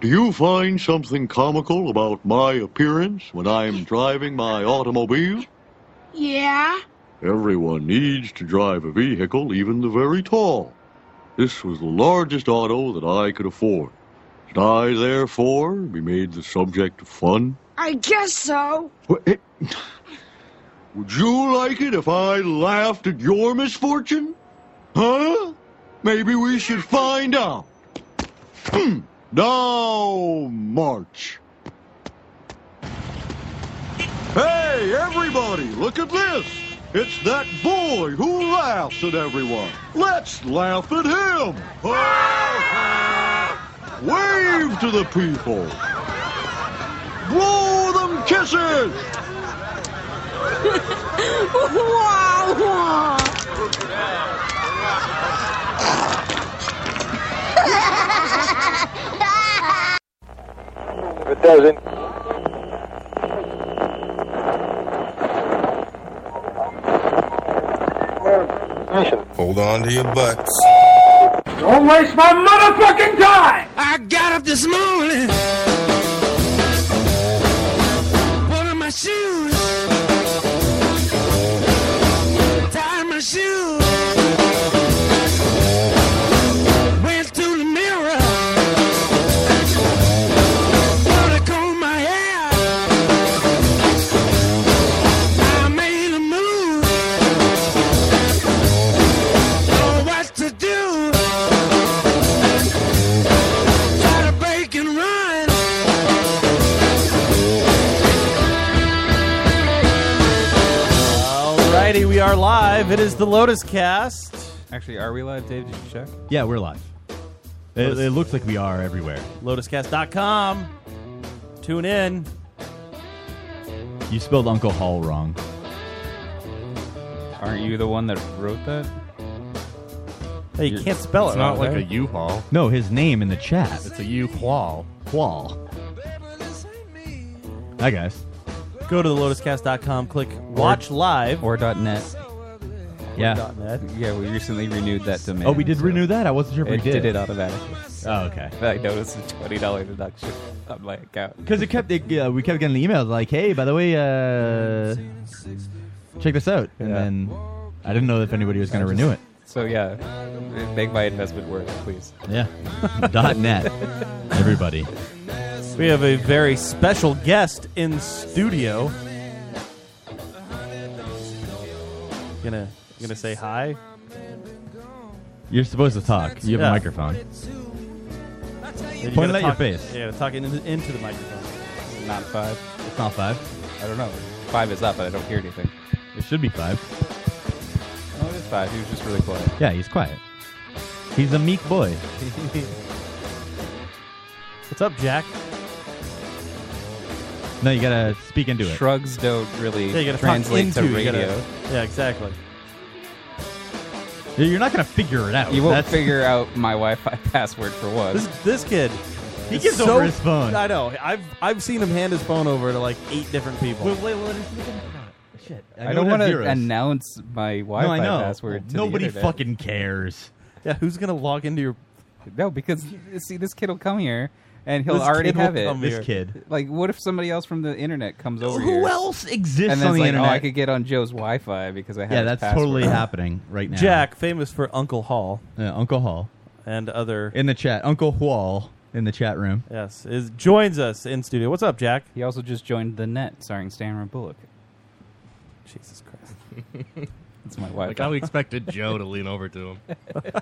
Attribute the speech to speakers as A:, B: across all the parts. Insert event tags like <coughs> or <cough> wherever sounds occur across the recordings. A: You find something comical about my appearance when I'm driving my automobile?
B: Yeah?
A: Everyone needs to drive a vehicle, even the very tall. This was the largest auto that I could afford. Should I, therefore, be made the subject of fun?
B: I guess so.
A: Wh- eh, Would you like it if I laughed at your misfortune? Huh? Maybe we should find out. Hmm. now, march. Hey, everybody, look at this. It's that boy who laughs at everyone. Let's laugh at him. <laughs> Wave to the people. Blow them kisses.
C: <laughs>
B: wow, wow.
D: It doesn't. Mission.
E: Hold on to your butts.
F: Don't waste my motherfucking time!
G: I got up this morning. Put on my shoes. Tied my shoes. Went to the mirror. Thought I combed my hair. I made a move. Know what to do. Try to break and run.
H: Alrighty, we are live. It is the Lotus Cast.
I: Actually, are we live, Dave? Did you check?
J: Yeah, we're live. It, it looks like we are everywhere.
H: LotusCast.com. Tune in.
J: You spelled Uncle Hall wrong.
I: Aren't you the one that wrote that?
H: Hey, you can't spell it.
I: not
H: right?
I: like
J: eh?
I: a
J: U-Haul. No, his name in the chat. It's a
E: U-Haul.
J: Qual. Hi guys.
H: Go to the LotusCast.com. Click Watch Live.
I: Or .net.
J: Yeah.
H: dot net.
I: Yeah, we recently renewed that domain.
J: Oh, we did
I: so
J: renew that. I wasn't sure if
I: It
J: we
I: did. it automatically.
J: Oh, okay.
I: I noticed a twenty dollar deduction on my account.
J: Because it kept it, uh, we kept getting the emails like, "Hey, by the way, uh, check this out," and
I: Yeah.
J: then I didn't know if anybody was going to renew it.
I: So yeah, make my investment work, please.
J: Yeah.
I: <laughs>
J: Dot net. Everybody.
H: We have a very special guest in studio. Gonna gonna say hi.
J: You're supposed to talk. You have
H: Yeah.
J: a microphone.
H: Point
J: Point it at your face.
H: Yeah, talk in, into the microphone.
I: Not five.
J: It's not five.
I: I don't know. Five is up, but I don't hear anything.
J: It should be five.
I: Oh, it is five. He was just really quiet.
J: Yeah, he's quiet. He's a meek boy.
H: <laughs> What's up, Jack?
J: No, you gotta speak into it.
I: Shrugs don't really
H: Yeah, you gotta
I: translate
H: talk into
I: to
H: you gotta-
I: radio.
H: yeah, exactly.
J: You're not gonna figure it out.
I: You won't
J: That's-
I: figure out my Wi-Fi <laughs> password for one.
H: This this kid.
J: He
H: is
J: gets
H: so-
J: over his phone.
H: I know. I've I've seen him hand his phone over to like eight different people.
J: Wait, wait, wait, wait. Shit.
I: I don't want to
J: announce.
I: announce my Wi-Fi
J: No, I know.
I: password. To
J: Nobody
I: the internet.
J: fucking cares.
H: Yeah, who's gonna log into your?
I: no, because <laughs> see, this kid will come here and he'll
H: This
I: already
H: kid will
I: have it.
H: come
J: This
H: Here.
J: kid.
I: Like, what if somebody else from the internet comes over here?
J: Who else exists
I: And then
J: on
I: it's
J: the
I: like,
J: internet?
I: oh, I could get on Joe's Wi-Fi because I have.
J: yeah,
I: his
J: that's
I: password.
J: totally happening right now.
H: Jack, famous for Uncle Hall
J: Uh, Uncle Hall
H: and other.
J: in the chat. Uncle Hual in the chat room.
H: yes, is joins us in studio. What's up, Jack?
I: He also just joined the net, starring Stanley Bullock.
H: Jesus Christ.
J: <laughs>
I: That's my Wi-Fi.
E: Like I expected Joe to lean over to him.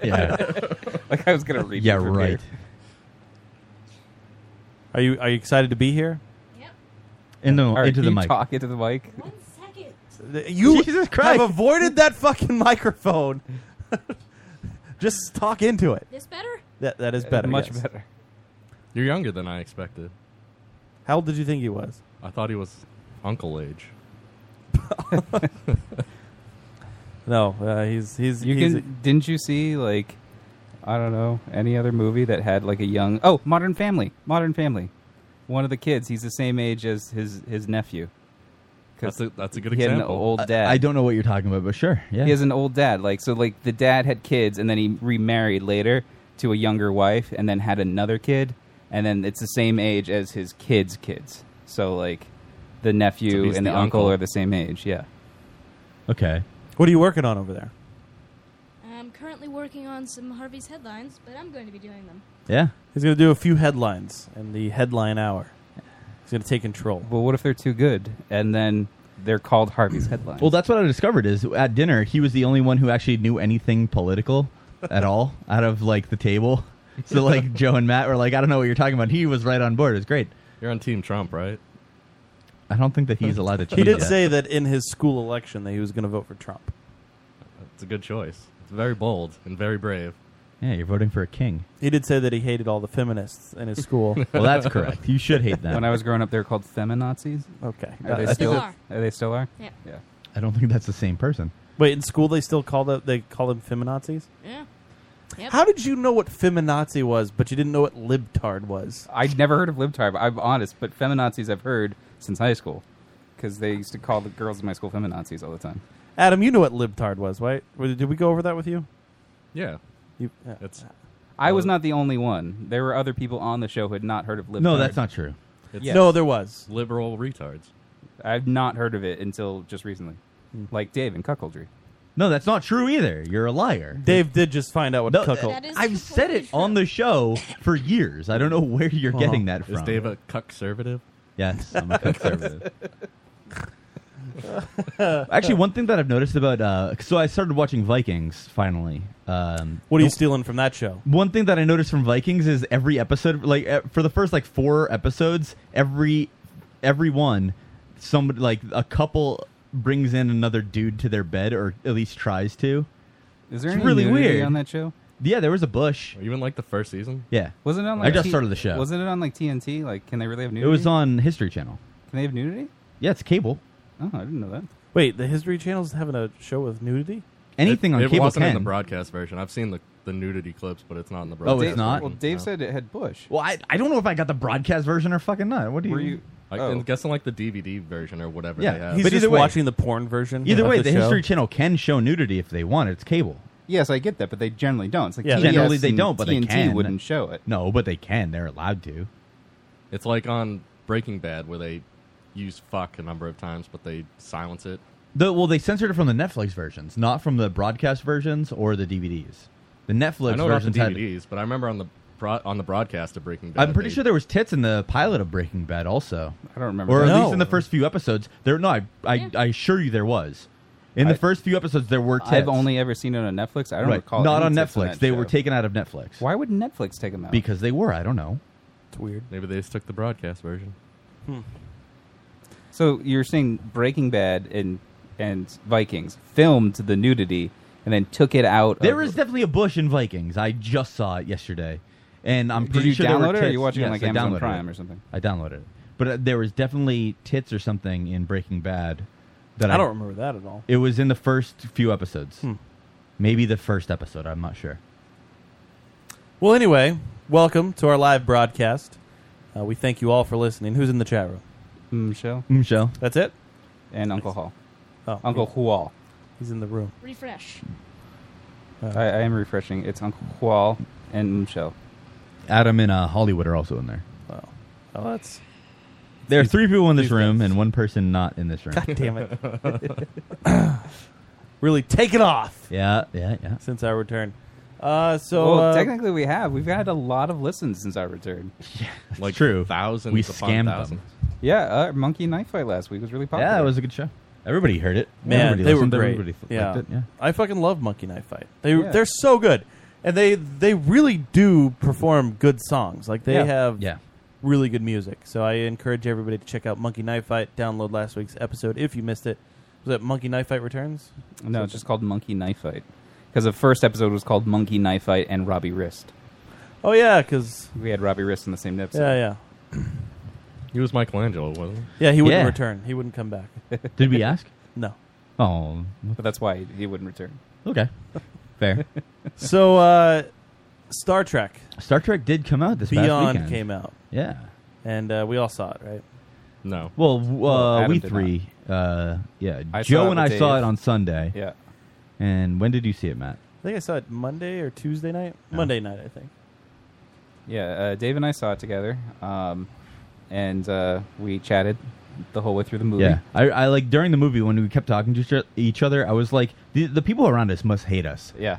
J: Yeah,
I: <laughs> Like, I was gonna read.
J: yeah,
I: it from
J: right.
I: here.
H: Are you are you excited to be here?
J: In the,
I: All right,
J: into
I: can
J: the
I: you
J: mic.
I: Talk into the mic.
H: You
J: <laughs> Jesus Christ.
H: have avoided that fucking
J: <laughs>
H: microphone. Just talk into it.
K: This better?
H: That that is better.
I: Uh, Much
H: yes.
I: better.
E: You're younger than I expected.
H: How old did you think he was?
E: I thought he was uncle age.
H: No, uh, he's he's
I: You
H: he's
I: can. Didn't you see like, I don't know, any other movie that had like a young? Oh, Modern Family. Modern Family. One of the kids. He's the same age as his his nephew.
E: That's a, that's a good
I: he had an
E: example.
I: old
J: I-
I: dad.
J: I, don't know what you're talking about, but sure. Yeah.
I: He has an old dad. Like so, like the dad had kids, and then he remarried later to a younger wife, and then had another kid, and then it's the same age as his kids' kids. So like, the
E: So
I: nephew
E: he's
I: and the,
E: the
I: uncle,
E: uncle.
I: are the same age. Yeah.
J: Okay.
H: What are you working on over there?
D: I'm currently working on some Harvey's headlines, but I'm going to be doing them.
J: Yeah.
H: He's going to do a few headlines in the headline hour. He's going to take control.
I: Well, what if they're too good, and then they're called Harvey's headlines?
J: Well, that's what I discovered is at dinner he was the only one who actually knew anything
E: <laughs>
J: political at all out of like the table.
E: <laughs>
J: So like Joe and Matt were like, I don't know what you're talking about. He was right on board. It was great.
E: You're on Team Trump, right?
J: I don't think that <laughs> he's allowed to.
H: He
J: choose
H: did
J: yet.
H: say that in his school election that he was going to vote for Trump.
E: It's a good choice. It's very bold and very brave.
J: Yeah, you're voting for a king.
H: He did say that he hated all the feminists
I: <laughs>
H: in his school.
J: Well, that's correct. You should
I: when
J: hate them. Uh,
I: I
J: I,
I: was growing up, they were called feminazis.
H: okay.
I: Are they
J: I
I: still?
D: think-
I: Are they still are?
D: Yeah.
I: Yeah.
J: don't think that's the same person.
H: Wait, in school they still call them they call them feminazis?
D: Yeah. Yep.
H: How did you know what feminazi was, but you didn't know what libtard was?
I: I'd never heard of libtard. but I'm honest, but feminazis I've heard since high school because they used to call the girls in my school feminazis all the time.
H: Adam, you know what libtard was, right? Wait, Did we go over that with you?
E: Yeah.
H: You yeah.
E: It's
I: I was
E: Oh.
I: not the only one. There were other people on the show who had not heard of libtard.
J: No, that's not true.
E: it's
I: Yes.
H: No, there was.
E: liberal retards. Hmm.
I: I've not heard of it until just recently, like Dave and cuckoldry.
J: No, that's not true either. You're a liar.
H: Dave did just find out what
J: No,
H: cuckold.
D: That is
J: I've said it
D: completely
J: on the show for years. I don't know where you're
H: Uh-huh.
J: getting that
E: Is
J: from.
E: Dave a conservative?
J: Yes, I'm
H: <laughs>
J: a conservative. <laughs> Actually, one thing that I've noticed about uh, so I started watching Vikings finally. Um,
H: what are you stealing from that show?
J: one thing that I noticed from Vikings is every episode, like eh, for the first like four episodes, every every one, somebody like a couple brings in another dude to their bed, or at least tries to.
I: Is there
J: It's
I: any
J: really
I: nudity
J: weird.
I: on that show?
J: Yeah, there was a bush.
E: Or even Oh, like the first season?
J: Yeah,
I: Wasn't it on?
J: I
I: Like
J: just
I: T-
J: started the show.
I: Wasn't it on like TNT? Like, can they really have
J: it
I: nudity?
J: was on History Channel.
I: Can they have nudity?
J: Yeah, it's cable.
I: Oh, I didn't know that.
H: Wait, the History Channel's having a show with nudity?
J: Anything
E: it,
J: on
E: it
J: cable
E: wasn't in the
J: can.
E: broadcast version. I've seen the, the nudity clips, but it's not in the
J: Oh,
E: broadcast.
J: it's not?
I: Well,
E: version.
I: Dave
E: No.
I: said it had Bush.
J: Well, I, I don't know if I got the broadcast version or fucking not. What do you?
I: Were you?
E: I,
I: oh.
E: am guessing like the DVD version or whatever.
J: Yeah,
E: they have.
H: He's
J: But
H: just
J: either way-
H: watching the porn version.
J: Either
H: of
J: way,
H: the,
J: the
H: show.
J: History Channel can show nudity if they want. It's cable.
I: Yes, I get that, but they generally don't. It's like
H: Yeah,
I: TBS
J: generally they
I: and
J: don't, but they
I: TNT
J: can.
I: wouldn't show it.
J: No, but they can. They're allowed to.
E: It's like on Breaking Bad where they use fuck a number of times, but they silence it.
J: The, well, they censored it from the Netflix versions, not from the broadcast versions or the DVDs. The Netflix
E: I know about the
J: versions had.
E: DVDs, but I remember on the bro- on the broadcast of Breaking Bad.
J: I'm pretty sure there was tits in the pilot of Breaking Bad, also,
I: I don't remember.
J: or
I: that.
J: at
H: No.
J: least in the first few episodes. There, no, I, I,
D: Yeah.
J: I assure you, there was. In
I: I-
J: the first few episodes, there were tits.
I: I've only ever seen it on Netflix. I don't
J: right,
I: recall.
J: not
I: any
J: on
I: tits
J: Netflix.
I: that
J: they
I: show.
J: were taken out of Netflix
I: Why would Netflix take them out?
J: because they were. I don't know.
H: It's weird.
E: Maybe they just took the broadcast version.
H: Hmm.
I: so you're saying Breaking Bad and and Vikings filmed the nudity and then took it out.
J: There
I: of,
J: is definitely a bush in Vikings. I just saw it yesterday, and I'm
I: Did
J: pretty
I: you
J: sure there were
I: download it or
J: tits.
I: you watch it on, like,
J: Yes, I
I: Amazon
J: downloaded
I: Prime
J: it.
I: or something?
J: I downloaded it, but uh, there was definitely tits or something in Breaking Bad that I,
H: I don't remember that at all. Hmm.
J: It was in the first few episodes, maybe the first episode. I'm not sure.
H: Well, anyway, welcome to our live broadcast. Uh, we thank you all for listening. Who's in the chat room?
I: Michelle
J: Michelle,
H: That's it.
I: and Uncle Hall,
H: Oh,
I: Uncle Hual.
H: he's in the room.
D: refresh.
H: Uh,
I: I, I am refreshing. It's Uncle Hual and Michelle.
J: Adam, and uh, Hollywood are also in there.
H: Oh, oh that's
J: There are three people in this
H: these
J: room
H: guys.
J: and one person not in this room.
H: damn it. really taken off
J: <laughs> yeah, yeah, yeah.
H: since our return. Uh, so
I: well,
H: uh,
I: technically we have. We've had a lot of listens since our
J: <laughs>
I: return.
E: Like
J: true.
E: thousands.
J: We
E: upon
J: scammed them.
E: thousands.
I: Yeah, uh, Monkey Knife Fight last week was really popular.
J: Yeah, it was a good show. Everybody heard it.
H: man,
J: everybody
H: they were
J: listened,
H: great.
J: Everybody th-
H: yeah.
J: liked it. Yeah.
H: I fucking love Monkey Knife Fight. They
I: Yeah.
H: they're so good, and they they really do perform good songs. Like they
I: Yeah.
H: have
J: Yeah.
H: really good music. So I encourage everybody to check out Monkey Knife Fight. Download last week's episode if you missed it. Was that Monkey Knife Fight Returns?
I: No, it's just called Monkey Knife Fight. Because the first episode was called Monkey Knife Fight and Robbie Wrist.
H: Oh yeah, because
I: We had Robbie Wrist in the same episode.
H: yeah, yeah,
E: He was Michelangelo, wasn't he?
H: yeah. He wouldn't
J: Yeah.
H: return. He wouldn't come back.
J: <laughs> Did we ask?
H: No.
J: Oh,
I: But that's why he- he wouldn't return. <laughs>
J: okay. Fair.
H: So uh, Star Trek
J: Star Trek did come out this past
H: Beyond
J: weekend.
H: came out,
J: Yeah.
H: and uh, we all saw it, right?
E: No.
J: Well, w-
I: Well,
J: uh,
I: Adam
J: we
I: did
J: three. Uh, yeah.
I: I saw
J: Joe
I: it
J: and I
I: with
J: saw
I: Dave.
J: it on Sunday.
I: Yeah.
J: And when did you see it, Matt?
H: I think I saw it Monday or Tuesday night.
J: No.
H: Monday night, I think.
I: Yeah, uh, Dave and I saw it together, um, and uh, we chatted the whole way through the movie.
J: Yeah, I, I like during the movie when we kept talking to each- each other. I was like, the, the people around us must hate us
I: yeah,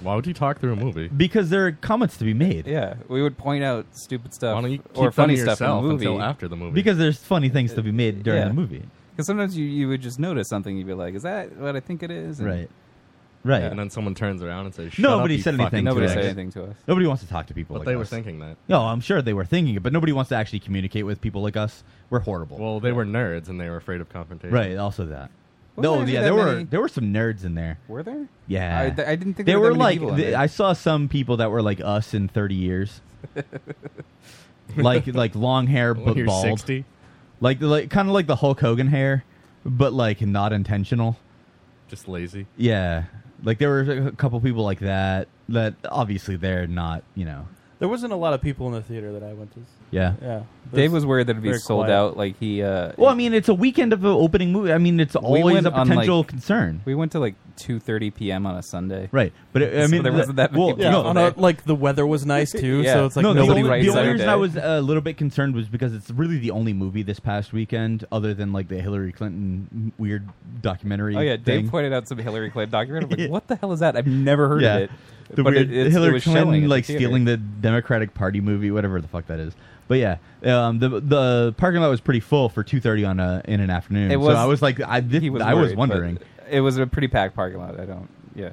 E: Why would you talk through a movie?
J: because there are comments to be made.
I: yeah. We would point out stupid stuff
E: Why don't you keep
I: or
E: them
I: funny
E: to
I: stuff in the
E: yourself
I: movie
E: until after the movie?
J: Because there's funny things to be made during
I: Yeah.
J: the movie.
I: because sometimes you, you would just notice something. You'd be like, "Is that what I think it is?" And
J: Right. Right.
E: and then someone turns around and says, Shut
J: Nobody
E: up, you
J: said anything
E: fucking
J: to
I: Nobody
J: Correct.
I: said
E: jerks."
I: anything to us.
J: Nobody wants to talk to people
E: But
J: like
E: they were
J: us.
E: thinking that.
J: No, I'm sure they were thinking it, but nobody wants to actually communicate with people like us. We're horrible.
E: Well, they were nerds and they were afraid of confrontation.
J: right, also that.
I: Wasn't
J: no,
I: actually
J: yeah,
I: that
J: there were
I: many-
J: there were some nerds in there.
I: Were there?
J: Yeah.
I: I, I didn't think
J: they
I: there
J: were
I: that many
J: like
I: people in
J: th-
I: there.
J: I saw some people that were like us in
I: <laughs>
J: 30 years. like like long hair
E: When
J: but
E: you're
J: bald.
E: 60,
J: Like like kind of like the Hulk Hogan hair, but like not intentional.
E: just lazy.
J: Yeah. Like there were a couple people like that that obviously they're not, you know.
H: There wasn't a lot of people in the theater that I went to.
J: Yeah.
H: Yeah,
I: Dave was worried that it'd be
H: very
I: sold
H: quiet.
I: out. Like he, uh,
J: Well, I mean, it's a weekend of an opening movie. I mean, it's always
I: went
J: a
I: on, like-
J: potential concern.
I: we went to like two thirty p.m. on a Sunday.
J: Right. But it, I
I: So
J: mean,
I: there wasn't that many
J: well,
I: people.
H: Yeah,
J: no,
H: on a, like the weather was
I: <laughs>
H: nice too,
I: Yeah.
H: so it's like
J: no, the
I: nobody
J: only,
I: writes
J: the only
I: Saturday.
J: reason I was uh, a little bit concerned was because it's really the only movie this past weekend, other than like the Hillary Clinton weird documentary.
I: Oh yeah, Dave
J: thing.
I: pointed out some Hillary Clinton documentary. I'm like,
J: Yeah. <laughs>
I: what the hell is that? I've never heard
J: yeah,
I: of it.
J: the
I: but
J: weird
I: it, it's, it
J: Hillary
I: was showing
J: Clinton like stealing the Democratic Party movie, whatever the fuck that is. But yeah, um, the the parking lot was pretty full for two thirty on a in an afternoon.
I: It was-
J: so I was like, I did,
I: He was
J: I was
I: worried,
J: wondering.
I: but It was a pretty packed parking lot. I don't. Yeah,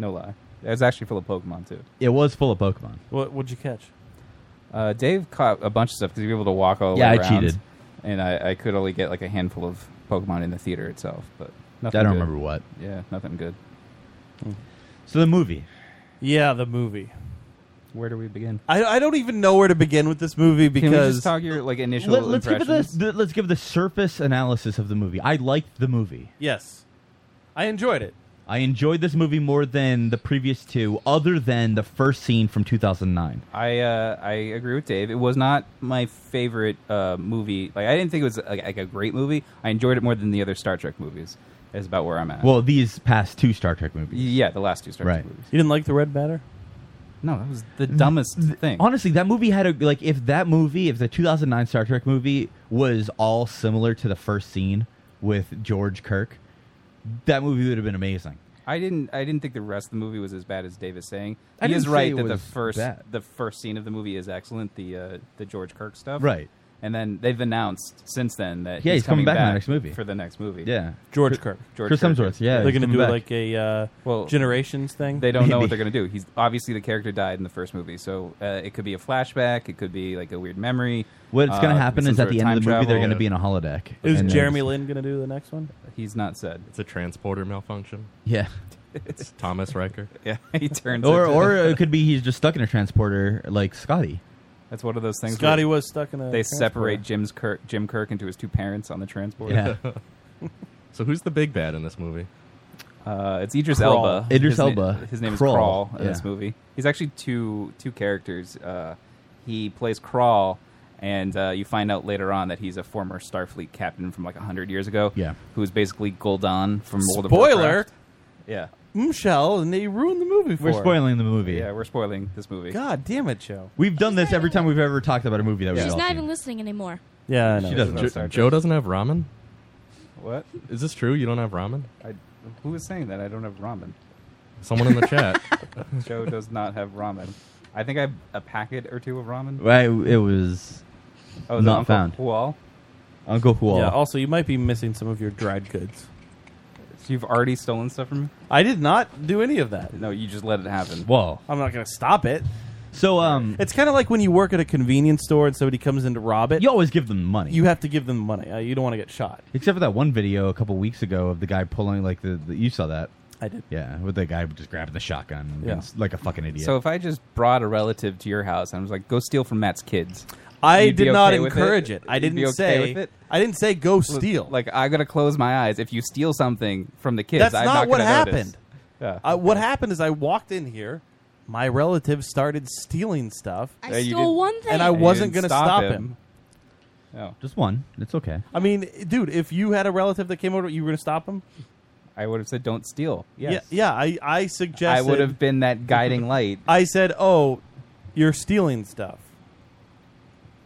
I: no lie. It was actually full of Pokemon too.
J: It was full of Pokemon.
H: What would you catch?
I: Uh, Dave caught a bunch of stuff because he was able to walk all the
J: Yeah,
I: way
J: I
I: around,
J: cheated.
I: and I, I could only get like a handful of Pokemon in the theater itself. But nothing
J: I don't
I: good.
J: remember what.
I: Yeah, nothing good.
J: So the movie.
H: Yeah, the movie.
I: Where do we begin?
H: I, I don't even know where to begin with this movie
I: Can we just
H: because
I: talk your like initial
J: Let, us give it
I: impressions?
J: the, let's give the surface analysis of the movie. I liked the movie.
H: yes, I enjoyed it.
J: I enjoyed this movie more than the previous two, other than the first scene from 2009.
I: I uh, I agree with Dave. It was not my favorite uh, movie. Like I didn't think it was like, like a great movie. I enjoyed it more than the other Star Trek movies. Is about where I'm at.
J: Well, these past two Star Trek movies.
I: yeah, the last two Star
J: Right.
I: Trek movies.
H: You didn't like the Red Batter?
I: No, that was the dumbest thing.
J: Honestly, that movie had a like if that movie, if the 2009 Star Trek movie was all similar to the first scene with George Kirk, that movie would have been amazing.
I: I didn't. I didn't think the rest of the movie was as bad as Dave is saying.
J: I
I: He
J: didn't
I: is
J: say
I: right
J: it
I: that the
J: was
I: first
J: bad.
I: the first scene of the movie is excellent. The uh, the George Kirk stuff.
J: Right.
I: And then they've announced since then that
J: Yeah,
I: he's,
J: he's coming back in the next movie.
I: for the next movie.
J: Yeah.
H: George Kirk.
I: George
J: Chris
I: Kirk.
J: Hemsworth, yeah.
H: they're
J: he's
H: going to
J: coming
H: do
J: back.
H: like a uh,
I: Well-
H: generations thing.
I: They don't know
J: Maybe.
I: what they're going to do. He's obviously the character died in the first movie, so uh, it could be a flashback. It could be like a weird memory.
J: What's
I: Uh,
J: going to happen
I: some
J: is at
I: sort
J: the end of the
I: time
J: movie, they're
I: travel.
J: going to be in a holodeck.
H: is
J: And then-
H: Jeremy Lin going to do the next one?
I: He's not said.
E: It's a transporter malfunction.
J: Yeah.
E: It's Thomas Riker.
I: <laughs> Yeah, he turns. <laughs>
J: Or,
I: into-
J: or it could be he's just stuck in a transporter like Scotty.
I: that's one of those things. where
H: Scotty was stuck in a.
I: they
H: transporter.
I: separate Jim's Kirk, Jim Kirk into his two parents on the transport. <laughs>
J: Yeah.
E: So who's the big bad in this movie?
I: Uh, it's Idris
H: Crawl.
I: Elba.
J: Idris
I: His na-
J: Elba.
I: his name is
J: Crawl,
I: Crawl in
J: yeah.
I: this movie. He's actually two two characters. Uh, he plays Crawl, and uh, you find out later on that he's a former Starfleet captain from like hundred years ago.
J: Yeah.
I: who is basically Gul'dan from World of
H: Spoiler.
I: Warcraft. Yeah,
H: Michelle, and they ruined the movie for.
J: We're
H: her.
J: spoiling the movie.
I: yeah, we're spoiling this movie.
H: God damn it, Joe.
J: We've done this every time we've ever talked about a movie that we've
D: She's
J: all
D: not
J: seen.
D: even listening anymore.
H: Yeah, I know.
J: She doesn't.
I: No, Star Trek.
E: Joe doesn't have ramen?
I: What?
E: Is this true? You don't have ramen?
I: I, who was saying that? I don't have ramen.
E: Someone in the chat.
I: <laughs> Joe does not have ramen. I think I have a packet or two of ramen.
J: Right, it was
I: Oh, is it
J: Not
I: Uncle
J: found.
I: Hual?
J: Uncle Hual.
H: Yeah. oh. Also, you might be missing some of your dried goods.
I: You've already stolen stuff from me.
H: I did not do any of that.
I: No, you just let it happen.
J: Whoa.
H: I'm not going to stop it.
J: So um,
H: It's kind of like when you work at a convenience store and somebody comes in to rob it.
J: you always give them money.
H: you have to give them money. Uh, you don't want to get shot.
J: Except for that one video a couple weeks ago of the guy pulling like the, the you saw that.
H: I did.
J: Yeah, with the guy just grabbing the shotgun
H: Yeah.
J: It's like a fucking idiot.
I: So if I just brought a relative to your house and I was like, "Go steal from Matt's kids,"
H: I
I: You'd be
H: did not
I: okay with
H: encourage
I: it?
H: it. I
I: You'd
H: didn't
I: be okay
H: say.
I: with it?
H: I didn't say go steal.
I: Like I gotta close my eyes if you steal something from the kids.
H: that's
I: I'm
H: not, what
I: gonna
H: happened.
I: notice. Yeah.
H: I, what happened is I walked in here. My relative started stealing stuff,
D: I
I: Yeah, you
D: stole
I: did.
D: one thing.
H: and I
I: you
H: wasn't going
I: didn't
H: to
I: stop
H: stop,
I: him.
H: him.
I: Oh,
J: just one. It's okay.
H: I mean, dude, if you had a relative that came over, you were going to stop him.
I: I would have said, "Don't steal." Yes.
H: Yeah, yeah. I I suggested.
I: I
H: <laughs>
I: would have been that guiding light.
H: I said, "Oh, you're stealing stuff,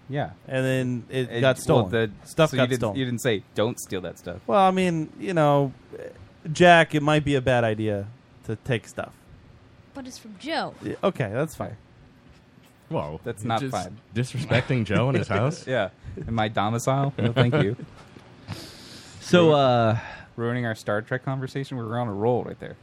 I: Yeah.
H: and then it,
I: It-
H: got
I: well,
H: stolen.
I: the-
H: stuff
I: so you
H: got
I: didn't-
H: stolen.
I: You didn't say don't steal that stuff.
H: Well, I mean, you know, Jack, it might be a bad idea to take stuff.
D: But it's from Joe.
H: Yeah, Okay, that's fine.
E: Whoa,
I: That's
E: you're
I: not
E: just
I: fine.
E: Disrespecting Joe in
I: <laughs>
E: his house.
I: Yeah. In my domicile. No, thank you.
J: <laughs> So, uh,
I: Ruining our Star Trek conversation. We were on a roll right there.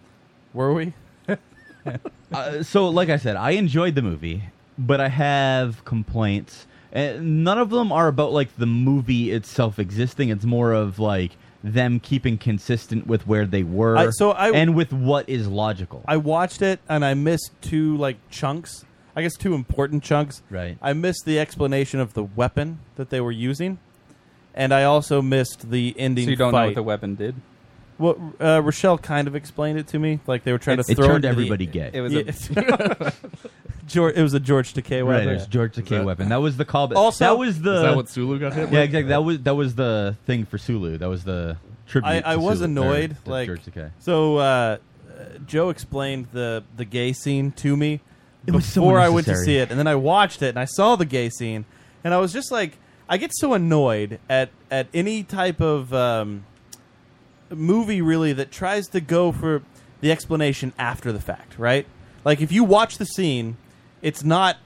H: Were
I: <laughs>
H: we?
J: uh, so like I said, I enjoyed the movie, but I have complaints. And none of them are about like the movie itself existing. It's more of like them keeping consistent with where they were
H: I- so I-
J: and with what is logical.
H: I watched it and I missed two like chunks. I guess two important chunks.
J: Right.
H: I missed the explanation of the weapon that they were using, and I also missed the ending.
I: So you don't know
H: fight.
I: what the weapon did.
H: Well, uh, Rochelle kind of explained it to me. Like they were trying to
J: it
H: throw
J: turned
H: into the-
J: everybody gay.
I: It was
H: Yeah. <laughs>
I: a
H: George, it was a George Takei
J: right,
H: weapon.
J: it was George the K weapon. That was the callback.
H: Also-
J: that was the
E: Is that what Sulu got hit?
J: yeah, exactly. That was that was the thing for Sulu. That was the tribute.
H: I, I
J: to
H: was
J: Sulu, or
H: annoyed.
J: to
H: Like
J: George Takei.
H: so, uh, uh, Joe explained the the gay scene to me
J: It
H: before
J: was so
H: I went to
J: unnecessary.
H: see it, and then I watched it and I saw the gay scene, and I was just like, I get so annoyed at at any type of um, movie really that tries to go for the explanation after the fact, right? Like if you watch the scene, it's not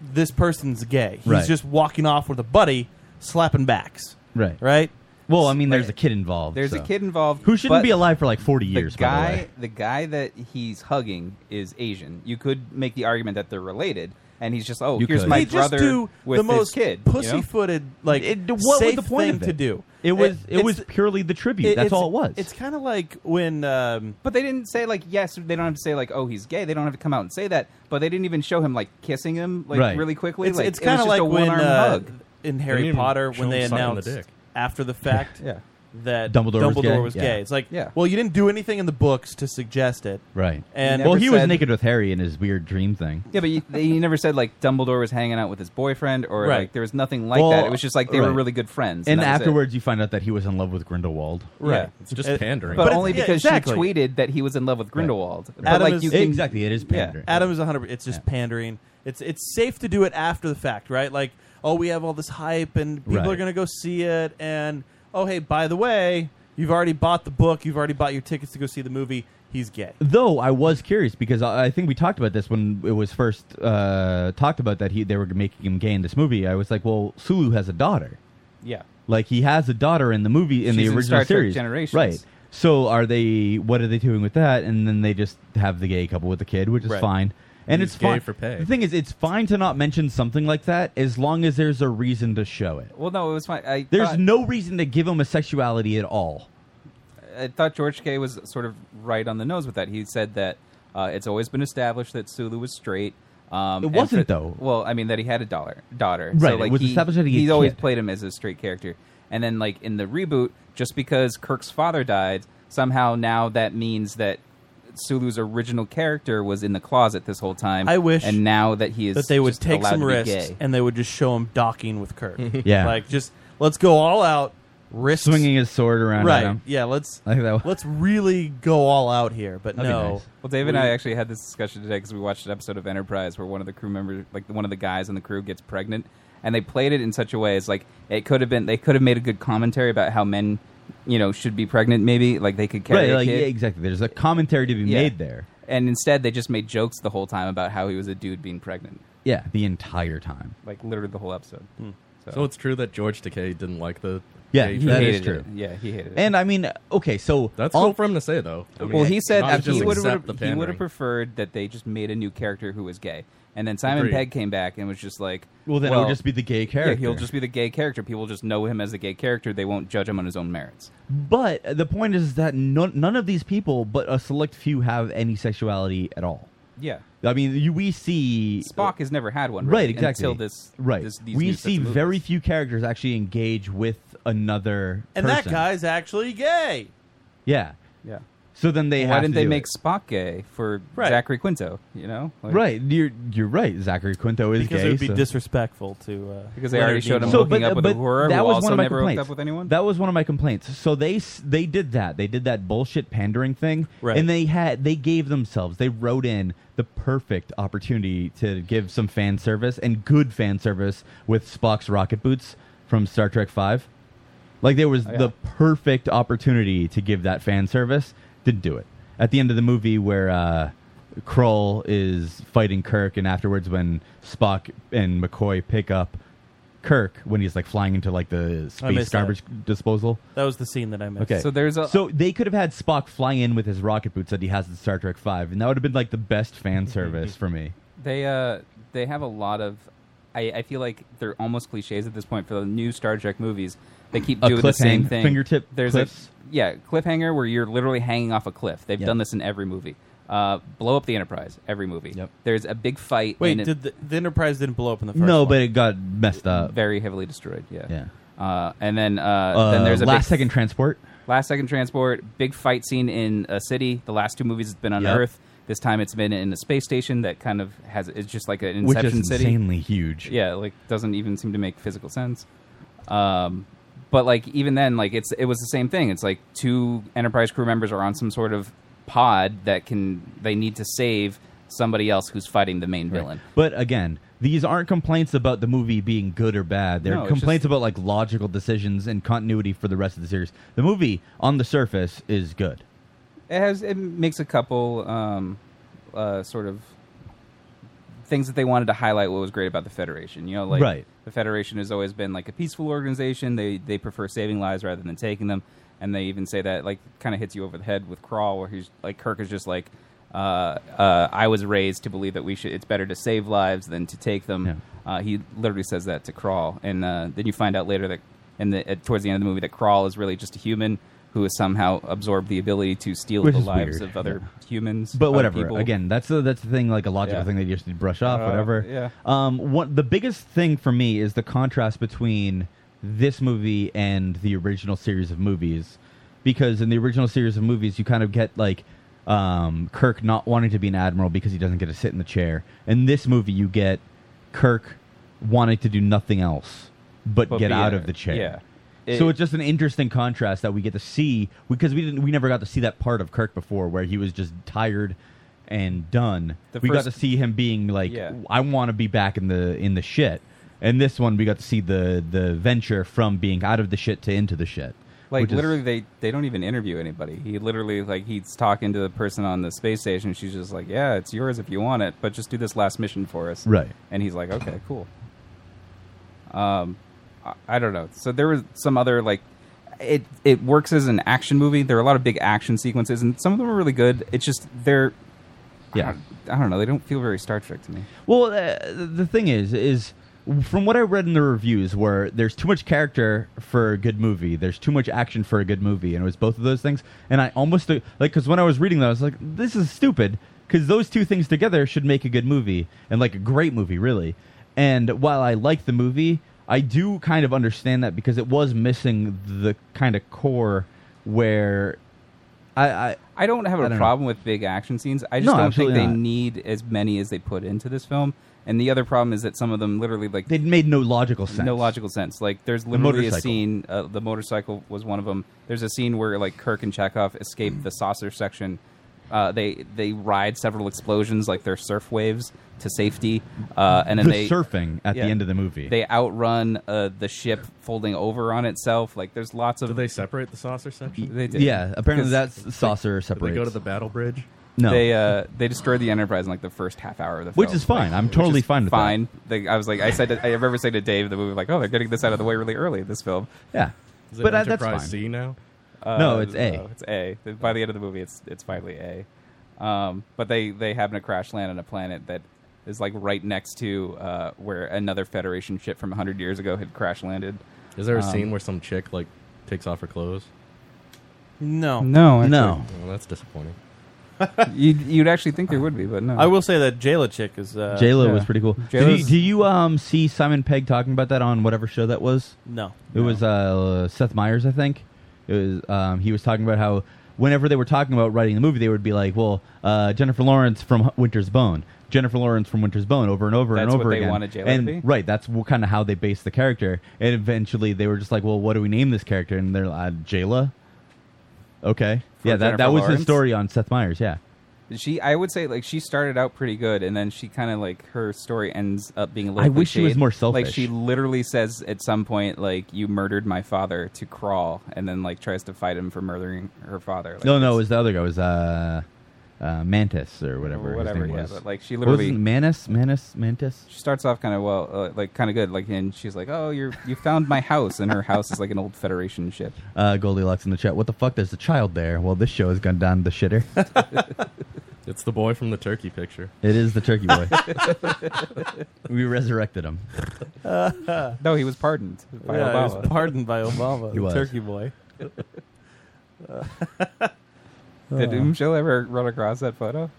H: this person's gay. He's
J: Right.
H: just walking off with a buddy slapping backs,
J: right,
H: right?
J: Well, I mean, there's
I: Like-
J: a kid involved.
I: There's
J: so.
I: a kid involved
J: who shouldn't
I: but
J: be alive for like 40
I: The
J: years. by the
I: guy,
J: way.
I: the guy that he's hugging is Asian. You could make the argument that they're related, and he's just oh,
J: You
I: here's
J: could.
I: my
H: they just
I: brother
H: do
I: with
H: the
I: this
H: most
I: kid. you know?
H: pussyfooted like
J: It- what
H: safe
J: was the point
H: thing
J: of it?
H: to do.
J: It was it,
H: it's-
J: was purely the tribute.
H: it-
J: That's
H: it's-
J: all it was.
H: It's kind of like when um,
I: But they didn't say like yes. They don't have to say like oh he's gay. They don't have to come out and say that. But they didn't even show him like kissing him like
J: Right.
I: really quickly.
H: it's,
I: like,
H: it's
I: it was
H: kind of
I: just
H: like
I: a
H: when
I: one-armed
H: uh,
I: hug.
H: in
E: didn't
H: Harry
E: even
H: Potter
E: show
H: when they
E: him sucking the
H: announced
E: dick.
H: after the
J: <laughs>
H: fact
I: Yeah.
H: that
J: Dumbledore was gay?
H: was
J: Yeah.
H: gay. It's like
I: Yeah.
H: well, you didn't do anything in the books to suggest it,
J: right.
H: And
J: well, he was
I: said-
J: naked with Harry in his weird dream thing.
I: Yeah, but you, they, you never said like Dumbledore was hanging out with his boyfriend or
H: Right.
I: like there was nothing like
J: Well,
I: that. It was just like they were
J: right.
I: really good friends.
J: And
I: that was it.
J: afterwards, you find out that he was in love with Grindelwald.
I: yeah.
E: It's just
H: It-
E: pandering.
I: But,
H: Uh, But it's-
I: only
H: yeah,
I: because
H: exactly.
I: she tweeted that he was in love with Grindelwald. But
H: Adam
I: like
H: is-
I: you
H: It-
I: can,
J: exactly, it is
I: Yeah.
J: pandering.
H: Adam is 100. It's just
J: Yeah.
H: pandering. It's it's safe to do it after the fact, right? Like, oh, we have all this hype and people
J: Right.
H: are going to go see it and oh, hey, by the way, you've already bought the book, you've already bought your tickets to go see the movie. He's gay.
J: Though I was curious because I, I think we talked about this when it was first uh, talked about that he they were making him gay in this movie. I was like, well, Sulu has a daughter.
H: Yeah.
J: Like he has a daughter in the movie in
I: She's
J: the
I: in
J: original
I: Star Trek
J: series,
I: Generations.
J: right? So are they? What are they doing with that? And then they just have the gay couple with the kid, which is
H: Right.
J: fine. And
E: He's
J: it's
E: gay
J: fine
E: for pay.
J: The thing is, it's fine to not mention something like that as long as there's a reason to show it.
I: Well, no, it was fine. I
J: There's
I: thought,
J: no reason to give him a sexuality at all.
I: I thought George K was sort of right on the nose with that. He said that uh, it's always been established that Sulu was straight. Um,
J: It
I: and
J: wasn't, though.
I: Well, I mean that he had a daughter. Daughter,
J: Right,
I: So,
J: it
I: like,
J: was
I: he,
J: established that he
I: he's
J: had a
I: always
J: kid.
I: played him as a straight character, and then like in the reboot, just because Kirk's father died, somehow now that means that Sulu's original character was in the closet this whole time.
H: I wish
I: and now that he is
H: That they would
I: just
H: take
I: allowed
H: some
I: to be
H: risks
I: gay.
H: and they would just show him docking with Kirk.
J: <laughs> Yeah.
H: Like just let's go all out, wrist
J: Swinging his sword around
H: Right.
J: at him.
H: Yeah, let's
J: I think that was-
H: let's really go all out here, but
J: That'd be
H: no.
J: nice.
I: Well, Dave and I actually had this discussion today because we watched an episode of Enterprise where one of the crew members, like one of the guys on the crew, gets pregnant, and they played it in such a way as like it could have been they could have made a good commentary about how men, you know, should be pregnant. Maybe like they could carry
J: Right,
I: a
J: like, yeah,
I: kid.
J: exactly. There's a commentary to be
I: Yeah.
J: made there.
I: And instead, they just made jokes the whole time about how he was a dude being pregnant,
J: Yeah, the entire time.
I: like literally the whole episode.
J: Hmm.
E: so it's true that George Takei didn't like the.
J: Yeah,
E: gay
J: he
I: He
E: joke?
J: That is
I: hated
J: true.
I: It. Yeah, he hated it.
J: And I mean, okay, so
E: That's
J: all-
E: cool for him to say though. I mean,
I: Well, he said
E: not
I: that
E: just
I: he would
E: accept the
I: have he would
E: pandering.
I: have preferred that they just made a new character who was gay, and then Simon
E: Agreed.
I: Pegg came back and was just like,
J: well, then it would just be the gay character.
I: Yeah, he'll just be the gay character. People just know him as the gay character. They won't judge him on his own merits.
J: But the point is that none, none of these people, but a select few, have any sexuality at all.
I: Yeah,
J: I mean, you, we see
I: Spock has never had one.
J: right,
I: Really,
J: exactly.
I: Until this,
J: right,
I: this- these
J: we
I: new sets
J: see
I: of movies.
J: very few characters actually engage with another.
H: And that
J: person.
H: guy's actually gay.
J: yeah.
I: Yeah,
J: So then they
I: Why
J: have
I: didn't
J: to
I: they
J: do
I: make
J: it.
I: Spock gay for
H: Right.
I: Zachary Quinto? You know, Like,
J: right? You're you're right. Zachary Quinto is
H: because
J: gay.
H: it would be
J: so-
H: disrespectful to uh,
I: Because they already
H: Leonard
I: showed him
H: Nimoy.
J: So,
I: hooking
J: but- uh,
I: up with
J: but
I: Uhura,
J: that
I: who
J: was
I: also
J: one of my
I: never
J: complaints.
I: hooked up with anyone.
J: That was one of my complaints. So they s- they did that. They did that bullshit pandering thing,
H: Right.
J: and they had they gave themselves. They wrote in the perfect opportunity to give some fan service and good fan service with Spock's rocket boots from Star Trek Five. Like there was
I: Oh, yeah.
J: the perfect opportunity to give that fan service. Didn't do it. At the end of the movie where uh Kroll is fighting Kirk and afterwards when Spock and McCoy pick up Kirk when he's like flying into like the space
H: missed that.
J: garbage disposal.
H: That was the scene that I missed.
J: Okay.
I: So there's a
J: So they could have had Spock fly in with his rocket boots that he has in Star Trek Five, and that would have been like the
H: <laughs>
J: best fan service for me.
I: They uh they have a lot of I, I feel like they're almost cliches at this point for the new Star Trek movies. They keep
J: A
I: doing the same
J: cliffhang-
I: thing.
J: fingertip
I: There's
J: cliffs?
I: a yeah cliffhanger where you're literally hanging off a cliff. They've
J: Yeah.
I: done this in every movie. Uh, blow up the Enterprise, every movie.
J: Yep.
I: There's a big fight.
H: Wait,
I: and it-
H: did the, the Enterprise didn't blow up in the first?
J: No,
H: one.
J: but it got messed up.
I: very heavily destroyed. Yeah.
J: Yeah.
I: Uh, and then uh,
J: Uh,
I: then there's a
J: last
I: big,
J: second transport.
I: last second transport, big fight scene in a city. The last two movies it's been on
J: Yep.
I: Earth. This time it's been in a space station that kind of has it's just like an
J: Which
I: Inception
J: is
I: city.
J: insanely huge.
I: yeah like doesn't even seem to make physical sense um but like even then like it's it was the same thing it's like two enterprise crew members are on some sort of pod that can they need to save somebody else who's fighting the main
J: Right.
I: villain
J: But again, these aren't complaints about the movie being good or bad. They're
I: No, it's
J: complaints
I: just-
J: about like logical decisions and continuity for the rest of the series. The movie, on the surface, is good.
I: it has it makes a couple um uh sort of things that they wanted to highlight what was great about the federation you know like
J: Right.
I: the federation has always been like a peaceful organization they they prefer saving lives rather than taking them and they even say that like kind of hits you over the head with crawl where he's like kirk is just like uh, uh, I was raised to believe that we should. It's better to save lives than to take them.
J: Yeah.
I: Uh, he literally says that to Crawl, and uh, then you find out later that, in the at, towards the end of the movie, that Crawl is really just a human who has somehow absorbed the ability to steal
J: Which
I: the
J: is
I: lives
J: weird,
I: of other humans.
J: But
I: other
J: whatever.
I: people.
J: Again, that's the that's the thing. Like a logical
I: Yeah.
J: thing they just need to brush off.
I: Uh,
J: whatever.
I: yeah.
J: Um. What the biggest thing for me is the contrast between this movie and the original series of movies, because in the original series of movies, you kind of get like. Um, Kirk not wanting to be an admiral because he doesn't get to sit in the chair. In this movie, you get Kirk wanting to do nothing else but,
I: But
J: get
I: be
J: out
I: a-
J: of the chair.
I: yeah.
J: so
I: It-
J: it's just an interesting contrast that we get to see because we didn't we never got to see that part of Kirk before where he was just tired and done.
I: The
J: we got
I: first-
J: to see him being like
I: Yeah.
J: I want to be back in the in the shit. And this one we got to see the the venture from being out of the shit to into the shit.
I: like
J: which is-
I: literally, they they don't even interview anybody. He literally like he's talking to the person on the space station. She's just like, "Yeah, it's yours if you want it, but just do this last mission for us."
J: Right.
I: And he's like, "Okay, cool." Um, I, I don't know. So there was some other like. It it works as an action movie. There are a lot of big action sequences, and some of them are really good. It's just they're I
J: yeah.
I: don't- I don't know. They don't feel very Star Trek to me.
J: Well, uh, the thing is, is from what I read in the reviews, where there's too much character for a good movie, there's too much action for a good movie, and it was both of those things. And I almost like because when I was reading that, I was like, this is stupid because those two things together should make a good movie and like a great movie, really. And while I like the movie, I do kind of understand that because it was missing the kind of core where I, I
I: I don't have a
J: I don't know.
I: problem with big action scenes. I just
J: No,
I: don't think
J: absolutely
I: they
J: not.
I: need as many as they put into this film. And the other problem is that some of them literally like
J: they made no logical sense.
I: no logical sense. Like there's literally a
J: motorcycle.
I: scene. Uh, the motorcycle was one of them. There's a scene where like Kirk and Chekhov escape the saucer section. Uh, they they ride several explosions like they're surf waves to safety, uh, and then
J: the
I: they
J: surfing at
I: yeah.
J: the end of the movie.
I: they outrun uh, the ship folding over on itself. Like there's lots of
E: Did they separate the saucer section?
I: they did.
J: Yeah, apparently
I: 'Cause
J: that's saucer
E: Did they
J: separates.
E: go to the battle bridge?
J: no,
I: They uh, they destroyed the Enterprise in like the first half hour of the
J: Which
I: film.
J: is fine.
I: Like,
J: I'm
I: which
J: totally
I: is
J: fine with that.
I: fine. They- I was like, I said, to, I remember saying to Dave in the movie, like, oh, they're getting this out of the way really early. This film.
J: yeah,
E: Is it
J: but uh, that's
E: Enterprise
J: fine.
E: C now?
I: Uh,
J: No, it's A.
I: no, it's A. By the end of the movie, it's it's finally A. Um, but they they happen to crash land on a planet that is like right next to uh, where another Federation ship from 100 years ago had crash landed.
E: Is there a
I: Um,
E: scene where some chick like takes off her clothes?
H: no,
I: No,
J: No,
E: Well, that's disappointing.
I: <laughs> you'd, you'd actually think there would be, but no.
H: I will say that Jayla chick is uh,
J: J Lo
I: yeah.
J: was pretty cool. Did you,
I: J-Lo's-
J: do you um see Simon Pegg talking about that on whatever show that was?
H: No,
J: It was uh, Seth Meyers, I think. It was um, he was talking about how whenever they were talking about writing the movie, they would be like, "Well, uh, Jennifer Lawrence from Winter's Bone." Jennifer Lawrence from Winter's Bone over and over and
I: That's what
J: over
I: they
J: again.
I: wanted Jayla to
J: and
I: be?
J: right, that's kind of how they based the character. And eventually, they were just like, "Well, what do we name this character?" And they're like, "Jayla." Okay,
I: From
J: yeah, that,
I: Jennifer
J: that was his
I: Lawrence?
J: story on Seth Meyers. Yeah,
I: She, I would say, like she started out pretty good, and then she kind of like her story ends up being a little.
J: I wish she was
I: cliched.
J: more selfish.
I: Like she literally says at some point, like you murdered my father to crawl, and then like tries to fight him for murdering her father. Like,
J: no, no, it
I: it's-
J: was the other guy. It was uh, uh, Mantis or whatever. his
I: whatever.
J: name
I: yeah,
J: was.
I: but like she
J: What was
I: literally
J: his- Manus, Manus, Mantis.
I: she starts off kind of well, uh, like kind of good. Like and she's like, oh, you're you found my house, and her house is like an old Federation ship. <laughs>
J: Uh, Goldilocks in the chat. What the fuck? There's a child there. Well, this show has gone down
I: <laughs>
J: the shitter.
E: It's the boy from the turkey picture.
J: it is the turkey boy. we resurrected him.
H: <laughs>
I: No, he was pardoned by
H: Yeah, he
I: Obama.
H: was pardoned by Obama,
J: <laughs> He
H: the
J: was.
H: Turkey boy.
J: Uh.
I: Did Umshel ever run across that photo?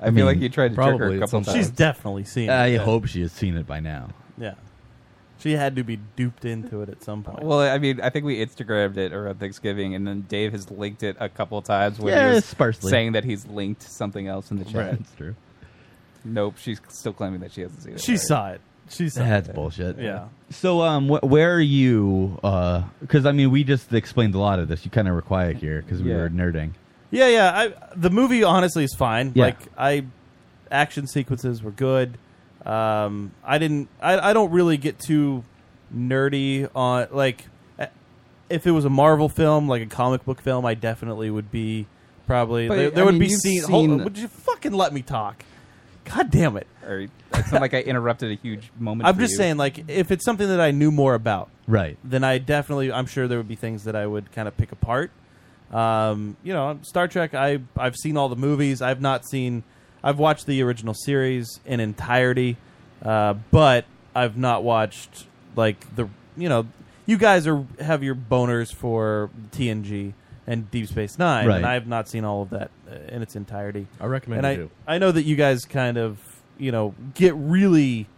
I: I, feel
J: mean,
I: like you tried to trick her
E: probably
I: a
E: at
I: couple
E: some
I: times.
E: point.
H: She's definitely seen it.
J: I
H: yeah.
J: hope she has seen it by now.
H: Yeah. She had to be duped into it at some point.
I: Well, I mean, I think we Instagrammed it around Thanksgiving, and then Dave has linked it a couple times when
J: Yeah,
I: he was
J: sparsely.
I: saying that he's linked something else in the chat.
J: That's true.
I: Nope, she's still claiming that she hasn't seen it.
H: she
I: Right.
H: saw it. She saw
J: That's
H: it.
J: bullshit.
H: Yeah.
J: So, um, wh- where are you? Because I mean, we just explained a lot of this. You kind of were quiet here because we
I: Yeah.
J: were nerding.
H: Yeah, yeah. I, the movie honestly is fine.
J: Yeah.
H: Like I, action sequences were good. Um, I didn't. I, I don't really get too nerdy on like uh, if it was a Marvel film, like a comic book film. I definitely would be probably
I: But,
H: there, there
I: I
H: would
I: mean,
H: be
I: you've
H: scene. hold-
I: seen-
H: would you fucking let me talk? God damn it!
I: Or, it's not like I interrupted a huge moment.
H: I'm
I: for
H: just
I: you.
H: saying, like if it's something that I knew more about,
J: Right.
H: then I definitely, I'm sure there would be things that I would kind of pick apart. Um, you know, Star Trek. I I've seen all the movies. I've not seen. I've watched the original series in entirety, uh, but I've not watched like the. You know, you guys are have your boners for TNG and Deep Space Nine,
J: Right.
H: and I've not seen all of that uh, in its entirety.
E: I recommend
H: and
E: you
H: I
E: do.
H: I know that you guys kind of you know get really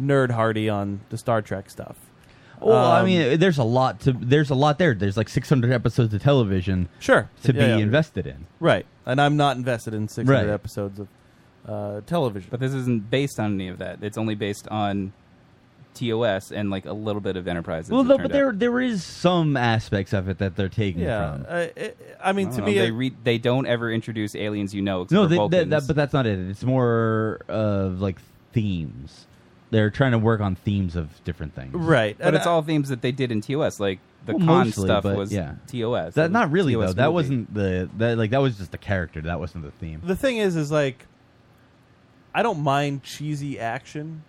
H: nerd hardy on the Star Trek stuff.
J: Well, I
H: Um,
J: mean, there's a lot to. There's a lot there. There's like 600 episodes of television
H: Sure.
J: to
H: Yeah,
J: be
H: yeah.
J: invested in.
H: Right. And I'm not invested in 600
J: Right.
H: episodes of uh, television.
I: but this isn't based on any of that. It's only based on TOS and like a little bit of Enterprise. as
J: Well,
I: it
J: no,
I: turned
J: but
I: out.
J: there there is some aspects of it that they're taking
H: yeah.
J: from.
H: I, I I mean,
I: I
H: to
I: don't know,
H: me,
I: they
H: it-
I: read. They don't ever introduce aliens you know. Except
J: No,
I: for
J: they, that,
I: Vulcans.
J: that, but that's not it. It's more of like themes. They're trying to work on themes of different things.
H: right.
I: But
H: And
I: it's
H: I-
I: all themes that they did in TOS. Like the
J: Well,
I: con
J: mostly,
I: stuff
J: but
I: was
J: yeah.
I: TOS.
J: That
I: It
J: not
I: was
J: really though.
I: TOS
J: That
I: movie.
J: wasn't the that like that was just the character. That wasn't the theme.
H: The thing is, is like, I don't mind cheesy action,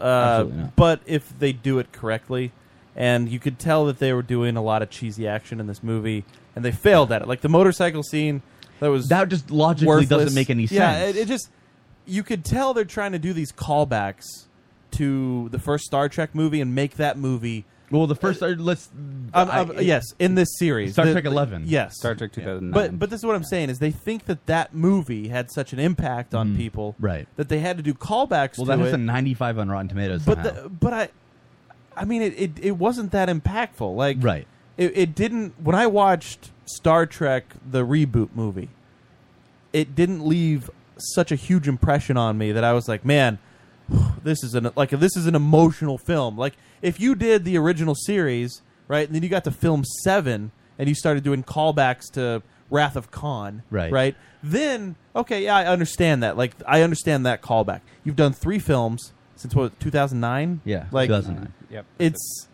H: uh,
J: Absolutely not.
H: but if they do it correctly, and you could tell that they were doing a lot of cheesy action in this movie, and they failed at it. Like the motorcycle scene, that was
J: That just logically doesn't
H: worthless.
J: make any sense.
H: Yeah, it, it just you could tell they're trying to do these callbacks to the first Star Trek movie and make that movie.
J: well, the first uh, let's
H: Um,
J: I-
H: um, yes, in this series,
J: Star
H: The-
J: Trek 11.
H: Yes,
I: Star Trek 2009.
H: But but this is what I'm saying is they think that that movie had such an impact on people,
J: Mm-hmm. right.
H: That they had to do callbacks to
J: Well, that has
H: it.
J: a 95 on Rotten Tomatoes.
H: but
J: somehow.
H: the, but I, I mean it, it it wasn't that impactful. Like
J: Right.
H: it, it didn't. When I watched Star Trek the reboot movie, it didn't leave such a huge impression on me that I was like, man, this is an like this is an emotional film. Like if you did the original series, right, and then you got to film seven and you started doing callbacks to Wrath of Khan,
J: Right.
H: right, then okay, yeah, I understand that. Like I understand that callback. You've done three films since what 2009,
J: yeah,
H: like
J: 2009.
I: Yep.
H: it's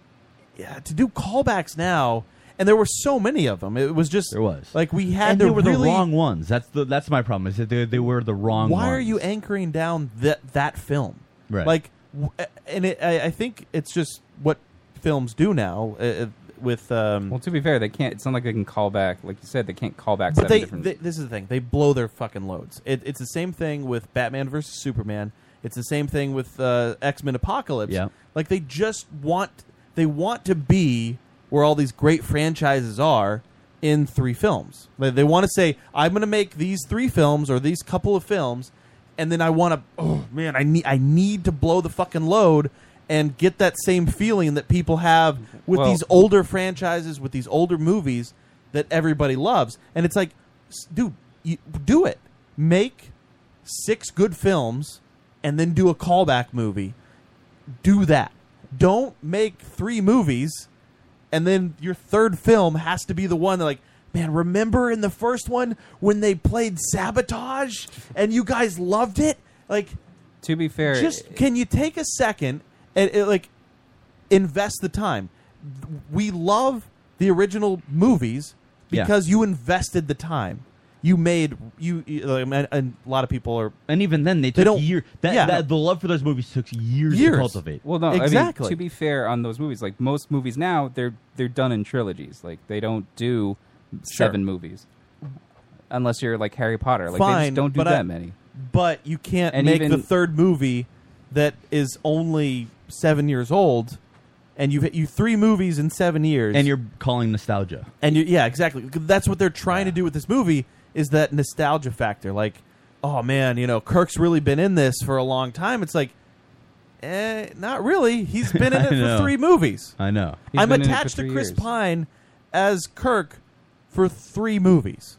H: yeah to do callbacks now and there were so many of them it was just
J: There was.
H: like we had
J: and
H: to
J: they were
H: really
J: the wrong ones. That's the that's my problem. Is that they, they were the wrong.
H: why are you
J: ones.
H: anchoring down that that film
J: Right.
H: like w- and it, I, I think it's just what films do now uh, uh, with um
I: Well, to be fair, they can't. It's not like they can call back. Like you said, they can't call back.
H: but
I: seven
H: they,
I: different,
H: they this is the thing they blow their fucking loads it, it's the same thing with batman versus superman it's the same thing with uh, x-men apocalypse
J: Yeah.
H: like they just want they want to be where all these great franchises are in three films like they want to say i'm going to make these three films or these couple of films and then i want to oh man i need i need to blow the fucking load and get that same feeling that people have with
I: Well-
H: these older franchises with these older movies that everybody loves. And it's like, s- dude, you, do it. Make six good films and then do a callback movie. Do that. Don't make three movies and then your third film has to be the one that like man remember in the first one when they played sabotage and you guys loved it like
I: To be fair,
H: just can you take a second and uh, like invest the time we love the original movies
J: Yeah.
H: because you invested the time you made you, you like, and, and a lot of people are
J: And even then, they took
H: don't-
J: year. That,
H: yeah.
J: that the love for those movies took years,
H: Years.
J: to cultivate.
I: Well, no, I
H: Exactly.
I: mean, to be fair, on those movies, like most movies now, they're they're done in trilogies. Like they don't do seven movies, unless you're like Harry Potter. Like they
H: Fine,
I: just don't do
H: but
I: that
H: I-
I: many.
H: but you can't
I: And
H: make
I: even-
H: the third movie that is only seven years old, and you've hit you three movies in seven years,
J: and you're calling nostalgia.
H: and you yeah exactly that's what they're trying to do with this movie is that nostalgia factor like oh man you know Kirk's really been in this for a long time it's like eh not really
I: <laughs>
H: he's been in
J: <laughs> I
H: it for
J: know.
H: three movies
J: I know.
I: He's
H: I'm
I: been in it for
H: attached to
I: three
H: Chris
I: years.
H: Pine as Kirk for three movies.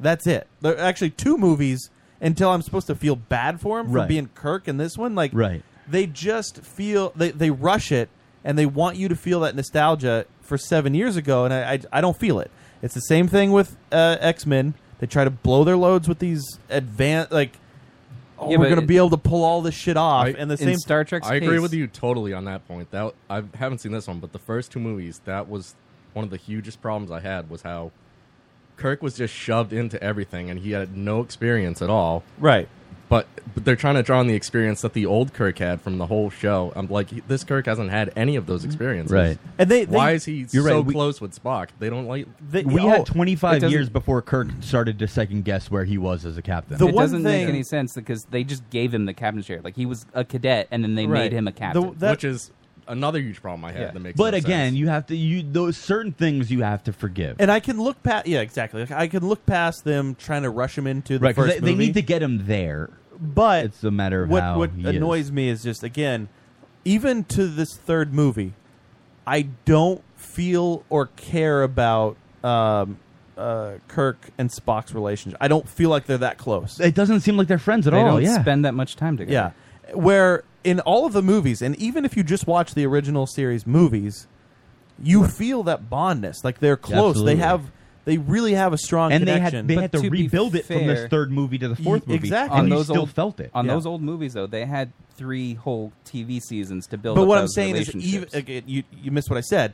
H: That's it. There are actually two movies until I'm supposed to feel bad for him for
J: Right.
H: being Kirk in this one. Like
J: Right.
H: they just feel they, they rush it and they want you to feel that nostalgia for seven years ago, and I I, I don't feel it. It's the same thing with uh, X Men. They try to blow their loads with these advanced like. Oh,
I: Yeah,
H: we're
I: but
H: gonna
I: it-
H: be able to pull all this shit off,
E: I-
H: and the
I: in
H: same
I: Star Trek's
E: I agree
I: case-
E: with you totally on that point. That I haven't seen this one, but the first two movies, that was one of the hugest problems I had was how Kirk was just shoved into everything and he had no experience at all.
H: right.
E: But but they're trying to draw on the experience that the old Kirk had from the whole show. I'm like, he- this Kirk hasn't had any of those experiences.
J: Right.
H: And they, they
E: Why is he
J: You're
E: so
J: right, we-
E: close with Spock? They don't like.
H: they-
J: We
H: oh,
J: had
I: it
J: 25
I: doesn't-
J: years before Kirk started to second guess where he was as a captain.
H: The
I: it
H: one
I: doesn't
H: thing-
I: make any sense because they just gave him the captain's chair. Like he was a cadet, and then they
H: Right.
I: made him a
H: The-
I: captain.
H: that-
E: which is another huge problem I had
I: Yeah.
E: that makes.
J: but
E: no
J: again,
E: sense.
J: you have to you those certain things you have to forgive.
H: And I can look past, yeah, exactly. Like, I can look past them trying to rush him into the
J: right, 'cause
H: first
J: they, they
H: movie.
J: need to get him there.
H: but
J: It's a matter of
H: what
J: how
H: what
J: he is.
H: annoys me is just again, even to this third movie, I don't feel or care about um, uh, Kirk and Spock's relationship. I don't feel like they're that close.
J: It doesn't seem like they're friends at
I: they
J: all.
I: don't
J: yeah,
I: spend that much time together.
H: Yeah. Where in all of the movies, and even if you just watch the original series movies, you feel that bondness. Like they're close.
J: Absolutely.
H: They have they really have a strong
J: and they had
H: connection.
J: they
I: But
J: had to,
I: to be
J: rebuild it from
I: fair-
J: this third movie to the fourth movie.
H: exactly.
J: and
I: on
J: you
I: those
J: still
I: old,
J: felt it.
I: on
H: Yeah.
I: those old movies though. They had three whole TV seasons to build.
H: but
I: up
H: what I'm
I: those
H: saying is, even,
I: relationships.
H: again, you you missed what I said.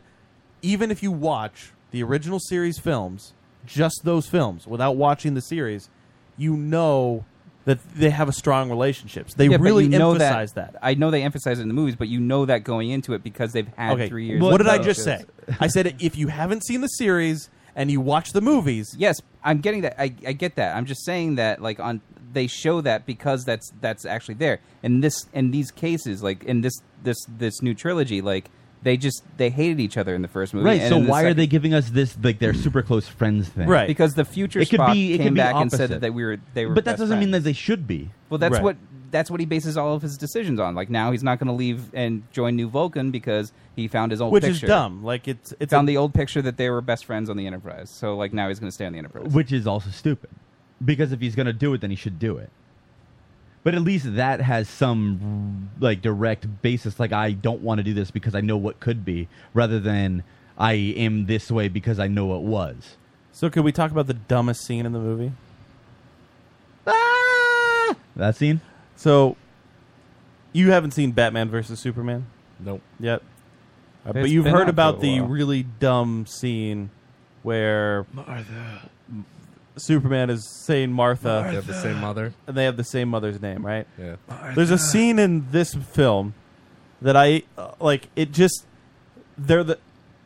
H: Even if you watch the original series films, just those films, without watching the series, you know that they have a strong relationships. They
I: Yeah, but
H: really
I: you know
H: emphasize that.
I: I know they emphasize it in the movies, but you know that going into it because they've had
H: okay,
I: three years.
H: what
I: of
H: did I
I: those.
H: just say? I said if you haven't seen the series and you watch the movies,
I: <laughs> Yes, I'm getting that. I, I get that. I'm just saying that like on they show that because that's that's actually there. In this in these cases, like in this this this new trilogy, like they just they hated each other in the first movie.
J: right.
I: and
J: So
I: in the
J: why are
I: second-
J: they giving us this like their super close friends thing?
H: Right.
I: Because the future
J: It could
I: Spock
J: be- it could
I: came
J: be
I: back and
J: opposite.
I: said that they were they were.
J: But that
I: best
J: doesn't mean that
I: friends.
J: they should be.
I: Well, that's
H: Right.
I: what that's what he bases all of his decisions on. Like now he's not going to leave and join New Vulcan because he found his old
H: which
I: picture.
H: is dumb. Like it's it's
I: found
H: a-
I: the old picture that they were best friends on the Enterprise. So like now he's going to stay on the Enterprise.
J: which is also stupid because if he's going to do it then he should do it but at least that has some like direct basis like i don't want to do this because i know what could be rather than i am this way because i know what was
H: So could we talk about the dumbest scene in the movie?
J: ah! that scene
H: So you haven't seen Batman versus Superman
E: Nope.
H: yet, Uh, but
I: It's
H: you've
I: been out
H: heard
I: for
H: about
I: a
H: the
I: while.
H: really dumb scene where
A: Martha.
H: Superman is saying Martha,
E: They have the same mother.
H: and they have the same mother's name, right?
E: Yeah.
H: There's a scene in this film that I uh, like. It just they're the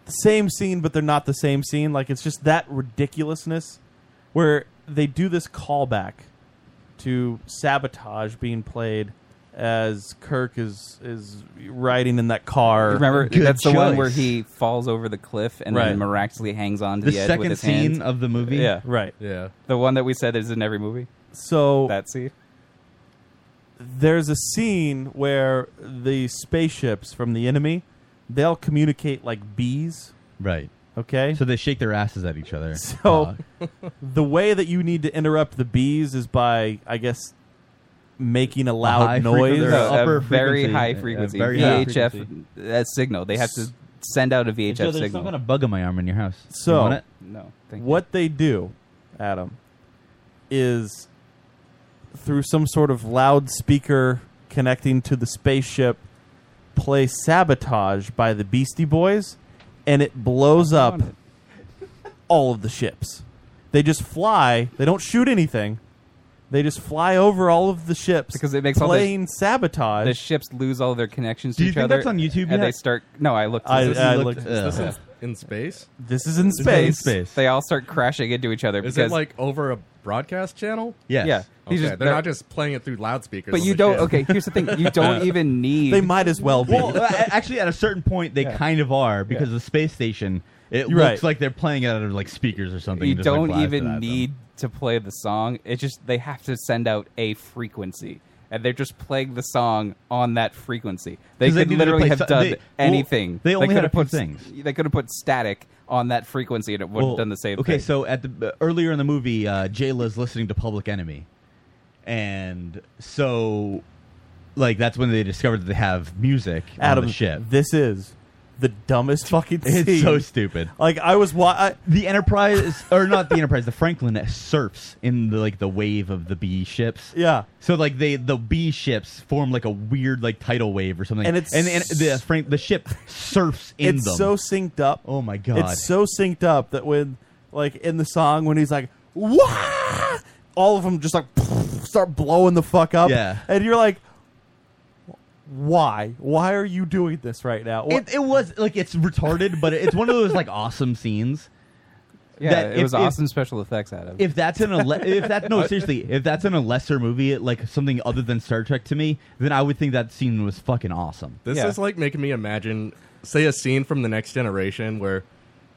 H: same scene, but they're not the same scene. Like it's just that ridiculousness where they do this callback to sabotage being played as Kirk is is riding in that car.
I: Remember
J: Good
I: that's the one
J: choice.
I: where he falls over the cliff and
H: Right.
I: then miraculously hangs on to
J: the
I: the, edge with
J: second
I: his
J: scene
I: hands.
J: of the movie
I: yeah,
H: Right.
E: Yeah.
I: the one that we said is in every movie.
H: So
I: That scene.
H: there's a scene where the spaceships from the enemy they'll communicate like bees
J: right
H: Okay.
J: So they shake their asses at each <laughs> other.
H: So
J: Uh-huh.
H: <laughs> the way that you need to interrupt the bees is by, I guess, making a loud
J: high frequency-
H: noise.
J: They're
I: No,
J: upper
I: a very
J: frequency,
I: high
J: a- a
I: frequency
J: very high
I: VHF
J: frequency.
I: uh, signal. They have to send out a VHF
J: Joe, there's
I: signal.
J: not gonna bug in my arm in your house. You
H: So-
J: want it?
I: No, thank
H: what they do, Adam, is through some sort of loudspeaker connecting to the spaceship, play "Sabotage" by the Beastie Boys, and it blows up
I: on it.
H: <laughs> all of the ships. They just fly. They don't shoot anything. They just fly over all of the ships
I: Because it makes all the-
H: playing sabotage.
I: you. The ships lose all their connections
J: Do
I: to
J: you
I: each
J: think
I: other.
J: that's on YouTube
I: And
J: yet?
I: they start. No, I looked.
H: I-
I: this is-
H: I
J: look-
H: looked-
J: uh,
E: Is this in, in space?
H: this is in space.
J: space.
I: They all start crashing into each other
E: Is
I: because
E: it like over a broadcast channel?
J: yes.
I: yeah,
E: Okay,
I: he's just-
E: they're not just playing it through loudspeakers.
I: But
E: on
I: you
E: the
I: don't.
E: ship.
I: Okay, here's the thing.
E: <laughs>
I: You
J: <laughs>
I: don't even need.
H: They might as well be.
J: Well, a- a- actually, at a certain point, they kind of are because the space station. It
H: You're
J: looks
H: right.
J: like they're playing it out of like speakers or something.
I: you
J: and just, like,
I: don't
J: blast it at
I: even
J: them.
I: need to play the song. It just they have to send out a frequency, and they're just playing the song on that frequency. They
J: 'Cause they
I: could
J: needed to
I: literally
J: play
I: have
J: so-
I: done
J: they- well,
I: anything.
J: they only had
I: could
J: a
I: have
J: few
I: put, s-
J: things.
I: They could have put static on that frequency, and it would have
J: Well,
I: done the same.
J: Okay,
I: thing.
J: so at the uh, earlier in the movie, uh, Jayla's listening to Public Enemy, and so like that's when they discovered that they have music
H: Adam,
J: on the ship.
H: this is the dumbest fucking scene.
J: It's so stupid.
H: Like I was wa- I,
J: The Enterprise, or not the Enterprise, the Franklin surfs in the, like the wave of the B ships.
H: yeah.
J: So like they the B ships form like a weird like tidal wave or something,
H: And it's-
J: and, and the Frank the ship surfs in
H: it's
J: them.
H: so synced up.
J: oh my god!
H: It's so synced up that when like in the song when he's like Wah! all of them just like <laughs> start blowing the fuck up.
J: Yeah.
H: And you're like why? Why are you doing this right now? Wha-
J: it, it was like it's retarded, but it's one of those like awesome scenes.
I: yeah,
J: that
I: it
J: if-
I: was
J: if-
I: awesome special effects, Adam.
J: If that's in a le- if that
H: <laughs>
J: no seriously, if that's in a lesser movie, like something other than Star Trek to me, then I would think that scene was fucking awesome.
E: <laughs> This
I: Yeah.
E: is like making me imagine, say, a scene from the Next Generation where,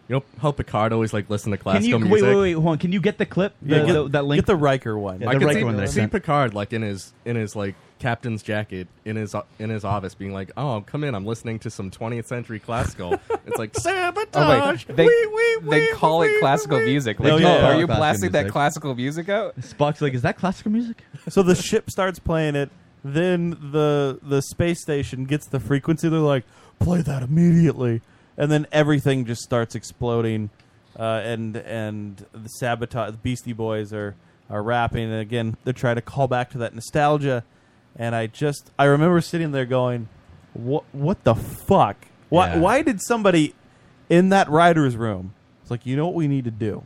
E: you know, how Picard always like listen to
J: Can
E: classical
J: you wait,
E: music.
J: wait, wait, hold on? Can you get the clip?
H: Yeah,
J: The-
H: get,
J: the- that link.
H: get the Riker one.
J: Yeah,
E: I
J: the
E: could
J: right
E: see,
J: one there.
E: see Picard like in his in his like captain's jacket in his in his office, being like, "Oh, come in, I'm listening to some 20th
I: <laughs>
E: century classical." it's like
I: Oh,
E: sabotage.
I: wait, they,
E: wee, wee,
I: they
E: wee,
I: call
E: wee,
I: it classical
E: wee."
I: music.
J: They
I: Like,
H: do
I: oh,
H: call
I: are
J: it
I: you
J: classical
I: blasting that
J: music.
I: classical music out?
J: Spock's like, is that classical music?
H: <laughs> So the ship starts playing it. Then the the space station gets the frequency. They're like, play that immediately, and then everything just starts exploding. Uh, and and the sabotage, the Beastie Boys are are rapping, and again they're trying to call back to that nostalgia. And I just I remember sitting there going, what what the fuck? Why
J: Yeah.
H: why did somebody in that writer's room? It's like you know what we need to do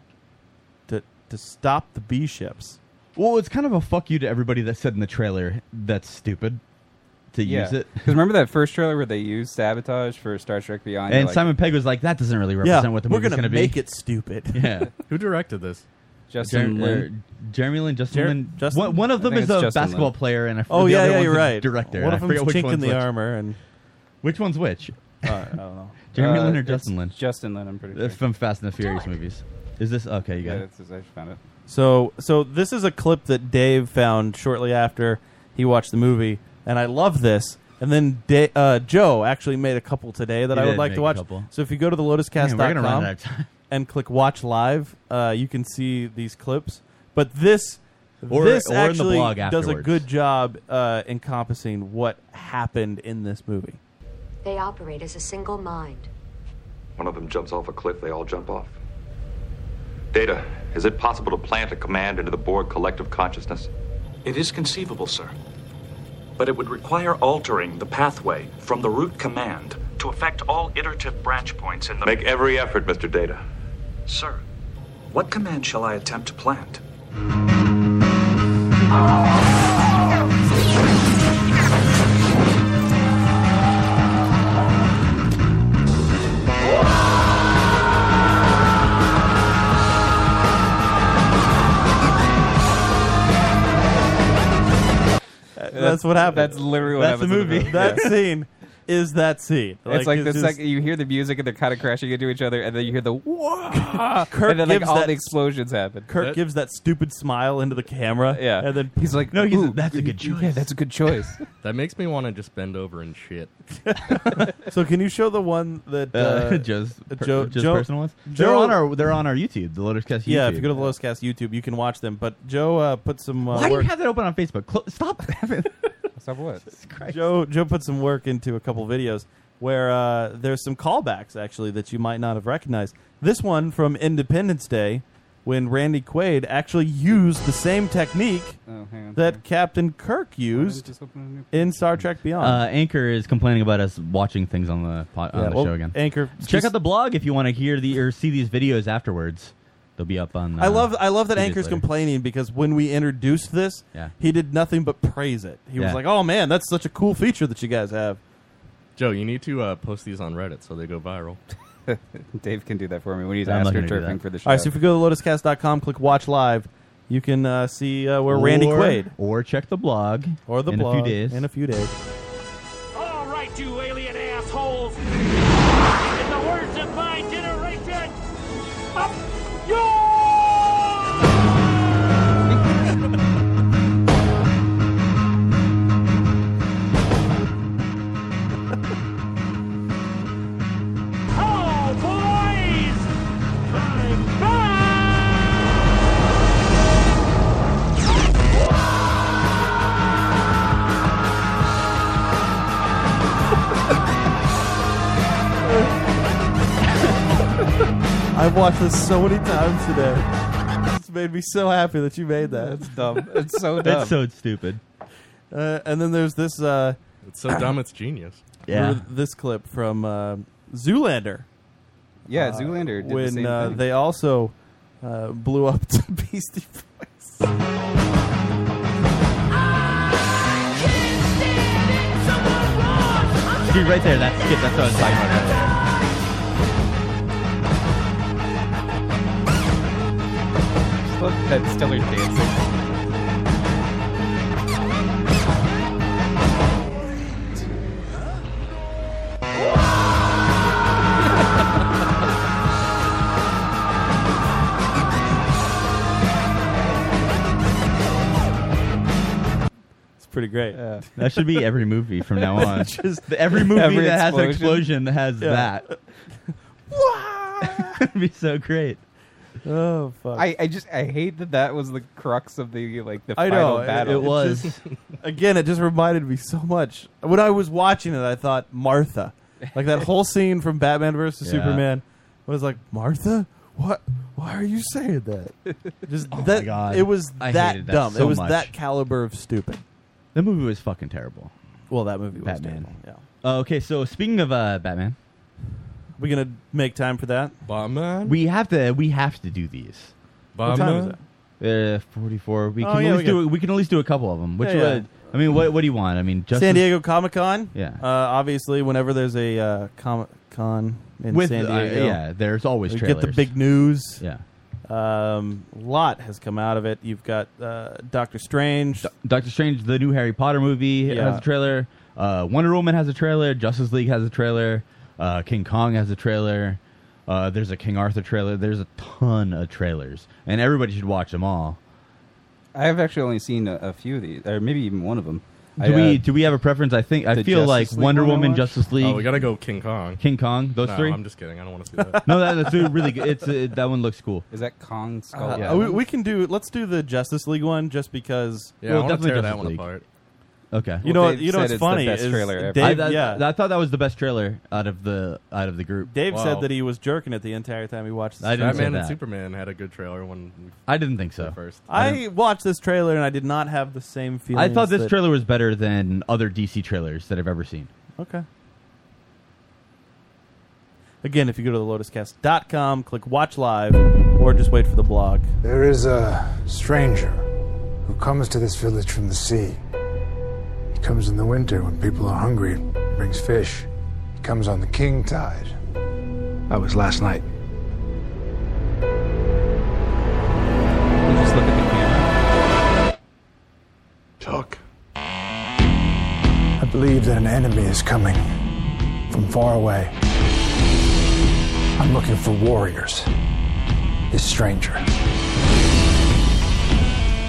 H: to to stop the B ships.
J: Well, it's kind of a fuck you to everybody that said in the trailer that's stupid to use it.
I: Because remember that first trailer where they used sabotage for Star Trek Beyond? You're
J: And
I: like,
J: Simon Pegg was like, that doesn't really represent what the
H: we're
J: movie's going to be.
H: make it stupid. <laughs>
J: <laughs> Yeah.
E: Who directed this?
I: Justin
J: Jeremy,
I: Lin.
J: Lin. er, Jeremy Lin, Justin
H: Jer-
J: Lin.
H: Justin?
J: One, one of
I: I
J: them
I: think
J: is
I: it's
J: a
I: Justin
J: basketball
I: Lin.
J: player, and I f-
H: Oh
J: the
H: yeah,
J: other
H: yeah,
J: one's
H: you're
J: the
H: right.
J: Director.
H: One of
J: and I
H: them
J: forget which
H: chink in
J: one's
H: the
J: which.
H: armor, and
J: Which one's which?
H: uh, I don't know.
J: Jeremy
I: Uh,
J: Lin or
I: it's
J: Justin Lin?
I: Justin Lin, I'm pretty sure.
J: That's from Fast and the Furious movies. Is this okay? You got
I: Yeah,
J: it.
I: that's- I found it.
H: So, so this is a clip that Dave found shortly after he watched the movie, and I love this. And then da- uh, Joe actually made a couple today that
J: He
H: I would
J: did
H: like
J: make
H: to
J: a
H: watch.
J: couple.
H: So if you go to the
J: Man, we're gonna
H: lotuscast.com
J: run out of time. <laughs>
H: and click watch live, uh, you can see these clips. But this
J: Or-
H: this
J: or in the
H: actually
J: blog
H: does a
J: afterwards.
H: good job uh, encompassing what happened in this movie.
K: They operate as a single mind.
L: One of them jumps off a cliff, they all jump off. Data, is it possible to plant a command into the Borg collective consciousness?
M: It is conceivable, sir. But it would require altering the pathway from the root command to affect all iterative branch points in the.
L: Make every effort, Mr. Data.
M: Sir, what command shall I attempt to plant?
H: That's what happened.
I: That's literally what
J: That's the
I: happens in
J: movie.
H: that scene is that scene?
I: it's like the
H: just-
I: <laughs> second you hear the music and they're kind of crashing into each other, and then you hear the <laughs> whoa,
H: Kirk
I: Ah! and then like
H: gives
I: all
H: that-
I: the explosions happen.
H: Kirk gives that stupid smile into the camera.
I: Yeah.
H: and then
I: he's like,
H: "No,
I: he's-
H: that's a good choice. Yeah, that's
I: a good choice."
H: <laughs>
E: that makes me want to just bend over and shit.
H: so can you show the one that uh,
J: <laughs> Joe's,
H: uh,
J: per-
H: Joe,
J: Joe's
H: Joe-
J: personal ones. they're
H: Joe-
J: on our they're on our YouTube, the Lotus Cast YouTube.
H: Yeah, if you go to the Lowest Cast YouTube, you can watch them. But Joe uh, put some. Uh,
J: Why do you
H: work-
J: have that open on Facebook? Clo- stop.
I: Stop what?
H: Joe Joe put some work into a couple videos where uh, there's some callbacks actually that you might not have recognized. This one from Independence Day, when Randy Quaid actually used the same technique
I: Oh, hang on.
H: that Captain Kirk used
I: just open a new-
H: in Star Trek Beyond.
J: Uh, Anchor is complaining about us watching things on the po- on
H: Yeah,
J: the
H: well,
J: show again.
H: Anchor,
J: check out the blog if you want to hear the or see these videos afterwards. They'll be up on. Uh,
H: I love I love that
J: two days
H: Anchor's
J: later.
H: complaining because when we introduced this,
J: Yeah.
H: he did nothing but praise it. He was
E: Yeah.
H: like, "Oh man, that's such a cool feature that you guys have."
E: Joe, you need to uh, post these on Reddit so they go viral.
I: <laughs> Dave can do that for me when he's
E: I'm not gonna do
I: astroturfing
E: that.
I: for the show.
H: All right, so <laughs> if you go to lotuscast.com, click watch live, you can uh, see uh, where Randy
J: Or-
H: Quaid
J: or check the blog
H: or the
J: in
H: blog
J: a few days.
H: in a few days.
N: All right, you alien assholes. In the words of my generation, up yours! <laughs> oh, boys! I'm
H: I've watched this so many times today. It's made me so happy that you made that. It's
I: dumb. It's
J: <laughs>
I: so
J: That's so stupid.
H: Uh, and then there's this. Uh,
E: it's so dumb,
H: <coughs>
E: it's genius.
J: Yeah.
H: This clip from uh, Zoolander.
I: Yeah, Zoolander did the
H: when
I: same
H: uh,
I: thing.
H: they also uh, blew up <laughs> to Beastie Boys.
J: Dude, right there, that skip. That's what I was talking about. earlier.
I: Just love that stellar dancing.
H: It's pretty great.
J: That should be every movie from now
H: <laughs>
J: on.
H: Just
J: The- every movie
H: every
J: that has an
H: explosion.
J: explosion has
H: Yeah. <laughs>
J: that. <laughs> It'd be so great.
H: Oh fuck!
I: I, I just I hate that that was the crux of the like the
H: I
I: final
H: know it-
I: battle.
H: It, was <laughs>
J: <laughs>
H: again. It just reminded me so much when I was watching it. I thought Martha, like that whole scene from Batman versus
J: Yeah.
H: Superman, was like Martha. What? Why are you
I: <laughs>
H: saying that? Just
J: Oh my
H: that.
J: God.
H: It was
J: I
H: that
J: hated that
H: dumb.
J: so
H: it was
J: much.
H: that caliber of stupid.
J: The movie was fucking terrible.
H: Well, that movie was
J: Batman.
H: terrible, yeah.
J: Uh, okay, so speaking of uh, Batman,
H: we gonna make time for that.
E: Batman.
J: We have to. We have to do these.
E: What time is
J: Uh, forty-four. We
H: Oh,
J: can at
H: yeah,
J: least
H: we
J: do.
H: can-
J: We can at least do a couple of them. Which
H: Yeah, yeah.
J: would. I mean, what what do you want? I mean, Justice
H: San Diego Comic Con.
J: Yeah.
H: Uh, obviously, whenever there's a uh, Comic Con in
J: With,
H: San
J: uh,
H: Diego,
J: yeah, there's always
H: we get the
J: trailers.
H: big news.
J: Yeah.
H: Um, lot has come out of it. You've got uh, Doctor Strange.
J: Doctor Strange, the new Harry Potter movie
H: Yeah.
J: has a trailer. Uh, Wonder Woman has a trailer. Justice League has a trailer. Uh, King Kong has a trailer. Uh, there's a King Arthur trailer. There's a ton of trailers, and everybody should watch them all.
I: I have actually only seen a, a few of these, or maybe even one of them.
J: Do
I: I, uh,
J: we do we have a preference? I think I
I: the
J: feel
I: Justice
J: like
I: League
J: Wonder
I: one I
J: Woman,
I: watched?
J: Justice League.
E: Oh, we gotta go King Kong.
J: King Kong. Those
E: No,
J: three.
E: I'm just kidding. I don't want
J: <laughs>
E: to see that.
J: no, that, that's a really good. It's uh, a, that one looks cool.
I: Is that Kong Skull?
H: Uh, we, we can do. Let's do the Justice League one, just because.
E: Yeah, I want to tear that one apart.
J: Okay.
H: You know what? You know what's funny is
J: I,
H: Dave,
J: that-
H: yeah,
J: I thought that was the best trailer out of the out of the group.
H: Dave said that he was jerking it the entire time he watched. This
J: I didn't say
E: Batman and
J: that.
E: Superman had a good trailer when we
J: I didn't think so.
E: first.
H: I watched this trailer and I did not have the same feeling.
J: I thought this trailer was better than other DC trailers that I've ever seen.
H: Okay. Again, if you go to the lotuscast.com, click watch live, or just wait for the blog.
O: There is a stranger who comes to this village from the sea. He comes in the winter when people are hungry and brings fish. He comes on the king tide. That was last night.
I: just look at the
O: I believe that an enemy is coming. from far away. I'm looking for warriors. This stranger.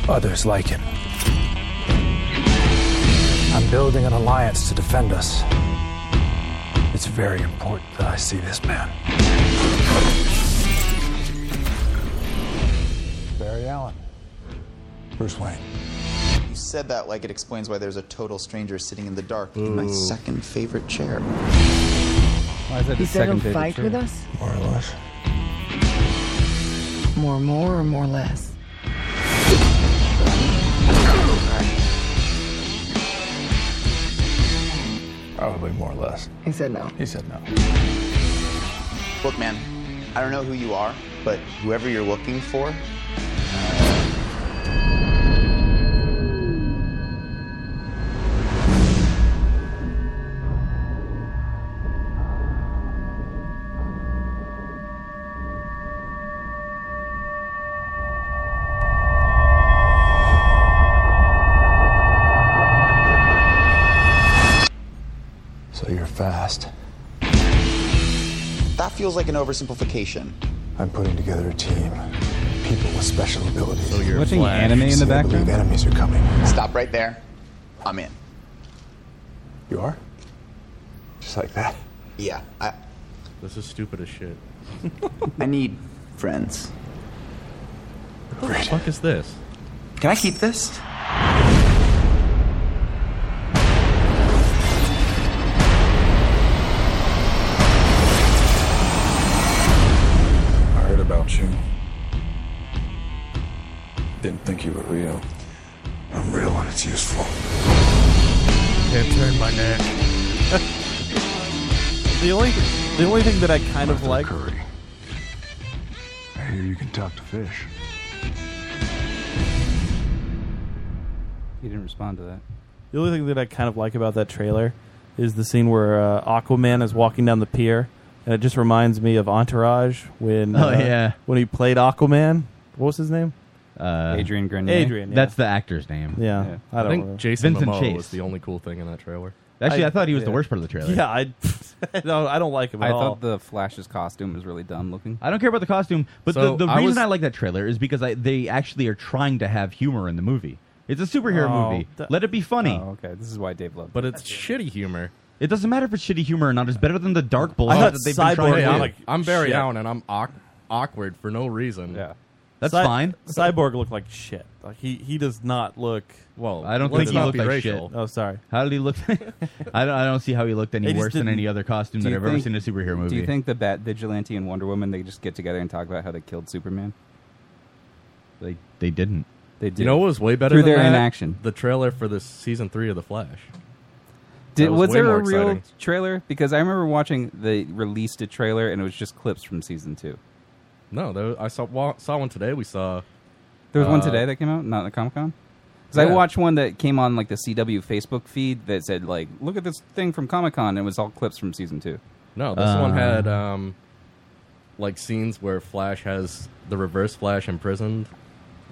O: Others like him. I'm building an alliance to defend us. It's very important that I see this man. Barry Allen. Bruce Wayne.
P: You said that like it explains why there's a total stranger sitting in the dark in my
O: Ooh.
P: second favorite chair.
I: Why is that
Q: He said he'll fight with us?
O: More or less.
Q: More, more, or more less?
O: Probably more or less.
Q: He said no.
O: He said no.
P: Look, man, I don't know who you are, but whoever you're looking for,
O: So you're fast.
P: that feels like an oversimplification.
O: I'm putting together a team. People with special abilities. So
I: you're Watching Flash. anime in the background?
O: believe enemies are coming.
P: Stop right there. I'm in.
O: You are? Just like that.
P: Yeah, I,
E: This is stupid as shit.
P: <laughs> I need friends.
E: What the fuck is this?
P: Can I keep this?
M: I heard about you. Didn't think you were real. I'm real and it's useful.
H: Can't turn my neck. <laughs> the only the only thing that I kind of like
O: I hear you can talk to fish.
I: He didn't respond to that.
H: the only thing that I kind of like about that trailer is the scene where uh, Aquaman is walking down the pier, and it just reminds me of Entourage when
J: Oh,
H: uh,
J: yeah.
H: when he played Aquaman. What was his name?
J: Uh,
I: Adrian Grenier.
H: Adrian. yeah.
J: That's the actor's name.
H: Yeah, I don't
E: think
H: know.
E: Jason
J: Vincent
E: Momoa
J: Chase.
E: was the only cool thing in that trailer.
J: Actually, I thought he was the worst part of the trailer.
H: Yeah, I <laughs> no, I don't like him. At
I: I
H: all.
I: thought the Flash's costume was really dumb looking.
J: I don't care about the costume, but
I: So,
J: the, the
I: I
J: reason
I: was-
J: I like that trailer is because I, they actually are trying to have humor in the movie. It's a superhero
I: Oh,
J: movie.
I: th-
J: Let it be funny.
I: Oh, okay. This is why Dave loved.
E: But it's shitty humor.
J: It doesn't matter if it's shitty humor or not. It's better than the dark bullshit
E: thought
J: that they've been trying to
E: I'm,
J: do.
E: like, I'm Barry
J: Shit.
E: Allen, and I'm awk- awkward for no reason.
I: Yeah,
J: That's
H: Cy-
J: fine.
H: Cyborg looked like shit. Like he, he does not look
E: well.
J: I don't think he looked like shit.
H: Oh, sorry.
J: How did he look? <laughs> I don't. I don't see how he looked
H: It
J: any
H: just
J: worse than
H: didn't-
J: any other costume
I: Do
J: that
I: you
J: I've ever
I: think-
J: seen in a superhero movie.
I: Do you think the Bat Vigilante and Wonder Woman they just get together and talk about how they killed Superman?
J: They they didn't.
I: They did.
E: You know what was way better
I: through
E: than
I: their
E: that?
I: inaction.
E: The trailer for this season three of The Flash.
I: Did
E: That
I: was,
E: way
I: there a
E: more
I: real
E: exciting.
I: trailer? Because I remember watching they released a trailer and it was just clips from season two.
E: No, there, I saw wa- saw one today. We saw
I: There was one
E: uh,
I: today that came out, not at Comic Con. Because I
E: yeah.
I: watched one that came on like the CW Facebook feed that said like, "Look at this thing from Comic Con," and it was all clips from season two.
E: No, this one had um, like scenes where Flash has the Reverse Flash imprisoned.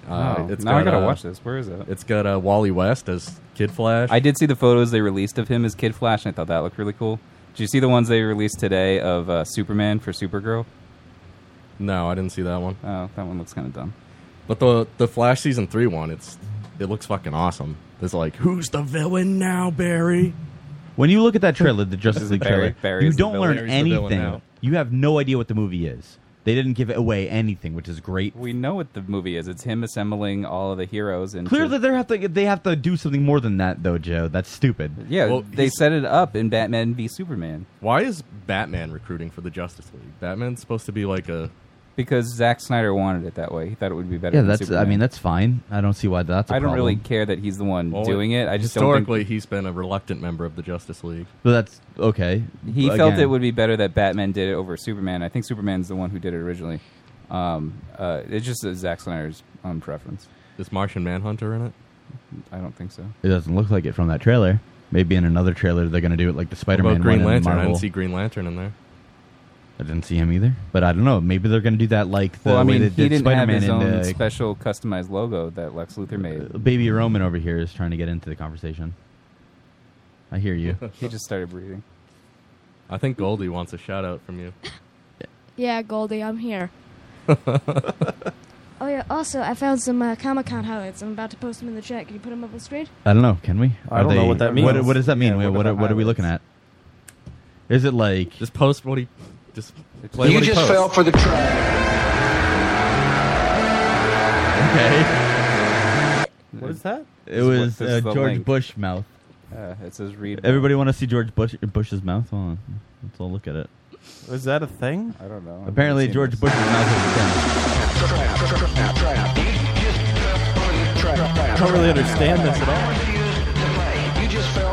I: Oh, now I gotta
E: uh,
I: watch this. Where is it?
E: It's got uh, Wally West as Kid Flash.
I: I did see the photos they released of him as Kid Flash, and I thought that looked really cool. Did you see the ones they released today of uh, Superman for Supergirl?
E: No, I didn't see that one.
I: Oh, that one looks kind of dumb.
E: But the the Flash season three one, it's it looks fucking awesome. It's like who's the villain now, Barry?
J: When you look at that trailer, the Justice League
E: Barry-
J: trailer,
E: Barry
J: you
E: is the
J: don't
E: villain.
J: learn
E: Barry's the villain
J: anything.
E: now.
J: You have no idea what the movie is. They didn't give away anything, which is great.
I: We know what the movie is. It's him assembling all of the heroes and
J: Clearly, they have to they have to do something more than that, though, Joe. That's stupid.
I: yeah,
E: Well,
I: they
E: he's-
I: set it up in Batman v Superman
E: Why is Batman recruiting for the Justice League? Batman's supposed to be like a
I: because Zack Snyder wanted it that way. He thought it would be better.
J: yeah,
I: than
J: that's.
I: Superman.
J: I mean, that's fine. I don't see why that's. I
I: I don't really care that he's the one
E: Well,
I: doing it. I just don't think
E: historically he's been a reluctant member of the Justice League.
J: But that's okay.
I: he
J: Again,
I: felt it would be better that Batman did it over Superman. I think Superman's the one who did it originally. Um, uh, it's just uh, Zack Snyder's own preference.
E: Is Martian Manhunter in it?
I: I don't think so.
J: It doesn't look like it from that trailer. Maybe in another trailer they're going to do it like the
E: What
J: Spider-Man
E: about Green
J: one and
E: Lantern? I
J: Marvel.
E: didn't see Green Lantern in there.
J: I didn't see him either. But I don't know. Maybe they're going to do that like the
I: well, I
J: way
I: mean,
J: they
I: he
J: did
I: didn't
J: Spider-Man
I: have his
J: in
I: own
J: the
I: special customized logo that Lex Luthor
J: <laughs>
I: made.
J: Baby Roman over here is trying to get into the conversation. I hear you.
I: he just started breathing.
E: I think Goldie wants a shout out from you.
D: Yeah, Goldie, I'm
J: <laughs>
D: here. Oh yeah. Also, I found some uh, Comic Con highlights. I'm about to post them in the chat. Can you put them up on the screen?
J: I don't know. Can we?
H: I don't know what that
J: What,
H: means.
J: what does that mean?
H: Yeah,
J: Wait,
H: what
J: what,
H: are
J: are,
H: the
J: what are we looking at? Is it like
E: just post what he just play
J: You
E: what
J: just
E: he posts.
J: fell
G: for the trap.
J: okay?
H: What is that?
J: It was
I: This is
J: uh,
I: the
J: George
I: link.
J: Bush mouth.
I: Uh, it says read.
J: Everybody want to see George Bush Bush's mouth? Hold on, let's all look at it.
H: Is that a thing?
I: I don't
L: Oh,
I: know.
J: Apparently, George Bush's mouth is a thing.
H: I don't really understand this at all.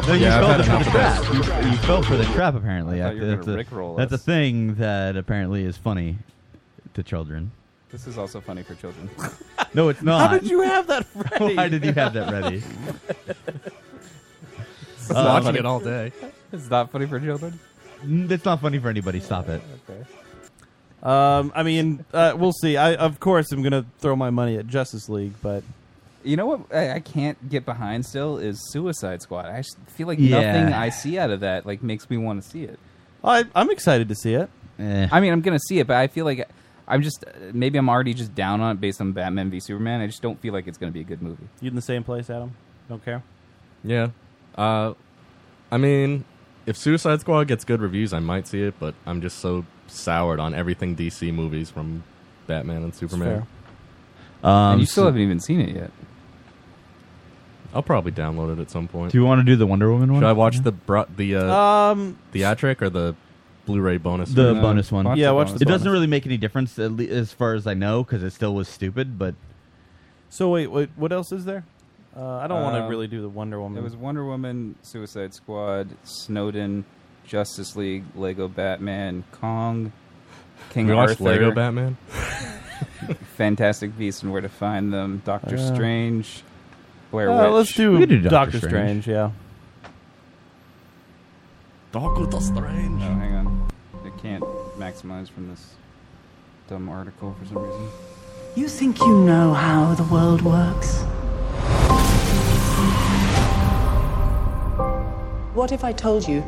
J: No, you
H: Yeah, I've
J: fell
H: had
J: for the
H: enough
J: trap.
H: of this.
J: You, you fell for the trap. Apparently,
I: I thought you were
J: that's,
I: gonna
J: a,
I: Rickroll
J: that's a
I: us.
J: thing that apparently is funny to children.
I: This is also funny for children.
J: <laughs> No, it's not.
H: How did you have that ready?
J: <laughs> Why did you have that ready?
I: It's
E: <laughs>
J: Uh,
I: not
J: watching
I: funny.
J: it all day.
H: <laughs>
I: It's not funny for children.
J: Mm, That's not funny for anybody. Stop it.
H: Um, I mean, uh, we'll see. I of course I'm gonna throw my money at Justice League, but
I: You know what I, I can't get behind still is Suicide Squad. I just feel like
H: Yeah.
I: nothing I see out of that like makes me want to see it. Eh.
H: I, I'm excited to see it.
I: I mean, I'm gonna see it, but I feel like I'm just maybe I'm already just down on it based on Batman v Superman. I just don't feel like it's gonna be a good movie.
H: You in the same place, Adam? Don't care.
E: Yeah. Uh, I mean, if Suicide Squad gets good reviews, I might see it, but I'm just so soured on everything DC movies from Batman and Superman.
J: Um,
I: and you
E: so-
I: still haven't even seen it yet.
E: I'll probably download it at some point.
J: Do you want to do the Wonder Woman one?
E: Should I watch the bro- the uh,
H: Um,
E: theatric or the Blu-ray bonus?
J: the
E: one?
J: bonus one? It doesn't
E: bonus.
J: really make any difference at le- as far as I know because it still was stupid. But
H: So wait, wait what else is there? Uh, I don't want to
I: Um,
H: really do the Wonder Woman.
I: It was Wonder Woman, Suicide Squad, Snowden, Justice League, Lego Batman, Kong, King
E: We watched
I: Arthur,
E: Lego Batman?
I: <laughs> Fantastic Beasts and Where to Find Them, Doctor
H: Uh,
I: Strange, Blair
H: Uh,
I: Witch.
H: let's do, Doctor Strange. Yeah.
E: Doctor Strange.
I: Oh, hang on, I can't maximize from this dumb article for some reason.
Q: You think you know how the world works? What if I told you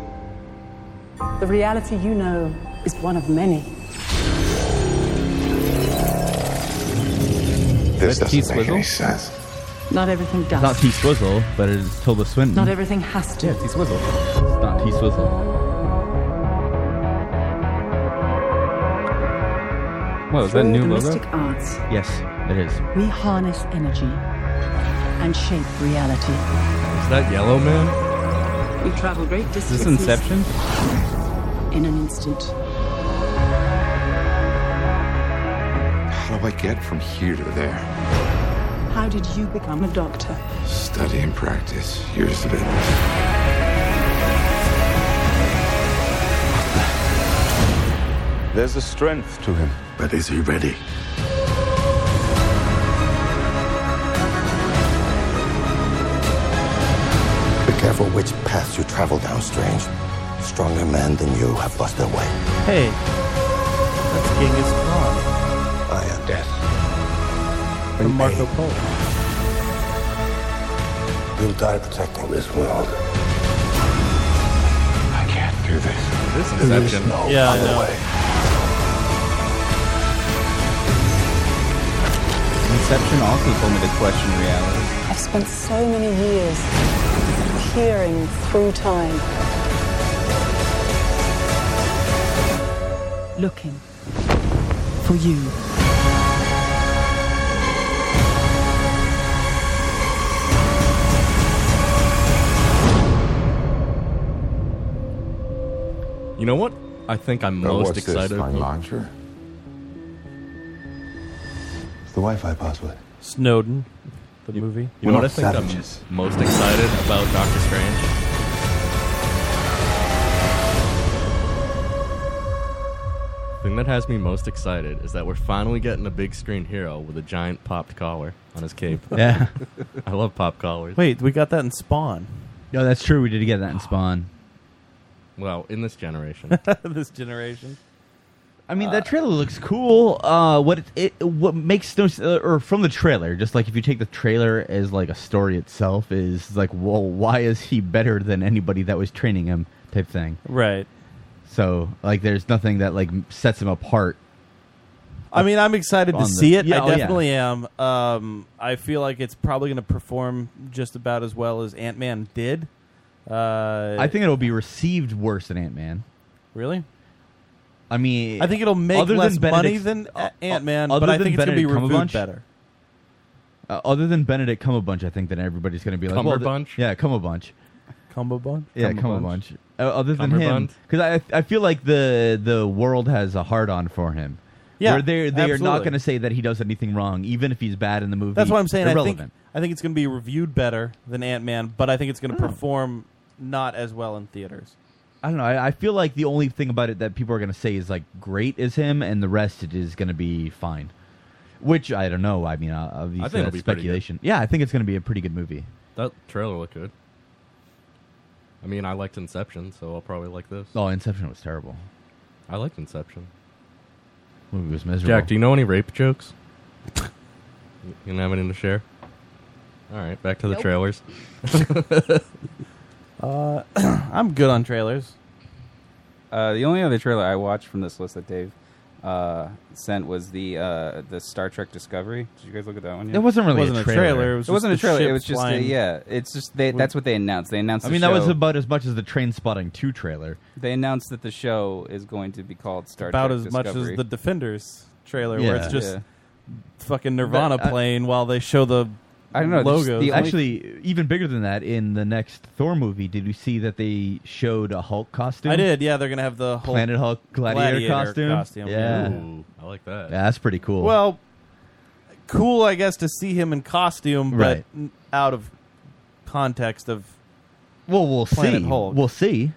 Q: the reality you know is one of many?
L: This
J: That's
L: doesn't
J: Keith
L: make any
J: Swizzle?
L: sense.
Q: Not everything
J: it's not
Q: does.
J: T Swizzle, but it's Tilda Swinton.
Q: Not everything has to.
J: T Swizzle. It's not T Swizzle.
I: Whoa, Oh, is that
Q: Through
I: new
Q: the
I: logo?
Q: mystic arts,
J: Yes, it is.
Q: we harness energy and shape reality.
E: Is that Yellow Man?
Q: We travel great
I: Is
H: <laughs>
Q: distances.
I: this Inception?
Q: In an instant.
L: How do I get from here to there?
Q: How did you become a doctor?
L: Study and practice. Years of it. There's a strength to him. But is he ready?
R: Be careful which path you travel down, Strange. Stronger men than you have lost their way.
H: Hey, that's Genghis Khan.
R: I am death.
H: From Marco Polo.
R: You'll die protecting this world.
L: I can't do this.
E: This
L: There is no
H: Yeah, I
L: other
H: know.
L: way.
I: Inception also told me to question reality.
Q: I've spent so many years peering through time. Looking for you.
E: You know what? I think I'm
R: Now,
E: most
R: what's this,
E: excited.
R: my
E: for-
R: launcher? It's the Wi-Fi password.
H: Snowden, the movie.
E: You know what I think I'm most excited about Doctor Strange? thing that has me most excited is that we're finally getting a big screen hero with a giant popped collar on
H: <laughs>
E: his cape.
J: Yeah.
E: I love pop collars.
H: Wait, we got that in Spawn.
J: No, that's true. We did get that in Spawn.
E: Well, in this generation.
H: <laughs> this generation.
J: I mean, that trailer looks cool. Uh, what it, it what makes no s- uh, or from the trailer, just like if you take the trailer as like a story itself, is like, well, why is he better than anybody that was training him? Type thing.
H: Right.
J: So like, there's nothing that like sets him apart.
H: I mean, I'm excited to
J: on
H: see
J: the-
H: it. I
J: Yeah, oh, yeah.
H: definitely am. Um, I feel like it's probably going to perform just about as well as Ant Man did. Uh,
J: I think it'll be received worse than Ant Man.
H: Really?
J: I mean,
H: I think it'll make
J: other
H: less
J: than
H: money
J: Benedict-
H: than
J: uh,
H: Ant Man,
J: other
H: but I
J: than
H: think it's going to be
J: Benedict
H: reviewed
J: Cumberbatch?
H: better.
J: Uh, other than Benedict Cumberbatch, I think that everybody's going to be like, well, th-
H: Cumberbunch?
J: yeah, Cumberbunch.
H: Cumberbund?
J: Yeah, Cumberbunch. Uh, other than him,
H: Cumberbund?
J: because I I feel like the the world has a hard on for him.
H: Yeah,
J: Where they're they are not
H: absolutely.
J: going to say that he does anything wrong, even if he's bad in the movie.
H: That's what I'm saying. I think,
J: Irrelevant.
H: I think it's going to be reviewed better than Ant Man, but I think it's going to perform not as well in theaters.
J: I don't know. I, I feel like the only thing about it that people are going to say is like great is him, and the rest it is going to be fine. Which I don't know. I mean, uh, obviously
E: I think it'll
J: that's
E: be pretty good.
J: speculation. Yeah, I think it's going to be a pretty good movie.
E: That trailer looked good. I mean, I liked Inception, so I'll probably like this.
J: Oh, Inception was terrible.
E: I liked Inception.
J: Movie was miserable.
E: Jack, do you know any rape jokes? you don't have anything to share? All right, back to the
H: Nope.
J: <laughs>
E: trailers.
H: Uh, <clears throat> I'm good on trailers.
I: Uh, the only other trailer I watched from this list that Dave uh, sent was the uh, the Star Trek Discovery. Did you guys look at that one? Yet?
J: It wasn't really Wasn't a a trailer. trailer, it
I: It,
J: was
I: was
J: just
I: not a
J: the
I: trailer.
J: ship
I: It was just a,
J: flying-
I: yeah. It's just they, that's what they announced. They announced.
J: I
I: the
J: mean, that was
I: show-
J: about as much as the Train Spotting Two trailer.
I: They announced that the show is going to be called Star
H: about
I: Trek
H: as much as
I: Discovery.
H: the Defenders trailer, where it's
I: Yeah.
H: just
I: Yeah.
H: fucking Nirvana
J: But, uh,
H: playing while they show the logo.
J: Actually, even bigger than that, in the next Thor movie, did you see that they showed a Hulk costume?
H: I did. Yeah, they're gonna have the Hulk
J: Planet Hulk gladiator,
H: gladiator
J: costume.
H: costume,
J: Yeah,
H: yeah. Ooh, I like that.
J: Yeah, that's pretty cool.
H: Well, cool, I guess, to see him in costume,
J: Right.
H: but n- out of context of.
J: well, we'll
H: Planet
J: see.
H: Hulk.
J: We'll see.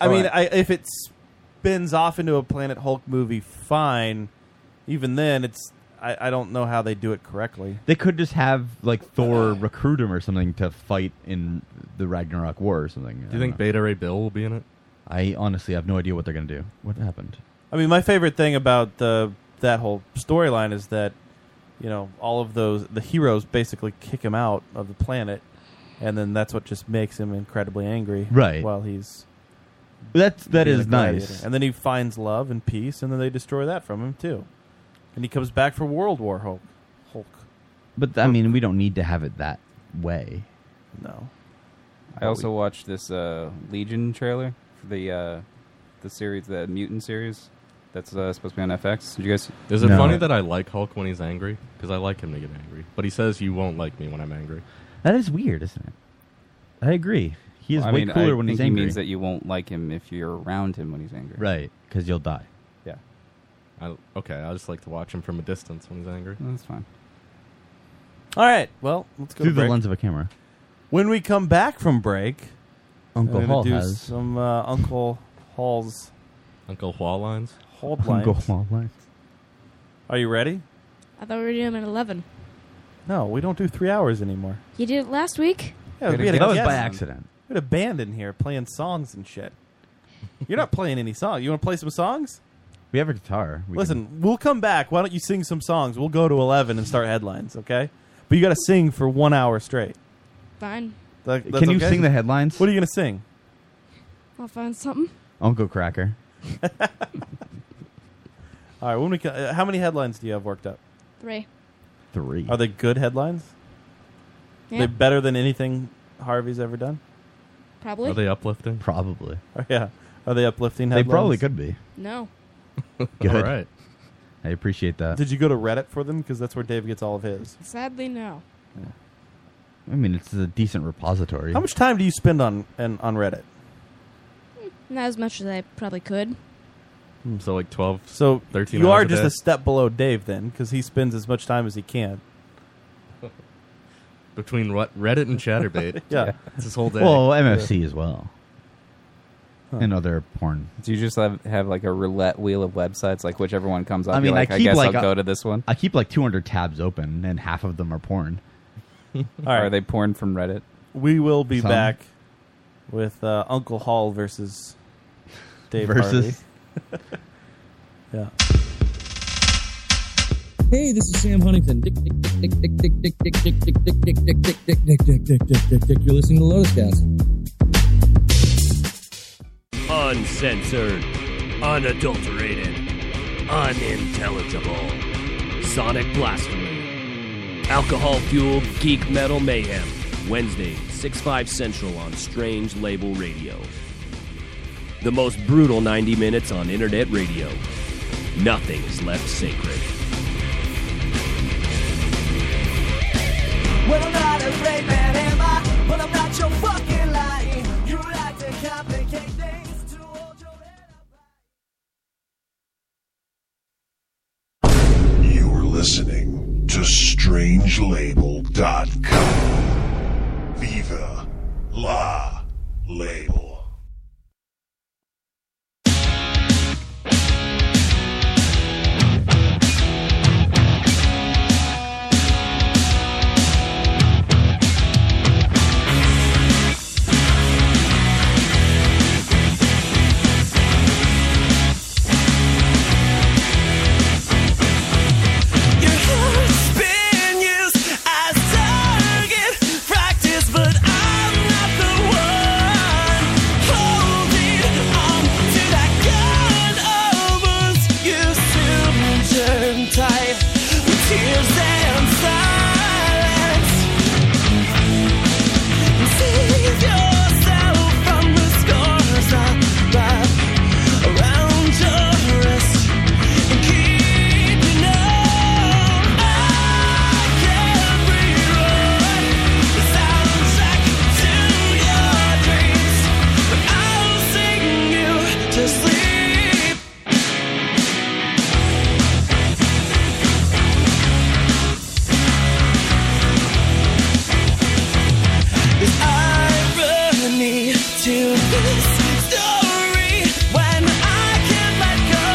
H: I
J: All
H: mean,
J: right.
H: I, if it spins off into a Planet Hulk movie, fine. Even then, it's I, I don't know how they do it correctly.
J: They could just have like Thor recruit him or something to fight in the Ragnarok War or something.
E: Do you think Beta Ray Bill will be in it?
J: I honestly have no idea what they're going to do. What happened?
H: I mean, my favorite thing about the that whole storyline is that you know all of those the heroes basically kick him out of the planet, and then that's what just makes him incredibly angry.
J: Right.
H: While he's
J: That's that
H: being
J: is
H: a gladiator.
J: nice.
H: And then he finds love and peace, and then they destroy that from him too. And he comes back for World War Hulk. Hulk.
J: But I mean, we don't need to have it that way.
H: No.
I: I also watched this uh, Legion trailer for the uh, the series, the mutant series. That's uh, supposed to be on FX. Did you guys?
E: <laughs> Is it
J: No.
E: funny that I like Hulk when he's angry? Because I like him to get angry. But he says you won't like me when I'm angry.
J: That is weird, isn't it? I agree. He is
I: Well, I
J: way
I: mean,
J: cooler
I: I
J: when
I: think
J: he's angry.
I: He means that you won't like him if you're around him when he's angry.
J: Right, because you'll die.
I: Yeah.
E: I, okay, I just like to watch him from a distance when he's angry.
I: That's fine.
H: All right. Well, let's go
J: Through
H: to
J: the
H: break.
J: lens of a camera.
H: When we come back from break,
J: Uncle
H: we're gonna
J: Hall
H: do
J: has-
H: some uh, Uncle Hall's
E: Uncle Hall lines.
H: Hall
E: <laughs>
H: lines.
J: Uncle Hall lines.
H: Are you ready?
D: I thought we were doing them at 11.
H: No, we don't do three hours anymore.
D: You did it last week?
H: Yeah,
J: Gotta
H: we had a
J: get That was by
H: guest.
J: accident.
H: We had a band in here playing songs and shit. You're not playing any songs. You want to play some songs?
J: We have a guitar. We
H: Listen, we'll come back. Why don't you sing some songs? We'll go to 11 and start headlines, okay? But you got to sing for one hour straight.
D: Fine.
H: That-
J: Can,
H: that's
J: can you
H: okay?
J: sing the headlines?
H: What are you going to sing?
D: I'll find something.
J: Uncle Cracker.
H: All right, when we co- uh, how many headlines do you have worked up?
D: Three.
J: Three.
H: Are they good headlines?
D: Yeah.
H: They're better than anything Harvey's ever done? <laughs>
D: Probably.
E: uplifting?
J: Probably.
H: Oh, yeah. Are they uplifting
J: They
H: headlines?
J: probably could be.
E: <laughs>
D: No.
J: Good.
E: All right.
J: I appreciate that.
H: Did you go to Reddit for them? Because that's where Dave gets all of his.
D: Sadly, no.
J: I mean, it's a decent repository.
H: How much time do you spend on and, on Reddit?
D: Not as much as I probably could.
E: Hmm, So like 12,
H: So
E: 13
H: you
E: hours
H: are
E: a
H: just
E: day?
H: a step below Dave then, because he spends as much time as he can.
E: <laughs> Between what Reddit
H: <laughs>
E: and Chatterbait.
H: Yeah.
E: It's his
J: <laughs>
E: whole day.
J: Well, MFC as well.
I: Huh.
J: And other porn.
I: Do you just have, have like a roulette wheel of websites, like whichever one comes up?
J: I
I: you're
J: mean,
I: like,
J: I
I: I
J: keep
I: guess
J: like
I: I'll
J: a-
I: go to this one.
J: I keep like 200 tabs open, and half of them
S: <laughs>
J: are porn.
I: Are they porn from Reddit?
H: We will be
I: Um,
J: Some.
H: back with uh, Uncle Hall versus Dave
J: Versus.
I: <laughs>
H: Harvey. <laughs> yeah.
S: Hey, this is Sam Huntington. Dick, dick, dick, dick, dick, dick, dick, dick, dick, dick, dick, dick, dick, dick, dick, dick, dick, dick, dick, dick. You're listening to Lotus Cast.
T: A Uncensored, unadulterated, unintelligible. Sonic Blasphemy. Alcohol fueled geek metal mayhem. Wednesday, 6 5 Central on Strange Label Radio. The most brutal 90 minutes on internet radio. Nothing is left sacred.
C: Well, I'm not a great man, am I? But I'm not your fucking lying. You like to complicate things.
U: You're listening to Strangelabel.com. Viva La Label.
C: It's been years. I target practice, but I'm not the one holding on to that gun. Almost used to turn tight with tears and silence. Save yourself from the scars that wrap around your wrist and keep you numb. To this story, when I can't let go,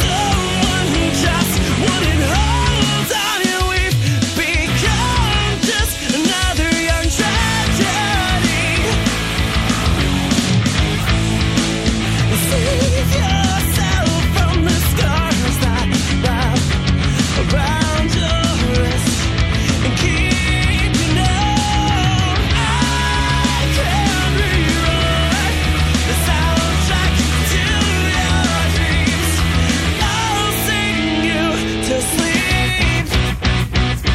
C: Someone who just wouldn't hold on, and we've become just another young tragedy. Save yourself from the scars that wrap around your wrist and keep you numb. I can rewrite the soundtrack to your dreams. I'll sing you to sleep.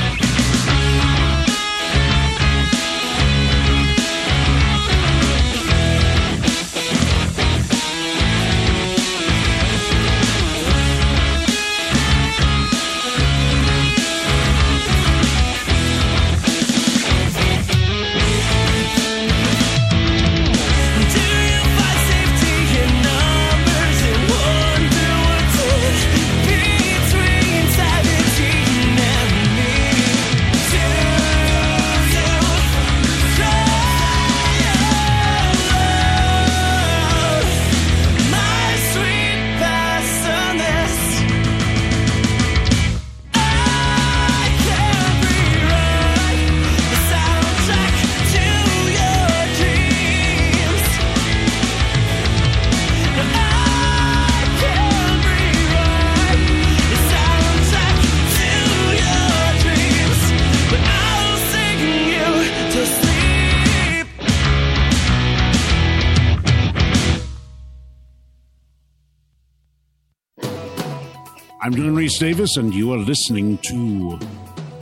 V: I'm Dylan Reese Davis, and you are listening to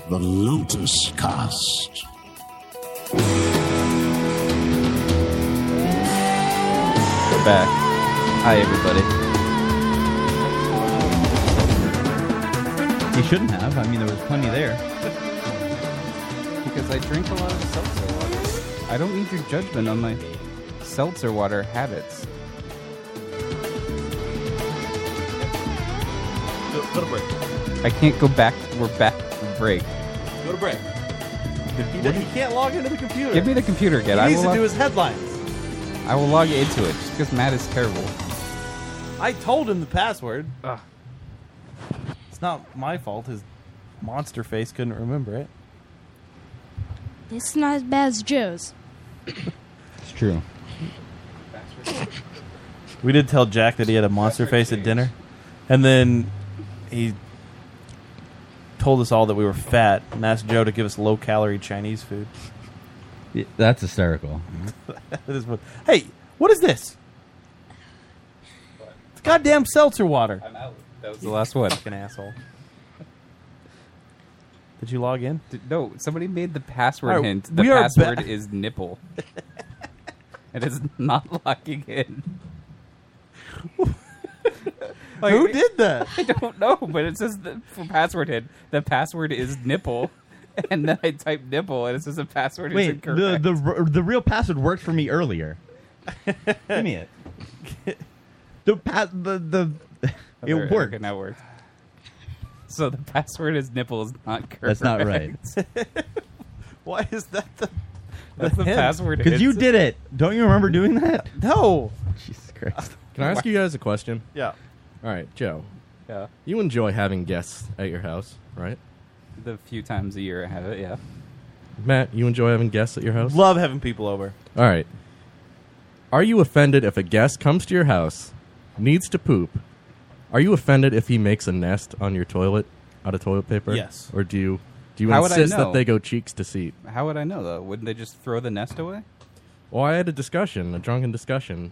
V: the Lotus Cast.
I: We're back. Hi, everybody.
J: He shouldn't have. I mean, there was plenty there.
I: Because I drink a lot of seltzer water. I don't need your judgment on my seltzer water habits.
W: Go, go to break.
I: I can't go back. We're back from break.
W: Go to break.
H: He, he can't log into the computer.
I: Give me the computer again.
H: He
I: I
H: needs
I: will
H: to
I: log,
H: do his headlines.
I: I will log into it just because Matt is terrible.
H: I told him the password. It's not my fault. His monster face couldn't remember it.
D: It's not as bad as Joe's.
J: It's true.
H: We did tell Jack that he had a monster face at dinner, and then he told us all that we were fat and asked Joe to give us low calorie Chinese food.
J: That's hysterical.
H: <laughs> That is what- hey, what is this? goddamn seltzer water.
I: I'm out. That was the last one. Fucking
H: asshole. <laughs> Did you log in?
I: no, somebody made the password
H: All right,
I: hint. The
H: we are
I: password
H: ba-
I: is nipple. <laughs> it is not locking
H: <laughs>
I: in.
H: Who did that?
I: I don't know, but it says the, for password hint. The password is nipple, <laughs> and then I type nipple, and it says the password is
J: Wait, the,
I: incorrect.
J: the r- the real password worked for
H: <laughs>
J: me earlier. Give me it. The pa- the the
I: Oh,
J: it
I: there- okay,
J: worked.
I: now it worked. So the password is nipple is
E: <laughs>
I: not correct.
J: That's not right.
H: <laughs> Why is that the
I: That's the
H: hint?
I: password?
J: Because you did it. Don't you remember doing that?
H: No.
J: Jesus Christ.
E: Can I ask you guys a question?
H: Yeah.
E: All right, Joe.
I: Yeah.
E: You enjoy having guests at your house, right?
I: The few times a year I have it, yeah.
E: Matt, you enjoy having guests at your house?
H: Love having people over.
E: All right. Are you offended if a guest comes to your house, needs to poop? Are you offended if he makes a nest on your toilet out of toilet paper?
I: Yes.
E: Or do you do you
I: How would I
E: insist that
I: know?
E: they go cheeks to seat?
I: How would I know though? Wouldn't they just throw the nest away?
E: Well, I had a discussion, a drunken discussion,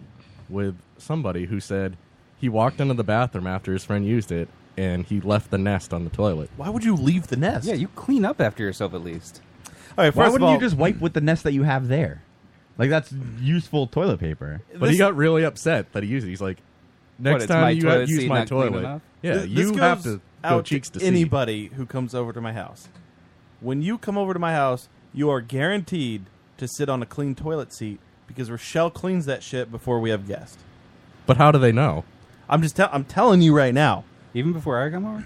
E: with somebody who said he walked into the bathroom after his friend used it and he left the nest on the toilet.
H: Why would you leave the nest?
I: Yeah, you clean up after yourself at least.
H: All right,
J: Why
H: first of
J: wouldn't
H: all-
J: you just wipe with the nest that you have there? Like that's useful toilet paper.
E: But he got really upset that he used it. He's like, next
H: it's
E: time
H: my
E: you
H: toilet
E: use
H: seat
E: my
H: not clean
E: toilet.
H: enough?
E: Yeah,
H: Th- this
E: you have
H: goes
E: to go
H: out
E: cheeks to seat.
H: anybody who comes over to my house. When you come over to my house, you are guaranteed to sit on a clean toilet seat because Rochelle cleans that shit before we have guests.
E: But how do they know?
H: I'm just tell- I'm telling you right now.
I: Even before I come over.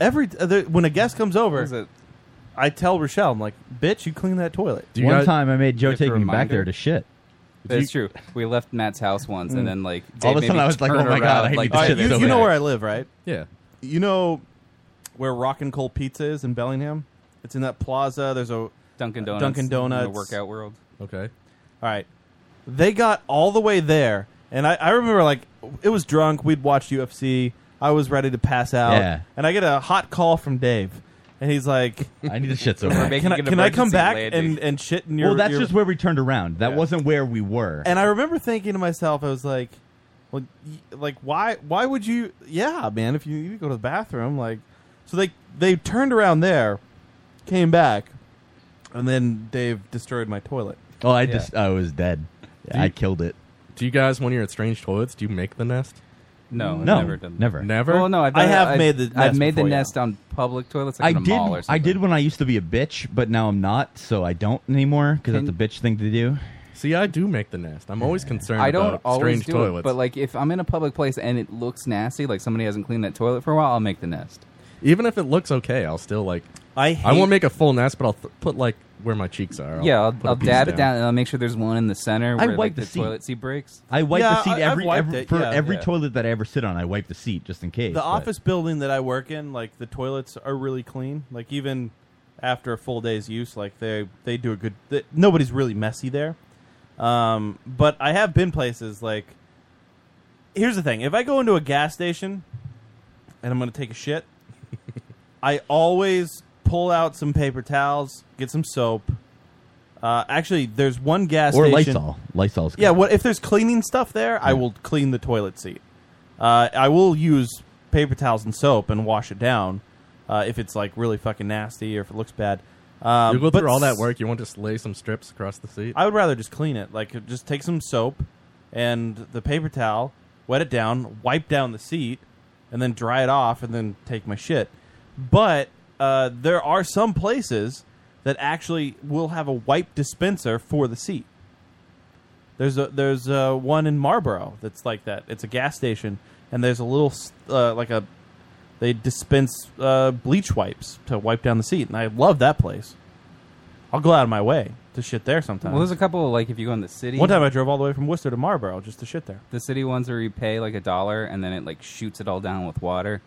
H: Every uh, there- when a guest comes over,
I: Is it-
H: I tell Rochelle, I'm like, "Bitch, you clean that toilet."
J: One time I made Joe take me back
I: reminder?
J: there to shit.
I: That's true. We left Matt's house once,
J: Mm.
I: and then like
J: All of a
I: they
J: sudden
I: made
J: I
I: me
J: was like,
I: turn
J: "Oh my God,
I: around,
J: I hate
I: like,
J: this
I: this
J: shit
I: is
H: you,
J: so
H: you know
J: bad."
H: where I live, right?
E: Yeah.
H: You know where Rock and Cold Pizza is in Bellingham? It's in that plaza. There's a
I: Dunkin' Donuts
H: Dunkin'
I: in the
H: Donuts.
I: workout world.
E: Okay.
H: All right. They got all the way there, and I, I remember like it was drunk. We'd watched UFC. I was ready to pass out,
J: Yeah.
H: and I get a hot call from Dave, and he's like,
J: I need
I: <laughs>
J: to shit so bad.
H: Can I,
J: Making an
H: can I come
J: emergency
H: back
J: landing."
H: and, and shit in your?"
J: well, that's
H: your-
J: just where we turned around. That wasn't where we were.
H: And I remember thinking to myself, I was like, "Well, y- like why? Why would you? Yeah, man. If you need to go to the bathroom, like, so they they turned around there, came back, and then Dave destroyed my toilet.
J: oh, I just I was dead.
E: Do
J: I
E: you-
J: killed it.
E: Do you guys, when you're at strange toilets, do you make the nest?
I: No, I've
J: No,
I: never done that.
J: never.
E: Never?
I: Well, no, I've
J: I
I: done it-
J: have
I: I've-
J: made the
I: I've
J: nest
I: made the
J: before, yeah.
I: nest on public toilets, like
J: I
I: in a
J: did.
I: mall or something.
J: I did when I used to be a bitch, but now I'm not, so I don't anymore because that's a bitch thing to do.
E: See, I do make the nest. I'm always concerned
I: I don't
E: about
I: always
E: strange
I: do
E: toilets.
I: it, but like if I'm in a public place and it looks nasty, like somebody hasn't cleaned that toilet for a while, I'll make the nest.
E: Even if it looks okay, I'll still like.
H: I
E: I
I: hate-
E: won't make a full nest, but I'll th- put like where my cheeks are.
I: yeah, I'll,
E: put a
I: I'll
E: piece
I: dab it down and I'll make sure there's one in the center
J: I
I: where
J: wipe
I: like,
J: the
I: the,
J: seat.
I: toilet seat breaks.
J: I wipe
H: Yeah,
J: the seat
H: I- I've
J: every,
H: wiped
J: every
H: it,
J: for
H: yeah.
J: every
H: Yeah.
J: toilet that I ever sit on. I wipe the seat just in case.
H: The
J: but-
H: office building that I work in, like the toilets are really clean. Like even after a full day's use, like they they do a good. They, nobody's really messy there. Um, but I have been places like. Here's the thing: if I go into a gas station, and I'm going to take a
J: <laughs>
H: shit, I always pull out some paper towels, get some soap. Uh, actually, there's one gas
J: or
H: station.
J: Lysol. Lysol's good.
H: Yeah, what if there's cleaning stuff there? I will clean the toilet seat. Uh, I will use paper towels and soap and wash it down uh, if it's like really fucking nasty or if it looks bad. Um,
E: you go
H: but
E: through all that
H: s-
E: work. You won't just lay some strips across the seat.
H: I would rather just clean it. Like just take some soap and the paper towel, wet it down, wipe down the seat, and then dry it off, and then take my shit. But uh, there are some places that actually will have a wipe dispenser for the seat. There's a there's a one in Marlboro that's like that. It's a gas station, and there's a little s- uh, like a they dispense uh, bleach wipes to wipe down the seat, and I love that place. I'll go out of my way to shit there sometimes.
I: Well, there's a couple like if you go in the city.
H: One time I drove all the way from Worcester to Marlboro just to shit there.
I: the city ones where you pay like a dollar and then it like shoots it all down with water.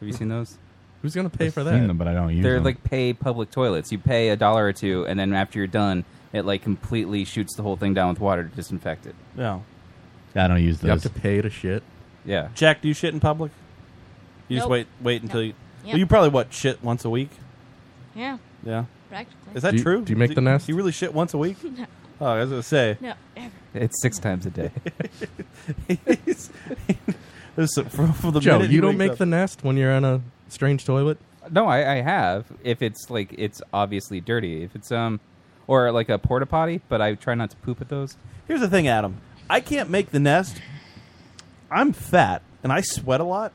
I: Have you seen those?
E: Who's gonna pay for
J: I've
E: that?
J: seen them, but I don't use
I: They're
J: them.
I: like pay public toilets. You pay a dollar or two, and then after you're done, it like completely shoots the whole thing down with water to disinfect it.
H: No.
J: I don't use
E: You have
J: those.
E: to pay to
H: <laughs>
E: shit.
I: Yeah.
H: Jack, do you shit in public? You just
D: Nope.
H: wait wait until you.
D: Yep.
H: Well, you probably what shit once a week.
D: Yeah.
H: Yeah.
D: Practically.
H: Is that
E: Do you-
H: true?
E: do you make the nest?
H: You really shit once a week?
D: <laughs> No.
H: Oh, I was gonna say.
D: No, ever.
I: It's six times a day.
H: Listen, from, from the
E: Joe,
H: minute
E: you
H: he
E: don't
H: wakes
E: make
H: up-
E: the nest when you're on a strange toilet.
I: No, I, I have. If it's like it's obviously dirty, if it's um, or like a porta potty, but I try not to poop at those.
H: Here's the thing, Adam. I can't <laughs> make the nest. I'm fat and I sweat a lot.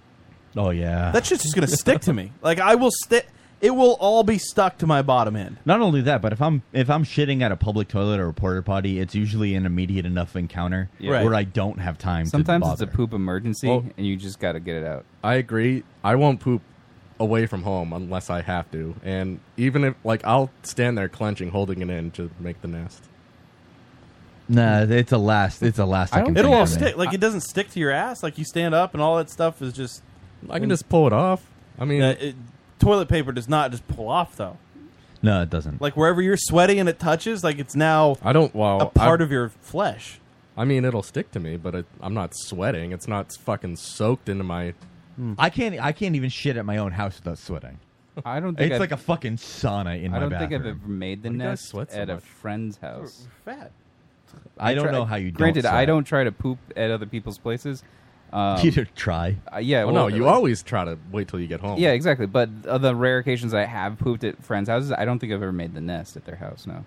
J: Oh yeah,
H: That shit's just gonna stick to
E: <laughs>
H: me. Like I will stick. It will all be stuck to my bottom end.
J: <laughs> Not only that, but if I'm if I'm shitting at a public toilet or a porta potty, it's usually an immediate enough encounter
I: Yeah. Right.
J: where I don't have time.
I: Sometimes
J: to
I: it's
J: bother.
I: a poop emergency,
E: Well-
I: and you just got to get it out.
E: I agree. I won't poop away from home unless I have to, and even if like I'll stand there clenching, holding it in to make the nest.
J: Nah, it's a last. It's a last. I can
H: It'll
J: think
H: all
J: of it.
H: stick. Like it doesn't stick to your ass. Like you stand up and all that stuff is just. Mm.
E: I can just pull it off. I mean,
H: toilet paper does not just pull off though.
J: No, it doesn't.
H: Like wherever you're sweaty and it touches, like it's now.
E: I don't. Well,
H: a part
E: I-
H: of your flesh.
E: I mean, it'll stick to me, but it, I'm not sweating. It's not fucking soaked into my.
I: Hmm.
J: I can't. I can't even shit at my own house without sweating.
I: I don't think
J: it's
I: I've-
J: like a fucking sauna in
I: I
J: my
I: don't
J: bathroom.
I: think I've ever made the
E: Why do you guys
I: nest
E: sweat so
I: at a
E: much?
I: friend's house.
H: Fat.
J: I don't
I: try-
J: know how you don't
I: Granted, I
J: sweat.
I: don't try to poop at other people's
E: <laughs>
I: places. Um,
J: You don't try.
I: Uh, yeah,
E: Well,
I: well,
E: no, you always try to wait till you get home.
I: Yeah, exactly. But uh, the rare occasions I have pooped at friends' houses, I don't think I've ever made the nest at their house.
E: <laughs>
I: No.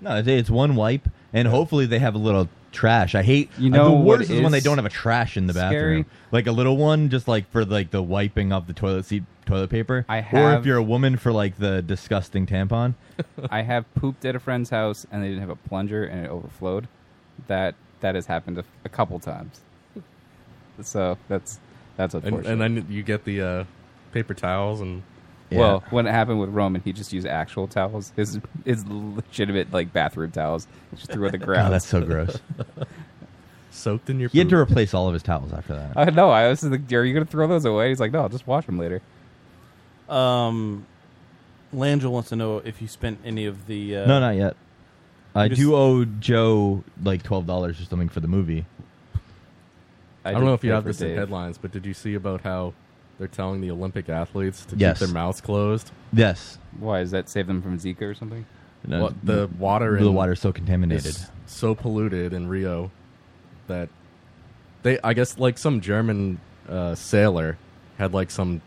J: No, it's- it's one wipe, and hopefully they have a little trash. I hate
I: You
J: uh,
I: know
J: the
I: what
J: worst is, when they
I: is
J: don't have a trash in the
I: scary?
J: bathroom, like a little one, just like for like the wiping off the toilet seat toilet paper. I or if
I: have-
J: you're a woman for like the disgusting tampon.
I: I have pooped at a friend's house and they didn't have a plunger and it overflowed. That that has happened a, a couple times. So that's that's
E: And,
I: unfortunate.
E: and then you get the uh, paper towels and.
I: Well, when it happened with Roman, he just used actual towels. His his legitimate like bathroom towels. He just threw on the
J: <laughs>
I: ground.
J: God, Oh, that's so gross.
E: <laughs> Soaked in your.
J: He had to replace all of his towels after that.
I: I know. I was like, "Are you gonna throw those away?" He's like, "No, I'll just wash them later."
H: Um, Langel wants to know if you spent any of the. Uh,
J: no, not yet. I
H: You just-
J: do owe Joe like twelve dollars or something for the movie.
E: I, don't know if you have this in headlines, but did you see about how they're telling the Olympic athletes to
J: Yes.
E: keep their mouths closed?
J: Yes.
I: Why does that save them from Zika or something?
J: No,
E: What, the water
J: the
E: in-
J: water's so contaminated.
E: is so polluted in Rio that they, I guess, like some German uh, sailor had like some,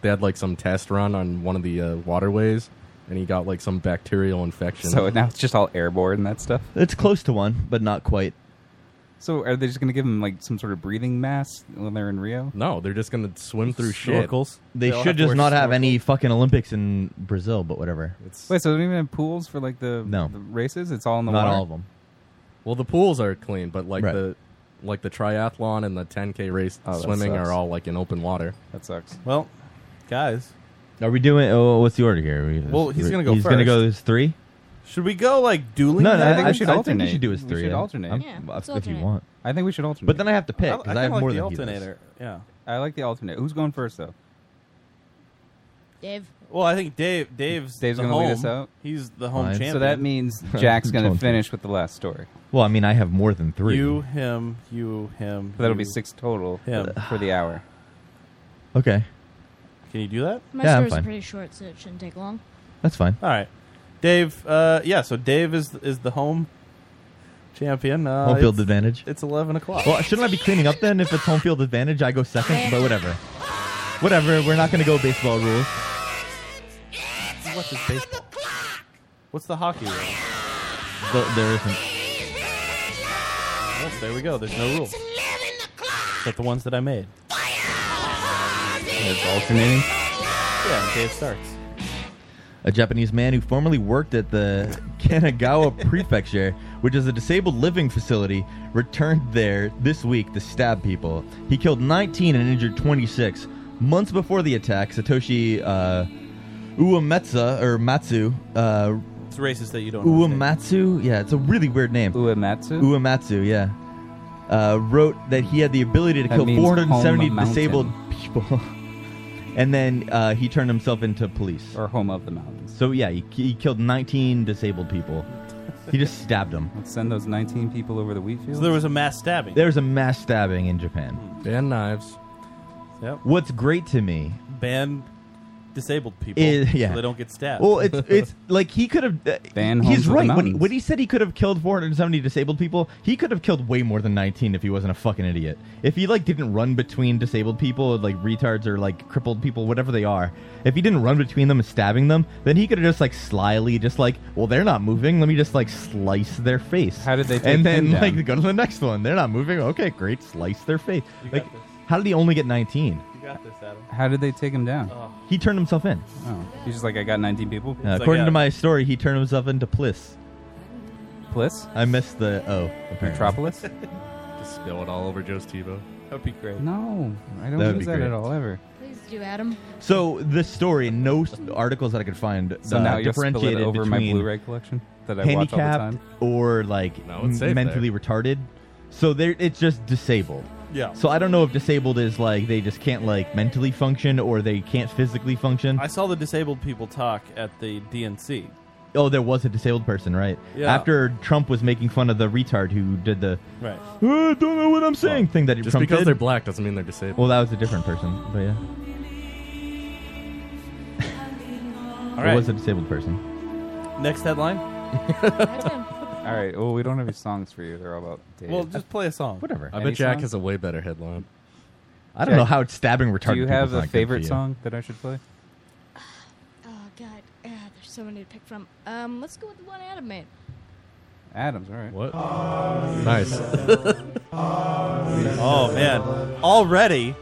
E: they had like some test run on one of the uh, waterways, and he got like some bacterial infection.
I: So now it's just all airborne and that stuff.
J: It's close to one, but not quite.
I: So are they just gonna give them like some sort of breathing mask when they're in Rio?
E: No, they're just gonna swim through
J: They, should just not have any fucking Olympics in Brazil, but whatever.
I: Wait, so they don't even have pools for like the
J: No.
I: the races? It's all in the
J: Not
I: water.
J: all of them.
E: Well, the pools are clean, but like
J: Right.
E: the like the triathlon and the 10k race
I: Oh, that
E: swimming
I: sucks.
E: are all like in open water.
I: That sucks.
H: Well, guys,
J: Are we doing? Oh, what's the order here? We-
H: Well, he's gonna go
J: He's gonna
H: first.
J: go as three.
H: should we go like dueling?
J: No, no,
H: that?
J: I think we should
H: I
J: alternate.
H: we should
J: do his three.
I: We should
J: I'm-
I: alternate.
J: I'm- Yeah, I'm- let's if you alternate. want.
I: I think we should
J: <laughs>
I: alternate.
J: But then I have to pick,
I: I- I
J: 'cause I
I: kinda
J: have
I: like
J: more
I: the
J: than he does.
I: alternator.
H: Yeah,
I: I like the alternate. Who's going first though?
D: Dave.
H: Well, I think Dave. Dave's.
I: Dave's
H: the
I: gonna
H: home.
I: lead us out.
H: He's the home
J: Fine.
H: champion.
I: So that means Jack's gonna
J: Going first.
I: finish with the last story.
J: Well, I mean, I have more than three.
H: you, him, you, him.
I: That'll be
H: you,
I: six total
H: Him.
I: for the hour.
J: Okay,
H: Can you do that?
D: My
J: Yeah, I'm
D: stories are
J: fine.
D: pretty short, so it shouldn't take long.
J: that's fine.
H: All right, Dave. Uh, yeah. So Dave is is the home champion. Uh,
J: Home field
H: it's-
J: advantage.
H: It's eleven o'clock.
J: Well, shouldn't I be cleaning up then? If it's home field advantage, I go second. But whatever, whatever. We're not gonna go baseball rules.
H: What's his baseball? What's the hockey rule?
J: Th- there isn't.
H: Well, there we go. There's no rules. But the ones that I made.
I: It's alternating.
H: Yeah, Dave starts.
J: a Japanese man who formerly worked at the <laughs> Kanagawa Prefecture, which is a disabled living facility, returned there this week to stab people. He killed 19 and injured 26. Months before the attack, Satoshi uh, Uematsu or Matsu uh,
H: It's racist that you don't. know his name.
J: Uematsu? Yeah, it's a really weird name.
I: Uematsu?
J: Uematsu, yeah. Uh, wrote that he had the ability to
I: That
J: kill
I: means
J: 470
I: home mountain.
J: disabled
I: <laughs>
J: people. and then uh, he turned himself into police.
I: Or home of the mountains.
J: So, yeah, he, he killed 19 disabled people. he just stabbed them.
I: Let's send those 19 people over the wheat field.
H: So there was a mass stabbing.
J: There's a mass stabbing in Japan.
E: Ban knives.
H: Yep.
J: What's great to me
H: Ban disabled people.
J: Is- um, yeah,
H: so they don't get stabbed. <laughs>
J: Well, it's it's like he could have. Uh,
H: Ban homes
J: he's
H: with
J: right
H: the
J: when he,
H: mountains.
J: when he said he could have killed 470 disabled people. He could have killed way more than 19 if he wasn't a fucking idiot. If he like didn't run between disabled people, like retards or like crippled people, whatever they are. If he didn't run between them and stabbing them, then he could have just like slyly, just like, well, they're not moving. Let me just like slice their face. How did they?
I: take
J: and then
I: him down?
J: like go to the next one. They're not moving. Okay, great, slice their face.
H: You
J: Like,
H: got this.
J: how did he only get 19?
H: You got this, Adam.
I: How did they take him down?
H: Oh.
J: He turned himself in.
I: Oh, he's just like I got 19 people.
J: Uh, according to my story, he turned himself into Pliss.
I: Pliss?
J: I missed the O. apparently.
I: Metropolis.
E: <laughs> Just spill it all over Joe's Tebow.
H: That'd be great.
I: No, I don't
J: That'd
I: use
J: be
I: that
J: great.
I: at all ever.
D: Please do, Adam.
J: So the story, no s- articles that I could find,
I: So
J: uh,
I: now you'll spill it
J: differentiated
I: over my
J: between
I: Blu-ray collection that I watch all the
J: handicapped
I: time?
J: or like
I: No, it's
J: m-
I: safe
J: mentally retarded. So there, it's just disabled.
H: Yeah.
J: So I don't know if disabled is like they just can't like mentally function or they can't physically function.
H: I saw the disabled people talk at the DNC.
J: Oh, there was a disabled person, right?
H: Yeah.
J: After Trump was making fun of the retard who did the
H: Right.
J: "Uh, don't know what I'm saying thing that
E: Just
J: Trump
E: because
J: did.
E: they're black doesn't mean they're disabled.
J: Well, that was a different person, but yeah.
H: All
J: it
H: right.
J: was a disabled person.
H: Next headline.
I: All right. Well, we don't have any songs for you. They're all about Dave.
H: Well, just play a song.
J: Whatever.
E: I bet Jack has a way better headline.
J: I don't know how it's stabbing
I: Do
J: retarded.
I: you
J: people
I: have
J: is
I: a
J: not good for
I: favorite
J: you.
I: song that I should play?
D: Oh God, ah, there's so many to pick from. Um, let's go with the one Adam made.
I: Adams. All right.
E: <laughs> What? Nice.
H: Oh man! Already,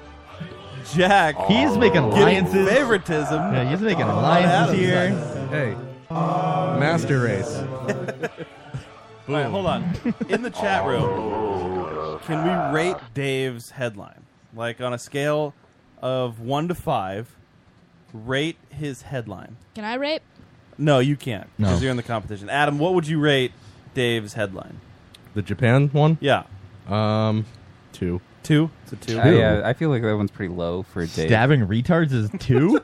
H: Jack.
J: He's making
H: getting
J: alliances.
H: Favoritism.
J: Yeah, he's making
H: on
J: alliances
H: Adam's
J: here.
H: side.
E: Hey, master race.
H: <laughs> All right, hold on. In the chat room, can we rate Dave's headline? Like on a scale of one to five, rate his headline.
D: Can I rape?
H: No, you can't because
E: No.
H: you're in the competition. Adam, what would you rate Dave's headline?
E: The Japan one?
H: Yeah.
E: Um, two.
H: Two? It's a two.
I: I, uh, I feel like that one's pretty low for Dave.
J: Stabbing retards is
H: <laughs>
J: two.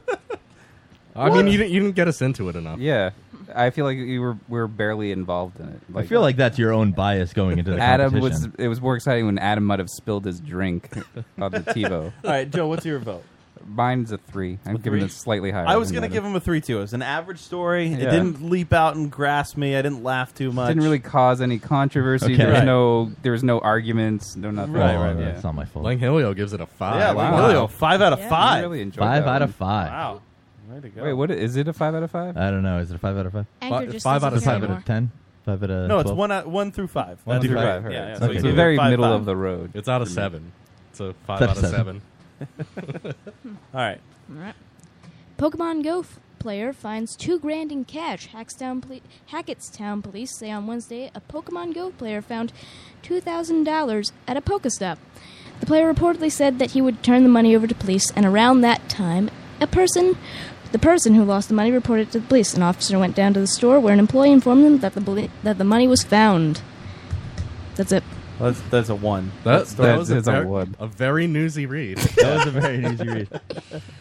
E: I mean, you didn't, you didn't get us into it enough.
I: Yeah, I feel like you were we were barely involved in it.
J: I feel like that's your own bias going into the
I: Adam was.
J: competition.
I: It was more exciting when Adam might have spilled his
J: <laughs>
I: drink on the TiVo.
H: All right, Joe, what's your vote?
I: Mine's a three. I'm giving
H: three?
I: it slightly higher.
H: I was
I: than
H: going to
I: Adam.
H: give him a 3 2. It was an average story. It
I: Yeah.
H: didn't leap out and grasp me. I didn't laugh too much.
I: Didn't really cause any controversy.
H: Okay.
I: There was
H: Right.
I: no. There was no arguments. No nothing.
H: Right, right,
I: Yeah.
H: right. It's not my fault.
E: Lang Helio gives it a five.
H: Yeah, Lang Wow. Helio, five out of
I: Yeah,
H: five.
I: I really enjoyed
J: Five
I: that
J: out
I: one.
J: of five.
H: Wow. Way to go.
I: Wait, what is it? A five out of five?
J: I don't know. Is it a five out of five?
I: Anchor Fi- just five doesn't out of care
J: five out
I: anymore.
J: of ten. Five out of
H: No, it's
J: 12?
H: one out, one through five.
J: One
H: That's
J: through
H: right. Yeah,
J: five.
H: yeah.
J: Okay.
H: you
J: It's the
H: give
J: very
H: it five,
I: middle
H: five.
I: of the road.
E: It's out of seven. It's a five
J: It's
E: out of seven.
H: <laughs> All right.
D: All right. Pokemon Go f- player finds two grand in cash. Hackstown poli- Hackettstown police say on Wednesday a Pokemon Go player found two thousand dollars at a Pokestop. The player reportedly said that he would turn the money over to police, and around that time, a person, the person who lost the money, reported to the police. An officer went down to the store where an employee informed them that the beli- that the money was found. That's it.
H: Well, that's, that's a <laughs> one.
E: That,
H: That's-
E: that, was a, ver- a very
I: <laughs>
E: newsy read.
J: That was a very newsy read.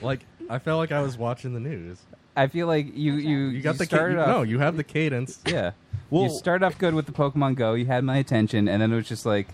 E: Like I felt like I was watching the news.
I: I feel like you you
E: You got the ca-
I: started
E: you-
I: off.
E: no, you have the cadence.
I: <laughs> Yeah.
E: Well-
I: you started off good with the Pokemon Go. You had my attention, and then it was just like.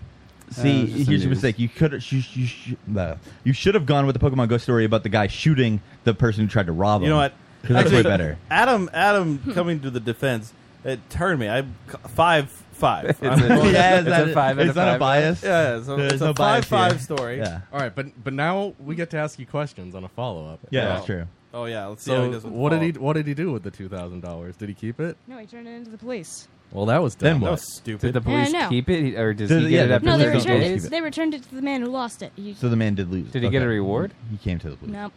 I: uh,
J: See,
I: just some
J: here's your
I: news.
J: mistake. You could you, sh- you, sh- no. you should have gone with the Pokemon Go story about the guy shooting the person who tried to rob him.
H: You know what?
J: 'Cause that's way
H: Actually,
J: better. Hmm.
H: Adam, Adam coming to the defense. It turned me. I five five.
J: It's
H: I'm
J: a-
H: going-
J: yeah, it's not- it's not a bias.
H: Yeah, it's a,
J: There's
H: it's
J: no
H: a five
J: bias
H: five
J: here.
H: story.
E: All right, but but now we get to ask you questions on a follow up.
J: Yeah, that's true.
H: Oh yeah, let's see
E: so
H: how he does with the
E: what did he
H: follow-up.
E: what did he do with the two thousand dollars? Did he keep it?
D: No, he turned it into the police.
E: Well, that was
J: Then
E: dumb.
J: what? That
H: was stupid.
I: Did the
D: Yeah, I
I: police
D: know.
I: keep it, or does
J: Does-
I: he get
J: yeah,
I: it
J: the
I: after
D: No, they
I: 30
D: returned
I: days?
D: it. They returned it to the man who lost it. He-
J: So the man did lose.
I: Did he get a reward?
J: He came to the police.
D: nope.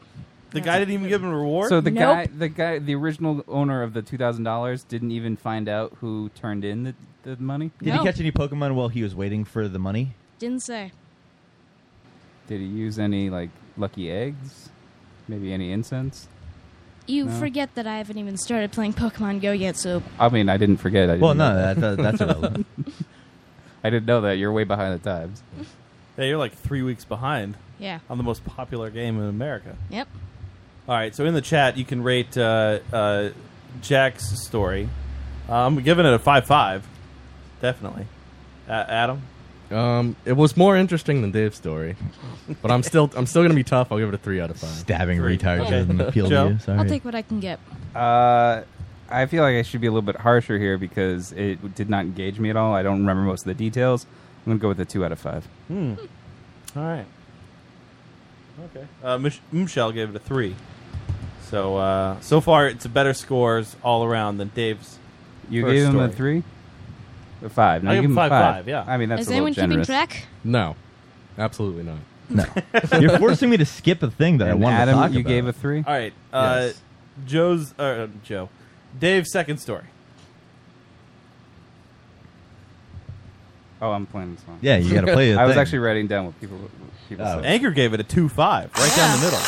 H: The guy didn't even give him a reward.
I: So the guy, the guy, the original owner of the two thousand dollars didn't even find out who turned in the, the money.
J: Did
D: No.
J: he catch any Pokemon while he was waiting for the money?
D: Didn't say.
I: Did he use any like lucky eggs? Maybe any incense?
D: You
I: No.
D: forget that I haven't even started playing Pokemon Go yet, so
I: I mean, I didn't forget. I
J: Well,
I: didn't
J: no,
I: know
J: that, that,
I: <laughs>
J: that's irrelevant.
I: I didn't know that. You're way behind the times.
H: <laughs> Yeah, you're like three weeks behind.
D: Yeah.
H: On the most popular game in America.
D: Yep.
H: All right, so in the chat, you can rate uh, uh, Jack's story. Uh, I'm giving it a five five, definitely. Uh, Adam,
E: Um, it was more interesting than Dave's story, but I'm still I'm still gonna be tough. I'll give it a three out of five.
J: Stabbing retard Okay.
E: <laughs>
J: doesn't appeal to you. Sorry.
D: I'll take what I can get.
I: Uh, I feel like I should be a little bit harsher here because it did not engage me at all. I don't remember most of the details. I'm gonna go with a two out of five.
H: Hmm. All right. Okay. Uh, Mich- Michelle gave it a three. So uh, so far, it's better scores all around than Dave's.
I: You
H: first
I: gave him a
H: story.
I: three, a five. No,
H: I
I: you
H: give
I: give
H: him
I: him
H: five,
I: five.
H: five, yeah.
I: I mean, that's
D: Is
I: a little
D: anyone keeping
I: generous.
D: track?
E: No, absolutely not.
J: No, you're forcing me to skip a thing that I wanted to talk about.
H: All right. Uh, Joe's uh, Joe, Dave's second story.
I: Oh, I'm playing this one.
J: Yeah, you gotta play
I: <laughs>
J: the
I: I was
J: thing.
I: actually writing down what people. What people
H: Oh.
I: said.
H: Anchor gave it a two five, right down the middle.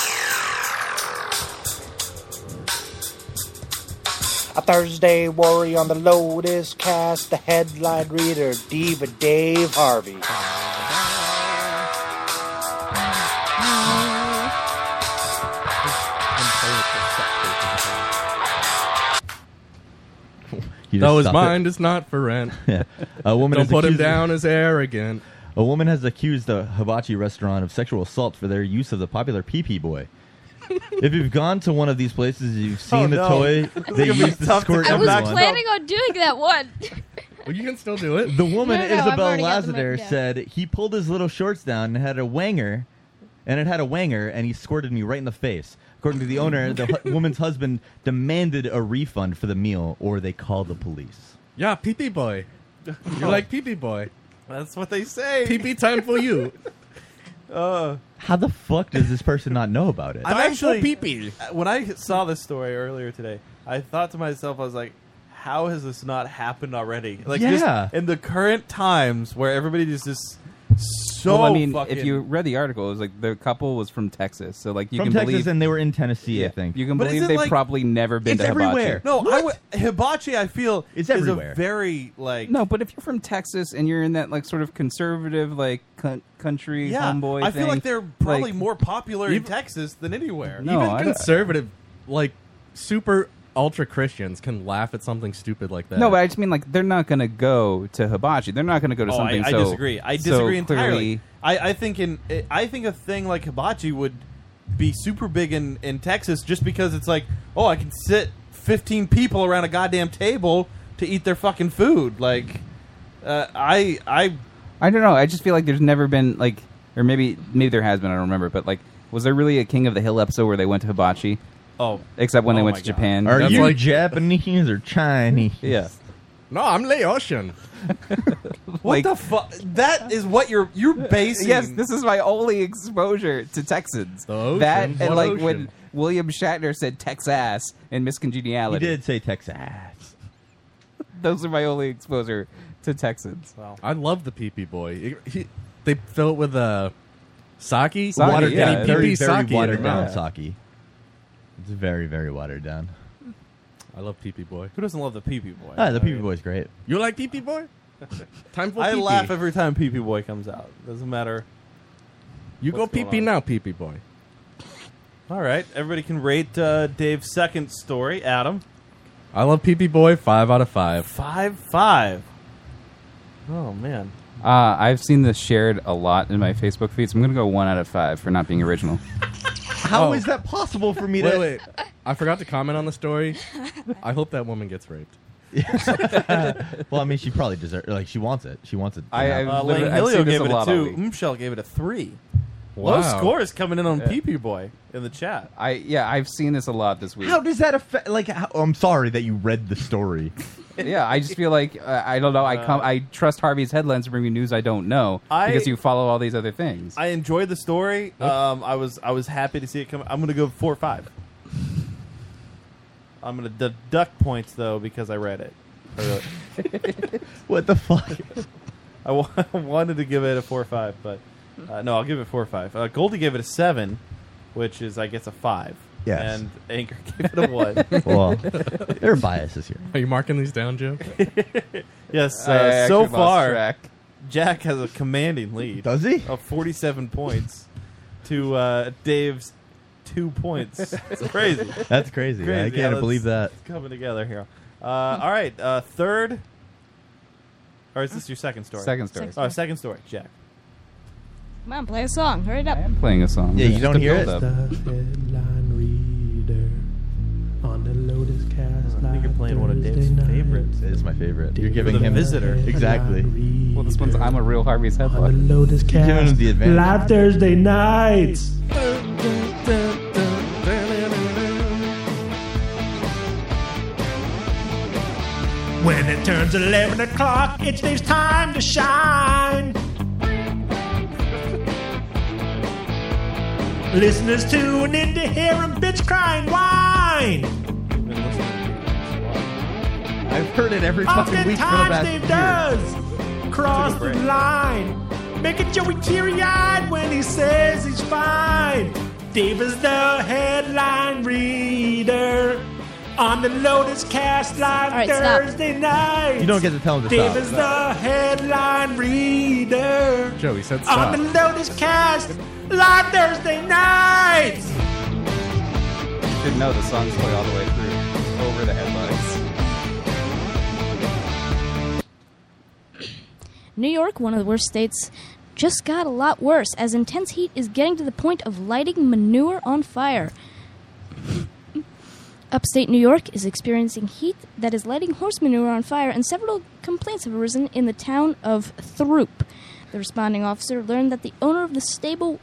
A: A Thursday worry on the load is cast. The headline reader, Diva Dave Harvey.
J: You
E: Though
J: just
E: his
J: stop
E: mind
J: it.
E: is not for rent.
J: Yeah. A woman
E: Don't
J: is
E: put him
J: accused- <laughs>
E: down as arrogant.
J: A woman has accused the hibachi restaurant of sexual assault for their use of the popular Pee Pee Boy. if you've gone to one of these places, you've seen
E: Oh,
J: the
E: no. It's
J: toy they
E: gonna be
J: used to
E: tough to
J: squirt
E: come
D: I was
J: everyone.
D: planning on doing that one. <laughs>
E: Well, you can still do it.
J: The woman
D: No, no, no, I've
J: Isabel
D: already got them
J: Lazader
D: written down.
J: said he pulled his little shorts down and had a wanger, and it had a wanger, and he squirted me right in the face. According to the owner, the hu- woman's husband demanded a refund for the meal, or they called the police.
E: Yeah, pee pee boy. You're like pee pee boy.
H: That's what they say.
E: Pee pee time for you.
H: Uh,
J: How the fuck does this person not know about it?
H: I'm uh, When I saw this story earlier today, I thought to myself, I was like, "How has this not happened already?" Like,
J: Yeah.
H: just in the current times where everybody is just so.
I: well, I mean,
H: fucking-
I: if you read the article, it was like the couple was from Texas, so like you
J: From
I: can
J: Texas,
I: believe
J: and they were in Tennessee, I
I: Yeah.
J: think.
I: You can
H: But
I: believe
H: isn't,
I: they've
H: like-
I: probably never been
J: It's
I: to
J: everywhere.
I: Hibachi.
H: no, I would- hibachi. I feel
I: It's
H: is
I: everywhere.
H: a very like
I: No, but if you're from Texas and you're in that like sort of conservative like c- country
H: yeah.
I: homeboy,
H: I feel
I: thing,
H: like they're probably
I: like,
H: more popular in
E: Even-
H: Texas than anywhere.
E: Even conservative, like super ultra Christians, can laugh at something stupid like that.
I: No, but I just mean like they're not going to go to hibachi. They're not going to go to
H: Oh,
I: something.
H: I, I
I: so-
H: disagree. I
I: so
H: disagree entirely.
I: clearly-
H: I, I think in I think a thing like hibachi would be super big in, in Texas just because it's like, oh, I can sit fifteen people around a goddamn table to eat their fucking food. Like, uh, I I
I: I don't know. I just feel like there's never been like, or maybe maybe there has been. I don't remember. But like, was there really a King of the Hill episode where they went to hibachi?
H: Oh,
I: except when they
E: Oh
I: went
E: my
I: to
E: God.
I: Japan.
J: Are you Japanese or Chinese?
I: <laughs> Yeah.
E: No, Oh, I'm Laotian.
H: what the fuck? That is what you're you're basing.
I: <laughs> Yes, this is my only exposure to Texans. that
H: ocean.
I: and
H: What
I: like
H: ocean?
I: when William Shatner said Texas and
J: He
I: miscongeniality.
J: did say Texas.
I: Those are my only exposure to Texans.
E: I love the pee pee boy. He- he- they fill it with uh, sake,
I: Sake,
E: watered
I: yeah.
E: down
I: Very, very
E: pee-pee sake in your
J: watered down
E: mouth.
J: sake. It's very, very watered down.
E: I love pee pee boy.
H: Who doesn't love the pee pee boy?
J: Ah, the Pee Pee Boy's great.
E: You like pee
H: <laughs>
E: pee boy? Time for
H: I
E: pee-pee.
H: laugh every time Pee Pee Boy comes out. Doesn't matter.
E: You
H: what's
E: go pee
H: going
E: pee
H: on.
E: now, pee pee boy.
H: All right, everybody can rate uh, Dave's second story. Adam,
E: I love pee pee boy. Five out of five.
H: five five. Oh man.
I: Uh, I've seen this shared a lot in my Facebook feed, so I'm going to go one out of five for not being original.
J: How is
E: Oh.
J: that possible for me
E: wait,
J: to?
E: wait. I forgot to comment on the story. I hope that woman gets
J: <laughs>
E: raped. <laughs>
J: well, I mean, she probably deserves. Like, she wants it. She wants it.
I: I-
J: Yeah.
I: I've
H: Uh, Lane Helio gave it a two. Michelle gave it a three. Low
I: Wow.
H: scores coming in on
I: Yeah.
H: Pee Pee Boy in the chat.
I: I yeah, I've seen this a lot this week.
J: How does that affect? Like, how, oh, I'm sorry that you read the story.
I: yeah, I just feel like uh, I don't know. I come. I trust Harvey's headlines to bring me news I don't know
H: I-
I: because you follow all these other things.
H: I enjoyed the story. Um, I was I was happy to see it come. I'm going to go four or five. I'm going to deduct points though because I read it. I really-
J: <laughs> what the fuck?
H: I wa- <laughs> I wanted to give it a four or five, but uh, no, I'll give it four or five. Uh, Goldie gave it a seven, which is I guess a five.
J: Yes.
H: And Anchor <laughs> gave it a one. <laughs>
J: well, <laughs> there are biases here.
E: Are you marking these down, Joe?
H: Yes.
E: I- I
H: Uh, so
E: actually lost
H: far,
E: track.
H: Jack has a commanding lead.
J: Does he?
H: Of forty-seven points to uh, Dave's two
E: <laughs>
H: points. It's crazy.
J: That's crazy. I can't
H: how
J: believe
H: that's
J: that.
H: Coming together here. Uh, all right. Uh, third. Or is this your second story?
I: Second story.
H: Oh, second story, Jack.
D: Come on, play a song. Hurry it up.
I: playing a song.
H: Yeah, you
I: Just
H: don't
I: to
H: hear
I: build
H: it?
I: up.
B: on the Lotus Cast.
H: I think you're playing one of Dave's favorites.
J: It is my favorite. You're
H: giving him- Visitor.
J: Exactly.
I: Well, this one's I'm a real Harvey's headlock.
J: You're giving him the advantage.
B: Live Thursday nights. When it turns 11 o'clock, it's Dave's time to shine. Listeners tune in to hear him bitch crying whine.
J: I've heard it every fucking week for the
B: Oftentimes
J: past
B: Dave
J: year.
B: does cross the
J: break.
B: line, making Joey teary-eyed when he says he's fine. Dave is the headline reader on the Lotus Cast live
D: All right, stop.
B: Thursday night.
J: You don't get to tell him to
B: Dave
J: stop.
B: is the headline reader
E: Joey said
B: on
E: stop.
B: the Lotus Cast live Thursday night.
I: You should know the songs play all the way through, over the headlines.
D: New York, one of the worst states, just got a lot worse as intense heat is getting to the point of lighting manure on fire. Upstate New York is experiencing heat that is lighting horse manure on fire, and several complaints have arisen in the town of Throop. The responding officer learned that the owner of the stable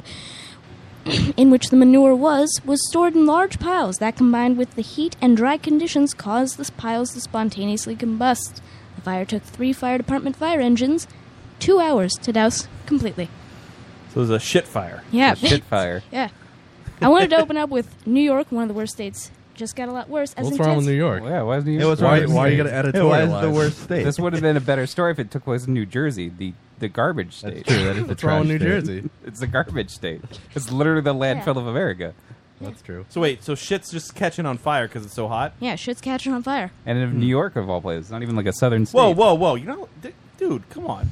D: <clears throat> in which the manure was was stored in large piles that combined with the heat and dry conditions caused the piles to spontaneously combust the fire took three fire department fire engines two hours to douse completely
H: So it was a shit fire.
D: <laughs> Yeah.
I: Shit fire.
D: yeah i wanted to open up with new york one of the worst states just got a lot worse as
E: What's
D: intense
E: wrong with New York?
I: Yeah, why is New
E: Yeah,
I: York?
E: what's wrong Why- with why New are you York? gonna Yeah, why is it the editorialize? worst state?
I: This would have been a better story if it took place in New Jersey, the the garbage state.
E: true, that is the What's wrong with trash New state. Jersey?
I: <laughs> it's the garbage state. It's literally the landfill of America.
E: That's true.
H: So wait, so shit's just catching on fire because it's so hot?
D: yeah shit's catching on fire
I: And in New York, of all places, not even like a southern state.
H: Whoa, whoa, whoa! You know, d- dude, come on.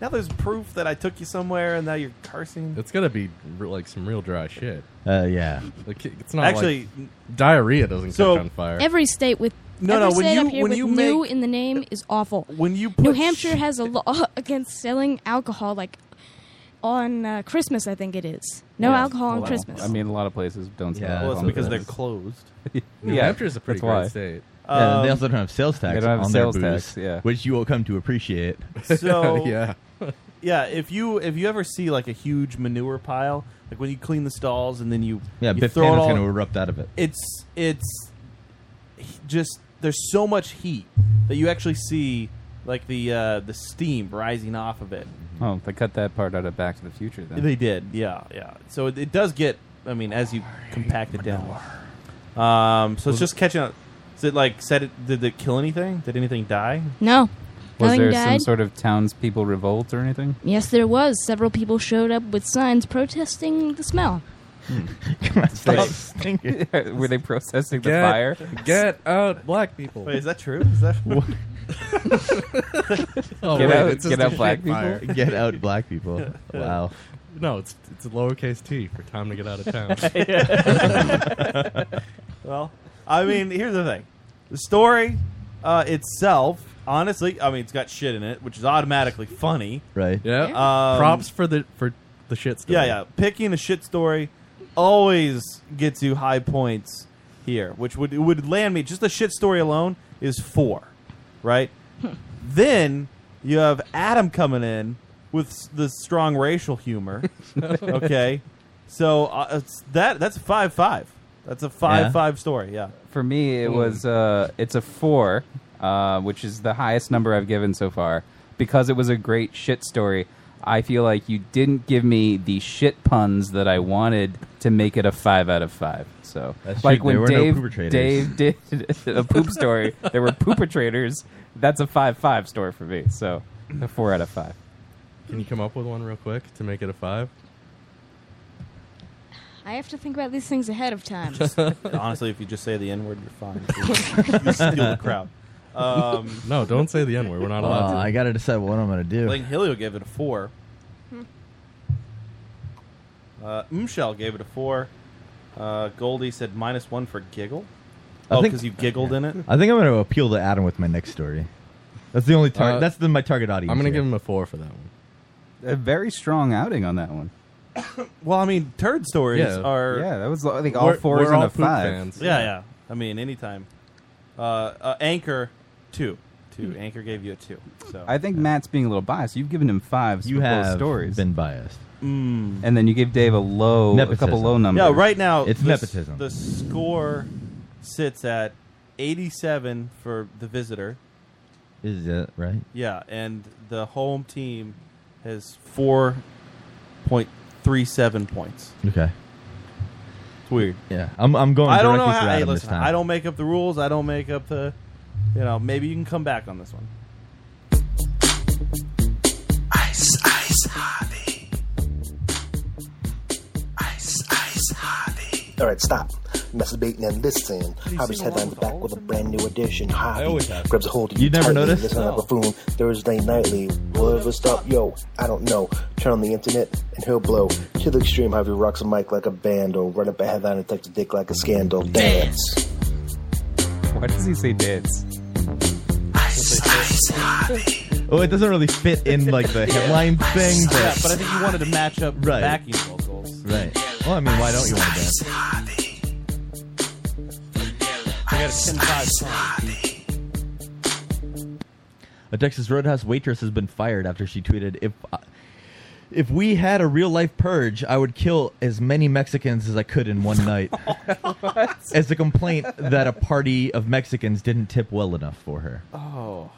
H: Now there's proof that I took you somewhere, and now you're cursing.
E: It's gotta be r- like some real dry shit.
J: Uh, yeah.
E: Like, it's not
H: Actually,
E: actually diarrhea doesn't
H: so-
E: catch on fire.
D: every state with
H: No,
D: every
H: no, when
D: state
H: you-
D: up here
H: when
D: with
H: you
D: new
H: make-
D: in the name is awful
H: When you
D: new
H: put
D: hampshire has a law <laughs> against selling alcohol like on uh, christmas i think it is no
I: Yeah.
D: alcohol on
I: Well,
D: christmas
I: I mean, a lot of places don't. sell
J: Yeah,
I: alcohol
J: well, it's
I: on
J: because they're
I: Christmas.
H: closed.
I: <laughs>
E: New
I: yeah,
E: Hampshire's a pretty
I: that's
E: great
I: why.
E: state.
J: Yeah, and they
H: Um,
J: also don't have sales tax
I: they don't have
J: on
I: sales
J: their
I: tax,
J: booze,
I: yeah.
J: which you will come to appreciate. <laughs>
H: So
E: <laughs> Yeah.
H: yeah. If you if you ever see like a huge manure pile, like when you clean the stalls and then you
J: Yeah,
H: you
J: Biff
H: throw it
J: Tannen is
H: all-
J: gonna erupt out of it.
H: It's it's he- just there's so much heat that you actually see like the uh, the steam rising off of it.
I: Oh, they cut that part out of Back to the Future. Then
H: They did, yeah, yeah. So it, it does get. I mean, as you compact it down. Um, so it's just catching up. Is it like said? It, did it kill anything? Did anything die?
D: no
I: Was
D: Nothing
I: there some
D: died.
I: sort of townspeople revolt or anything?
D: Yes, there was. Several people showed up with signs protesting the smell.
I: Like- <laughs> Were they processing the
E: Get-
I: fire?
E: Get out, black people.
H: Wait, is that true? Is that <laughs>
E: Oh,
I: Get
E: wait,
I: out-
E: it's just
I: get out
E: a
I: black
E: shit
I: people?
E: fire.
J: Get out, black people. Wow.
E: No, it's it's a lowercase t for time to get out of
H: <laughs>
E: town.
H: well, I mean, here's the thing: the story uh, itself, honestly, I mean, it's got shit in it, which is automatically funny.
J: Right.
E: Yeah.
H: Um,
E: Props for the for the shit story.
H: Yeah, yeah. Picking a shit story always gets you high points here, which would would land me just the shit story alone is four, right? then you have Adam coming in with s- the strong racial humor. okay, so uh, it's that that's five five. That's a five
I: Yeah.
H: five story. Yeah.
I: For me, it
H: Hmm.
I: was uh, it's a four, uh, which is the highest number I've given so far because it was a great shit story. I feel like you didn't give me the shit puns that I wanted to make it a five out of five. So,
J: That's
I: like
J: true.
I: when
J: There were no
I: Dave
J: pooper traders.
I: Dave did a poop story, there were pooper traders. That's a five five story for me. So, a four out of five.
E: Can you come up with one real quick to make it a five?
D: I have to think about these things ahead of <laughs> time.
H: Honestly, if you just say the N word, you're fine. <laughs> You steal the crowd. Um,
E: <laughs> no, don't say the N word. We're not allowed
J: Uh,
E: to.
J: I got to decide what I'm going to
H: I
J: do.
H: think Helio gave it a four.
J: Hmm.
H: Uh, Umshell gave it a four. Uh, Goldie said minus one for giggle.
J: I
H: Oh,
J: think-
H: because you giggled in it.
J: I think I'm going to appeal to Adam with my next story. That's the only target.
I: Uh,
J: that's the, my target audience.
I: I'm gonna
J: here.
I: give
E: him a four for that one.
I: A very strong outing on that one.
H: well, I mean, turd stories
I: Yeah.
H: are
I: Yeah, that was, I think, all We're- fours we're and all a poop five. fans.
H: Yeah,
I: Yeah.
H: yeah. I mean, anytime. Uh, uh, Anchor two,
J: Hmm.
H: two. Anchor gave you a two. So
I: I think Matt's being a little biased. You've given him fives.
H: You
I: for both
H: have
I: stories.
J: been biased.
H: Mm.
I: And then you gave Dave a low, a couple low numbers.
H: Yeah, right now
J: It's
H: the s-
J: nepotism.
H: The score sits at eighty-seven for the visitor.
J: Is that right?
H: Yeah, and the home team has four point three seven points.
J: Okay.
H: It's weird.
J: Yeah, I'm. I'm going.
H: I don't know
J: directly
H: how.
J: for
H: Hey,
J: Adam
H: listen,
J: this time.
H: I don't make up the rules. I don't make up the. You know, maybe you can come back on this one.
G: Ice, ice, hobby. Ice, ice, hobby.
A: All right, stop. Masturbating and listen. Hobby's headline the back with a brand new edition. Hobby grabs a hold of you.
J: You never
A: tightly,
J: noticed?
A: Listen like a buffoon. Thursday nightly. Will it ever stop? Yo, I don't know. Turn on the internet and he'll blow. To the extreme, Hobby rocks a mic like a band or run up a headline and touch a dick like a scandal. Dance.
I: Why does
H: <laughs>
I: he say dance?
G: Ice, ice, hobby.
J: Oh, it doesn't really fit in like
H: <laughs>
J: the headline thing. But
H: Yeah, but I think you wanted to match up the
J: Right.
H: backing vocals.
J: Right. Well, I mean, why don't you want that?
H: I got a 10 5 song.
J: A Texas Roadhouse waitress has been fired after she tweeted, "If uh, if we had a real life purge, I would kill as many Mexicans as I could in one
I: <laughs>
J: night."
I: Oh,
J: As a complaint that a party of Mexicans didn't tip well enough for her.
H: Oh.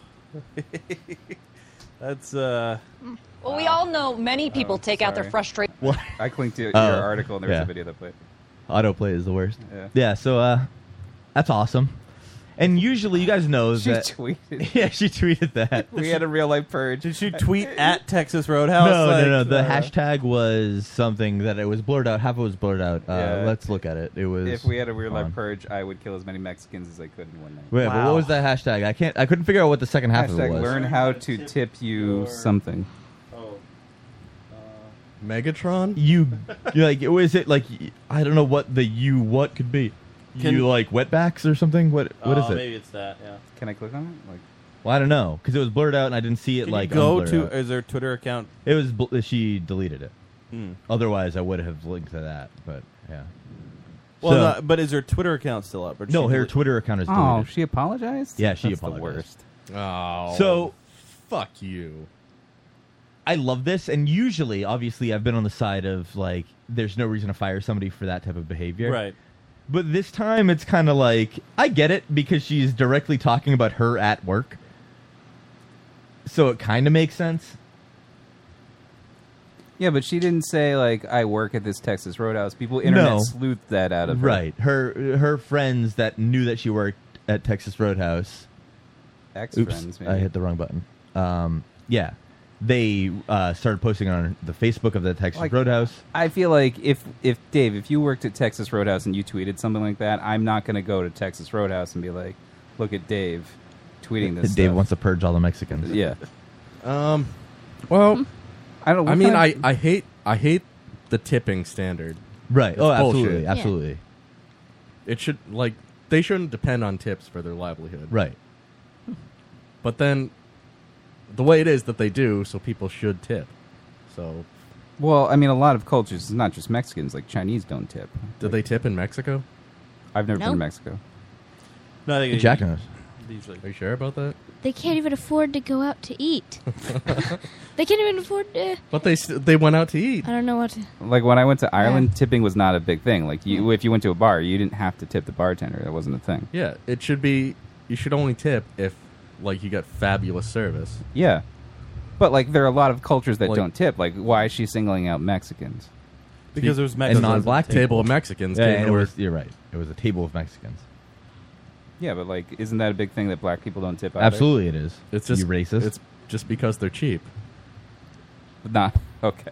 H: <laughs> That's uh
F: Well, we all know many people take out their
I: sorry.
F: frustration.
J: What?
I: I clicked to your
J: Oh,
I: article and there was
J: yeah.
I: a video that played.
J: Autoplay is the worst.
I: Yeah.
J: so uh, that's awesome. And usually, you guys know
I: She
J: that.
I: tweeted.
J: <laughs> Yeah, she tweeted that.
I: We had a real life purge.
H: Did she tweet at Texas Roadhouse?
J: no,
H: Like,
J: no, no. The
H: uh,
J: hashtag was something that it was blurred out. Half of it was blurred out. Uh,
I: Yeah.
J: Let's look at it. It was.
I: If we had a real life
J: on.
I: purge, I would kill as many Mexicans as I could in one night.
J: Wait, but what was that hashtag? I can't. I couldn't figure out what the second half of it
I: Hashtag
J: was.
I: learn how to tip you something.
E: Megatron.
J: You like? Was it like? I don't know what the you what could be.
H: Can-
J: you like wetbacks or something? What? What is
H: oh,
J: it?
H: Maybe it's that, yeah.
I: Can I click on it? Like,
J: Well, I don't know because it was blurred out and I didn't see it.
H: Can you
J: like uh,
H: go
J: unblurred
H: to
J: out.
H: is there a Twitter account?
J: It was. Bl- she deleted it.
H: Hmm.
J: Otherwise, I would have linked to that. But yeah.
H: Well,
J: So-
H: no, but is her Twitter account still up? Or did
J: No,
H: she
J: her
H: delete-
J: Twitter account is
I: oh,
J: deleted.
I: she apologized.
J: Yeah, she
I: That's
J: apologized.
I: The worst.
E: Oh,
J: So-
E: fuck you.
J: I love this, and usually, obviously, I've been on the side of like, there's no reason to fire somebody for that type of behavior.
H: Right.
J: But this time, it's kind of like I get it because she's directly talking about her at work, so it kind of makes sense.
I: Yeah, but she didn't say like I work at this Texas Roadhouse. People internet
J: No.
I: sleuthed that out of her.
J: right. Her her friends that knew that she worked at Texas Roadhouse.
I: Ex
J: Oops,
I: friends.
J: I hit the wrong button. Um, yeah, they uh, started posting on the Facebook of the Texas
I: Like-
J: Roadhouse.
I: I feel like if if Dave, if you worked at Texas Roadhouse and you tweeted something like that, I'm not going to go to Texas Roadhouse and be like, "Look at Dave tweeting this."
J: <laughs> Dave
I: stuff."
J: wants to purge all the Mexicans.
I: Yeah.
E: Um, well,
I: <laughs> I don't.
E: I
I: what
E: mean, I,
I: kind
E: I hate I hate the tipping standard.
J: Right.
E: It's
J: Oh,
E: bullshit.
J: absolutely, Yeah. absolutely.
E: It should like they shouldn't depend on tips for their livelihood.
J: Right.
E: But then, the way it is that they do, so people should tip. So,
I: Well, I mean, a lot of cultures, it's not just Mexicans. Like Chinese don't tip.
E: do they tip in Mexico?
I: I've never
D: No.
I: been to Mexico.
H: No, I think
J: Jack knows.
H: Usually.
E: Are you sure about that?
D: They can't even afford to go out to <laughs> eat. they can't even afford to.
E: But they st- they went out to eat.
D: I don't know what. To,
I: Like when I went to Ireland, tipping was not a big thing. Like you, if you went to a bar, you didn't have to tip the bartender. That wasn't a thing.
E: Yeah, it should be. You should only tip if like you got fabulous service.
I: Yeah, but like there are a lot of cultures that
E: Like-
I: don't tip. Like why is she singling out Mexicans?
H: Because
E: it
H: there
E: was
H: was
E: Mexican
H: Mexicans.
E: non-black table of Mexicans.
J: Yeah,
E: came
J: and
E: to
J: it
E: work.
J: was, you're right. It was a table of Mexicans.
I: Yeah, but like, isn't that a big thing that black people don't tip? Either?
J: Absolutely, it is.
E: It's just
J: you racist.
E: It's just because they're cheap.
I: Nah. <laughs> Okay.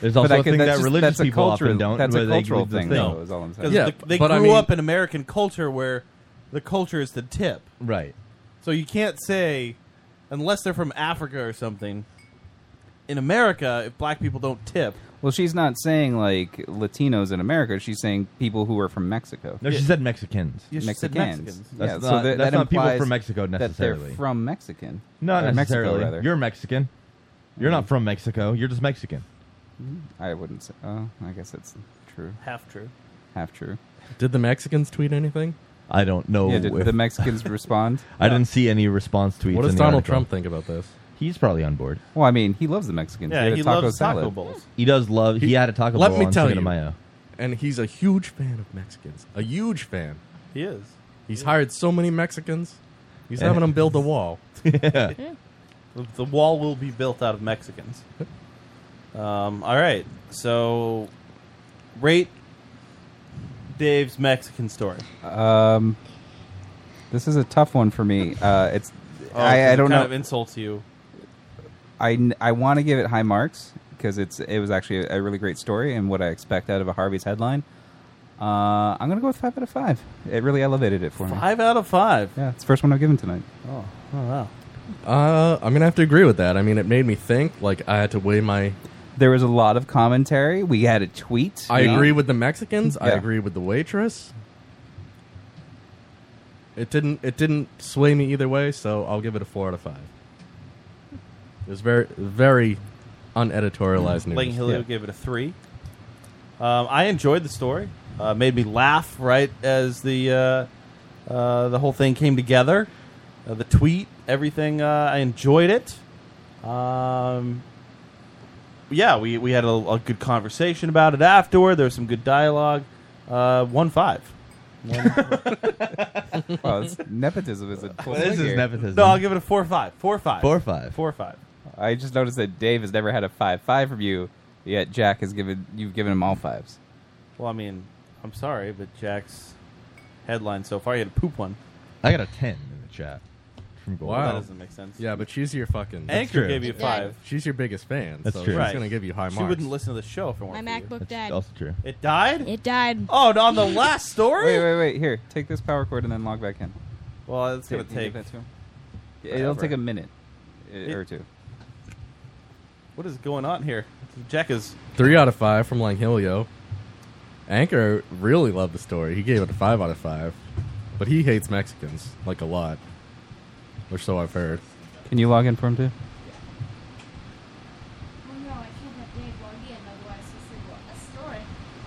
J: There's
I: But
J: also
I: I
J: a
I: could-
J: thing
I: that's
J: that
I: just-
J: religious
I: that's a
J: people
I: cultural-
J: often don't.
I: That's a
J: where they
I: cultural
J: do the
I: thing, though, is all I'm saying.
H: 'Cause
I: Yeah,
H: the- they
I: but
H: grew
I: I mean-
H: up in American culture where the culture is to tip.
J: Right.
H: So you can't say,
I: <laughs>
H: unless they're from Africa or something, in America, if black people don't tip,
I: Well, she's not saying like Latinos in America. She's saying people who are from Mexico.
J: No, she said Mexicans.
H: Yeah, she said
I: Mexicans.
H: Mexicans.
I: Yeah,
J: That's
I: so
J: not-
I: that,
J: that's
I: that
J: not people
I: implies
J: from Mexico
I: That
J: necessarily.
I: they're from Mexican.
J: Not
I: Or
J: necessarily.
I: Mexico, rather.
J: You're Mexican. You're not from Mexico. You're just Mexican.
I: I wouldn't say. Oh, I guess that's true.
H: Half true.
I: Half true.
E: Did the Mexicans tweet anything?
J: I don't know.
I: Yeah, did
J: if-
I: the
J: <laughs>
I: Mexicans respond?
J: I didn't see any response tweets.
E: What does
J: in the
E: Donald
J: article.
E: Trump think about this?
J: He's probably on board.
I: Well, I mean, he loves the Mexicans. They
E: Yeah,
I: had a
E: he
I: taco
E: loves
I: salad.
E: taco bowls.
J: He does love. He, had a taco
E: Let
J: Bell
E: me
J: on
E: tell
J: Cinco de
E: you,
J: Mayo.
E: and he's a huge fan of Mexicans. A huge fan.
H: He is.
E: He's hired so many Mexicans. He's
H: And-
E: having them build a wall.
J: <laughs> yeah.
H: The- The wall will be built out of Mexicans. Um, all right. So, rate Dave's Mexican story.
I: Um, this is a tough one for me. Uh, it's
H: Oh,
I: I, I
H: it
I: don't
H: kind
I: know.
H: Of insults you.
I: I, I want to give it high marks because it's it was actually a, really great story and what I expect out of a Harvey's headline. Uh, I'm gonna go with five out of five. It really elevated it for me.
H: Five out of five.
I: Yeah, it's the first one I've given tonight.
H: Oh, oh wow.
E: Uh, I'm gonna have to agree with that. I mean, it made me think. Like, I had to weigh my.
I: There was a lot of commentary. We had a tweet.
E: I
I: Yeah.
E: agree with the Mexicans. I
I: Yeah.
E: agree with the waitress. It didn't. It didn't sway me either way. So I'll give it a four out of five. It was very, very uneditorialized news.
H: Lang Helio gave it a three. Um, I enjoyed the story. Uh, made me laugh right as the uh, uh, the whole thing came together. Uh, the tweet, everything. Uh, I enjoyed it. Um, yeah, we, we had a, a good conversation about it afterward. There was some good dialogue. Uh,
I: <laughs>
H: one five.
I: Wow, it's- nepotism is a full
J: This
I: swing
J: is
I: here.
J: nepotism.
H: No, I'll give it a four five. Four five.
J: Four five.
H: Four five.
I: I just noticed that Dave has never had a five five from you. Yet Jack has given you've given him all fives.
H: Well, I mean, I'm sorry, but Jack's headline so far, he had a poop one.
J: I got a ten in the chat. From Gold.
E: Wow,
H: That doesn't make sense.
E: Yeah, but she's your fucking.
H: That's Anchor true. gave you
E: Yeah.
H: five.
E: She's your biggest fan.
J: That's
E: so
J: true.
E: She's
J: Right.
E: gonna give you high marks.
H: She wouldn't listen to the show if it
D: My
H: weren't.
D: MacBook died.
J: also true.
H: It died.
D: It died.
H: Oh, and on the last story.
I: Wait, wait, wait. Here, take this power cord and then log back in.
H: Well, it's
I: Here,
H: gonna
I: can you give
H: take.
I: that to him? It'll
H: Forever.
I: take a minute uh,
H: It-
I: or two.
H: What is going on here? Jack is.
E: Three out of five from Langhilio. Anchor really loved the story. He gave it a five out of five, but he hates Mexicans like a lot, or so I've heard.
I: Can you log in for him too?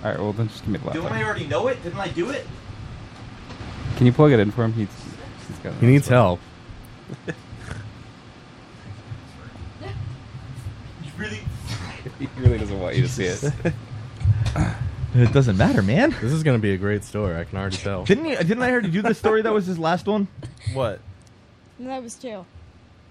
I: All right. Well, then just give me the
W: Don't
I: laptop.
W: I already know it? Didn't I do it?
I: Can you plug it in for him? He's, he's got
E: He
H: <laughs>
E: needs help.
W: You really?
I: he really doesn't want you to see it.
J: It doesn't matter, man.
E: This is gonna be a great story. I can already tell.
J: Didn't you, didn't I already do this story? That was his last one.
H: What?
D: That was two.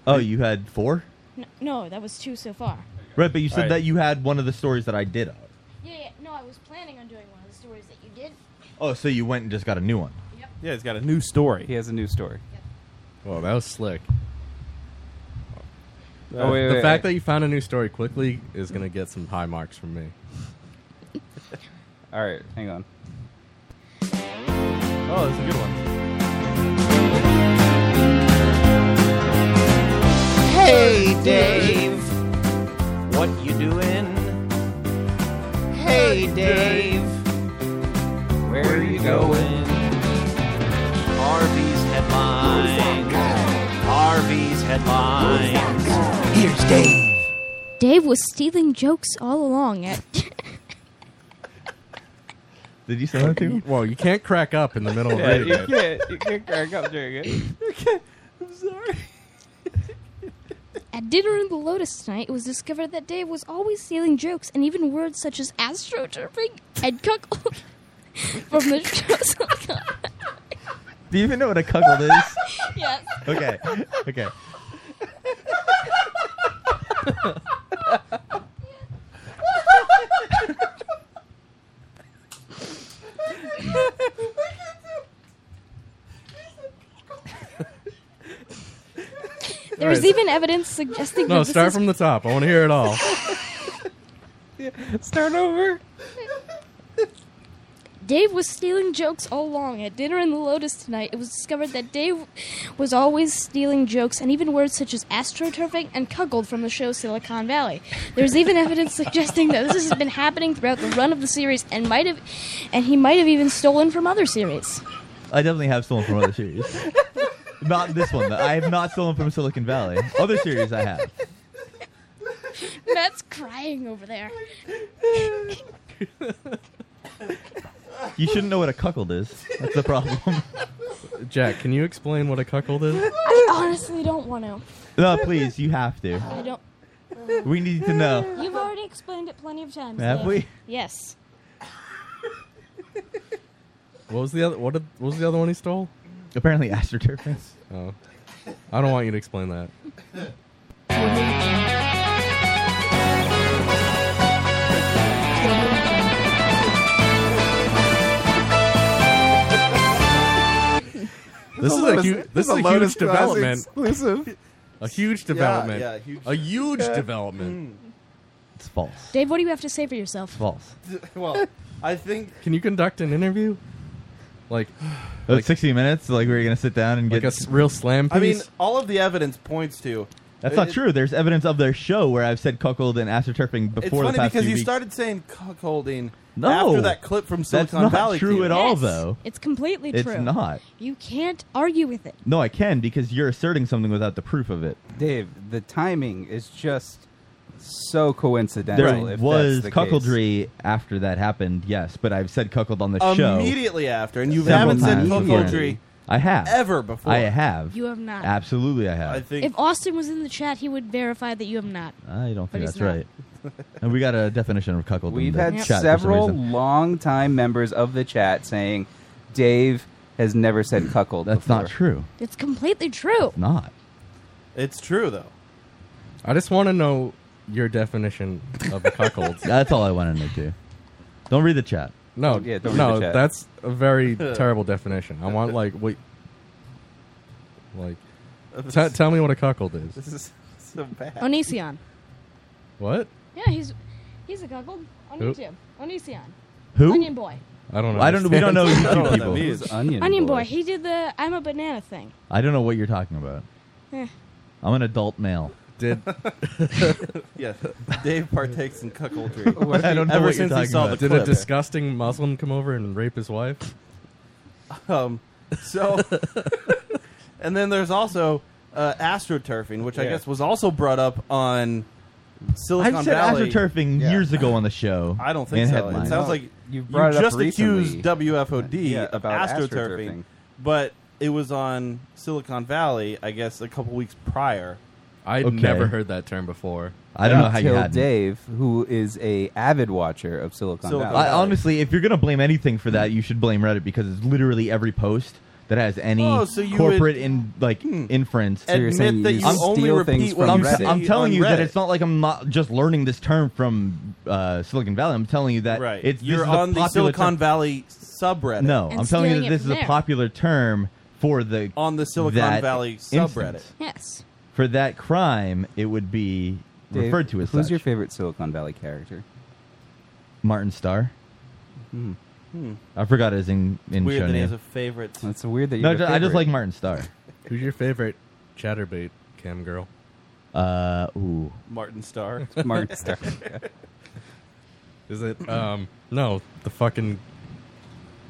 J: Oh, you had four.
D: No, no, that was two so far.
J: Right, but you said
H: All right.
J: that you had one of the stories that I did. Of.
D: Yeah, yeah, no, I was planning on doing one of the stories that you did.
J: Oh, so you went and just got a new one.
H: Yeah, he's got a new story.
I: He has a new story.
E: Whoa, that was slick.
I: Oh, wait,
E: the
I: wait,
E: fact
I: wait.
E: that you found a new story quickly is gonna get some high marks from me.
I: All right. Hang on.
H: <laughs> Oh, that's a good one.
C: Hey Dave, what you doing? Hey Dave, where are <laughs> you going? Harvey's headlines. Harvey's headlines. Here's Dave.
D: Dave was stealing jokes all along. <laughs> At
J: Did you send that to him?
E: Whoa, you can't crack up in the middle of
I: Yeah,
E: reading
I: you
E: it.
I: can't. You can't crack up during it.
E: <laughs>
H: I'm sorry.
D: at dinner in the Lotus tonight, it was discovered that Dave was always stealing jokes and even words such as astroturfing and cuckold <laughs> from the shows.
J: Do you even know what a cuckold is? <laughs>
D: <laughs> yes.
J: Okay. Okay.
D: There was
E: Alright.
D: even evidence suggesting
E: No,
D: that this
E: start
D: is-
E: from the top. I want to hear it all.
I: Start over.
D: Dave was stealing jokes all along. At dinner in the Lotus tonight, it was discovered that Dave was always stealing jokes and even words such as astroturfing and cuckold from the show Silicon Valley. There's even evidence suggesting that this has been happening throughout the run of the series and might have, and he might have even stolen from other series.
J: I definitely have stolen from other series. not this one. though. I have not stolen from Silicon Valley. Other series I have.
D: Matt's crying over there.
J: You shouldn't know what a cuckold is. That's the problem.
E: <laughs> Jack, can you explain what a cuckold is?
D: I honestly don't want to.
J: No, please, you have to.
D: I don't.
J: We need to know.
D: You've already explained it plenty of times.
J: Have
D: Dave.
J: we?
D: Yes.
E: What was the other? What, did- what was the other one he stole?
J: Apparently, astroturfing.
E: Oh, I don't want you to explain that. This is a,
K: Lotus-
E: hu-
K: this
E: this
K: is a
E: is a huge
K: Lotus Plaza
E: development.
K: exclusive.
E: A huge
K: Yeah,
E: development.
K: yeah, huge. Hmm. <laughs>
E: A huge
K: Yeah.
E: development.
J: It's false.
D: Dave, what do you have to say for yourself?
E: <laughs>
J: False.
H: well, I think
E: Can you conduct an interview? Like,
J: Like, 60 minutes? Like, we're going to sit down and
E: Like
J: get
E: a s- real slam
H: I mean, all of the evidence points to.
J: That's not
H: It-
J: true. There's evidence of their show where I've said cuckold and astroturfing
H: It's
J: before
H: funny
J: the past
H: because
J: few
H: you
J: weeks.
H: started saying cuckolding
J: No.
H: after that clip from
J: That's
H: Silicon
J: not
H: Valley.
J: true
H: to you.
J: at all, Yes. though.
D: It's completely
J: It's
D: true.
J: not.
D: You can't argue with it.
J: no, I can because you're asserting something without the proof of it.
I: Dave, the timing is just so coincidental.
J: There
I: if
J: was
I: that's the case.
J: cuckoldry after that happened, yes, but I've said cuckold on the show.
H: Immediately after, and you
J: several
H: haven't said
J: times before.
H: cuckoldry
J: I have.
H: ever before.
J: I have.
D: You have not.
J: Absolutely, I have. I
D: If Austin was in the chat, he would verify that you have not.
J: I don't
D: But
J: think
D: he's
J: that's
D: not.
J: right. and we got a definition of <laughs> cuckold. in
I: We've
J: the
I: had
J: chat for some
I: several
J: reason.
I: long-time members of the chat saying Dave has never
J: <clears throat>
I: said cuckold. That's
J: not true.
D: It's completely true.
J: Not.
H: It's true though.
E: I just want to know your definition of a cuckold.
J: <laughs> That's all I want to know, too. Don't read the chat.
E: No,
J: Yeah, don't read
E: no,
J: the chat.
E: that's a very terrible definition. I want like wait, like, t- tell me what a cuckold is.
H: This is so bad.
D: Onision.
E: What?
D: Yeah, he's he's a cuckold on
E: Who?
D: YouTube. Onision.
E: Who?
D: Onion Boy.
E: I don't know.
J: I don't.
E: <laughs>
J: We don't know
E: understand.
J: YouTube
E: I don't know
J: people.
E: what that means.
J: Onion.
D: Onion Boy. He did the I'm a banana thing.
J: I don't know what you're talking about.
D: Eh.
J: I'm an adult male.
H: <laughs>
E: Did
H: yeah, <laughs> Dave partakes
I: <laughs>
H: in cuckoldry.
J: I don't know
H: Ever
J: what you're
H: since he
J: talking
H: saw
J: about.
H: the
E: Did
H: clip.
E: a disgusting Muslim come over and rape his wife?
H: Um, so, <laughs> and then there's also uh, astroturfing, which I
J: Yeah.
H: guess was also brought up on Silicon
J: I've said
H: Valley.
J: astroturfing years ago on the show.
H: I don't think
J: in
H: so.
J: Headlines.
H: It sounds like
I: You
H: you,
I: brought it up
H: just
I: recently.
H: accused WFOD
I: Yeah,
H: of
I: about
H: astroturfing,
I: astroturfing.
H: but it was on Silicon Valley, I guess, a couple weeks prior.
E: I'd never heard that term before.
I: Until Dave, who is a avid watcher of Silicon Valley.
J: I, honestly, if you're gonna blame anything for that, you should blame Reddit because it's literally every post that has any
H: Oh, so you
J: corporate
H: would-
J: in like inference.
H: So you're Admit saying that you you
J: I'm-
H: only steal repeat things what from
J: I'm,
H: you Reddit. see
J: I'm telling
H: on
J: you that
H: Reddit.
J: it's not like I'm not just learning this term from uh, Silicon Valley. I'm telling you that
H: Right.
J: it's this
H: You're
J: is a
H: on the
J: popular
H: Silicon
J: term.
H: Valley subreddit.
J: No, I'm telling you
D: stealing
J: that
D: it
J: this is
D: from
J: a
D: there.
J: popular term for the
H: On the Silicon
J: that
H: Valley
J: instance.
H: subreddit.
D: Yes.
J: For that crime, it would be
I: Dave,
J: referred to as
I: Who's
J: such.
I: your favorite Silicon Valley character?
J: Martin Starr.
I: Hmm.
H: Hmm.
J: I forgot his in, in show name.
H: favorite.
I: That's weird that you.
J: No,
I: have a
J: ju- I just
I: favorite.
J: like Martin Starr.
E: Who's your favorite chatterbait cam girl?
J: Uh, ooh.
H: Martin Starr.
I: <laughs>
H: <laughs>
I: Martin Starr.
E: <laughs> Is it um no, the fucking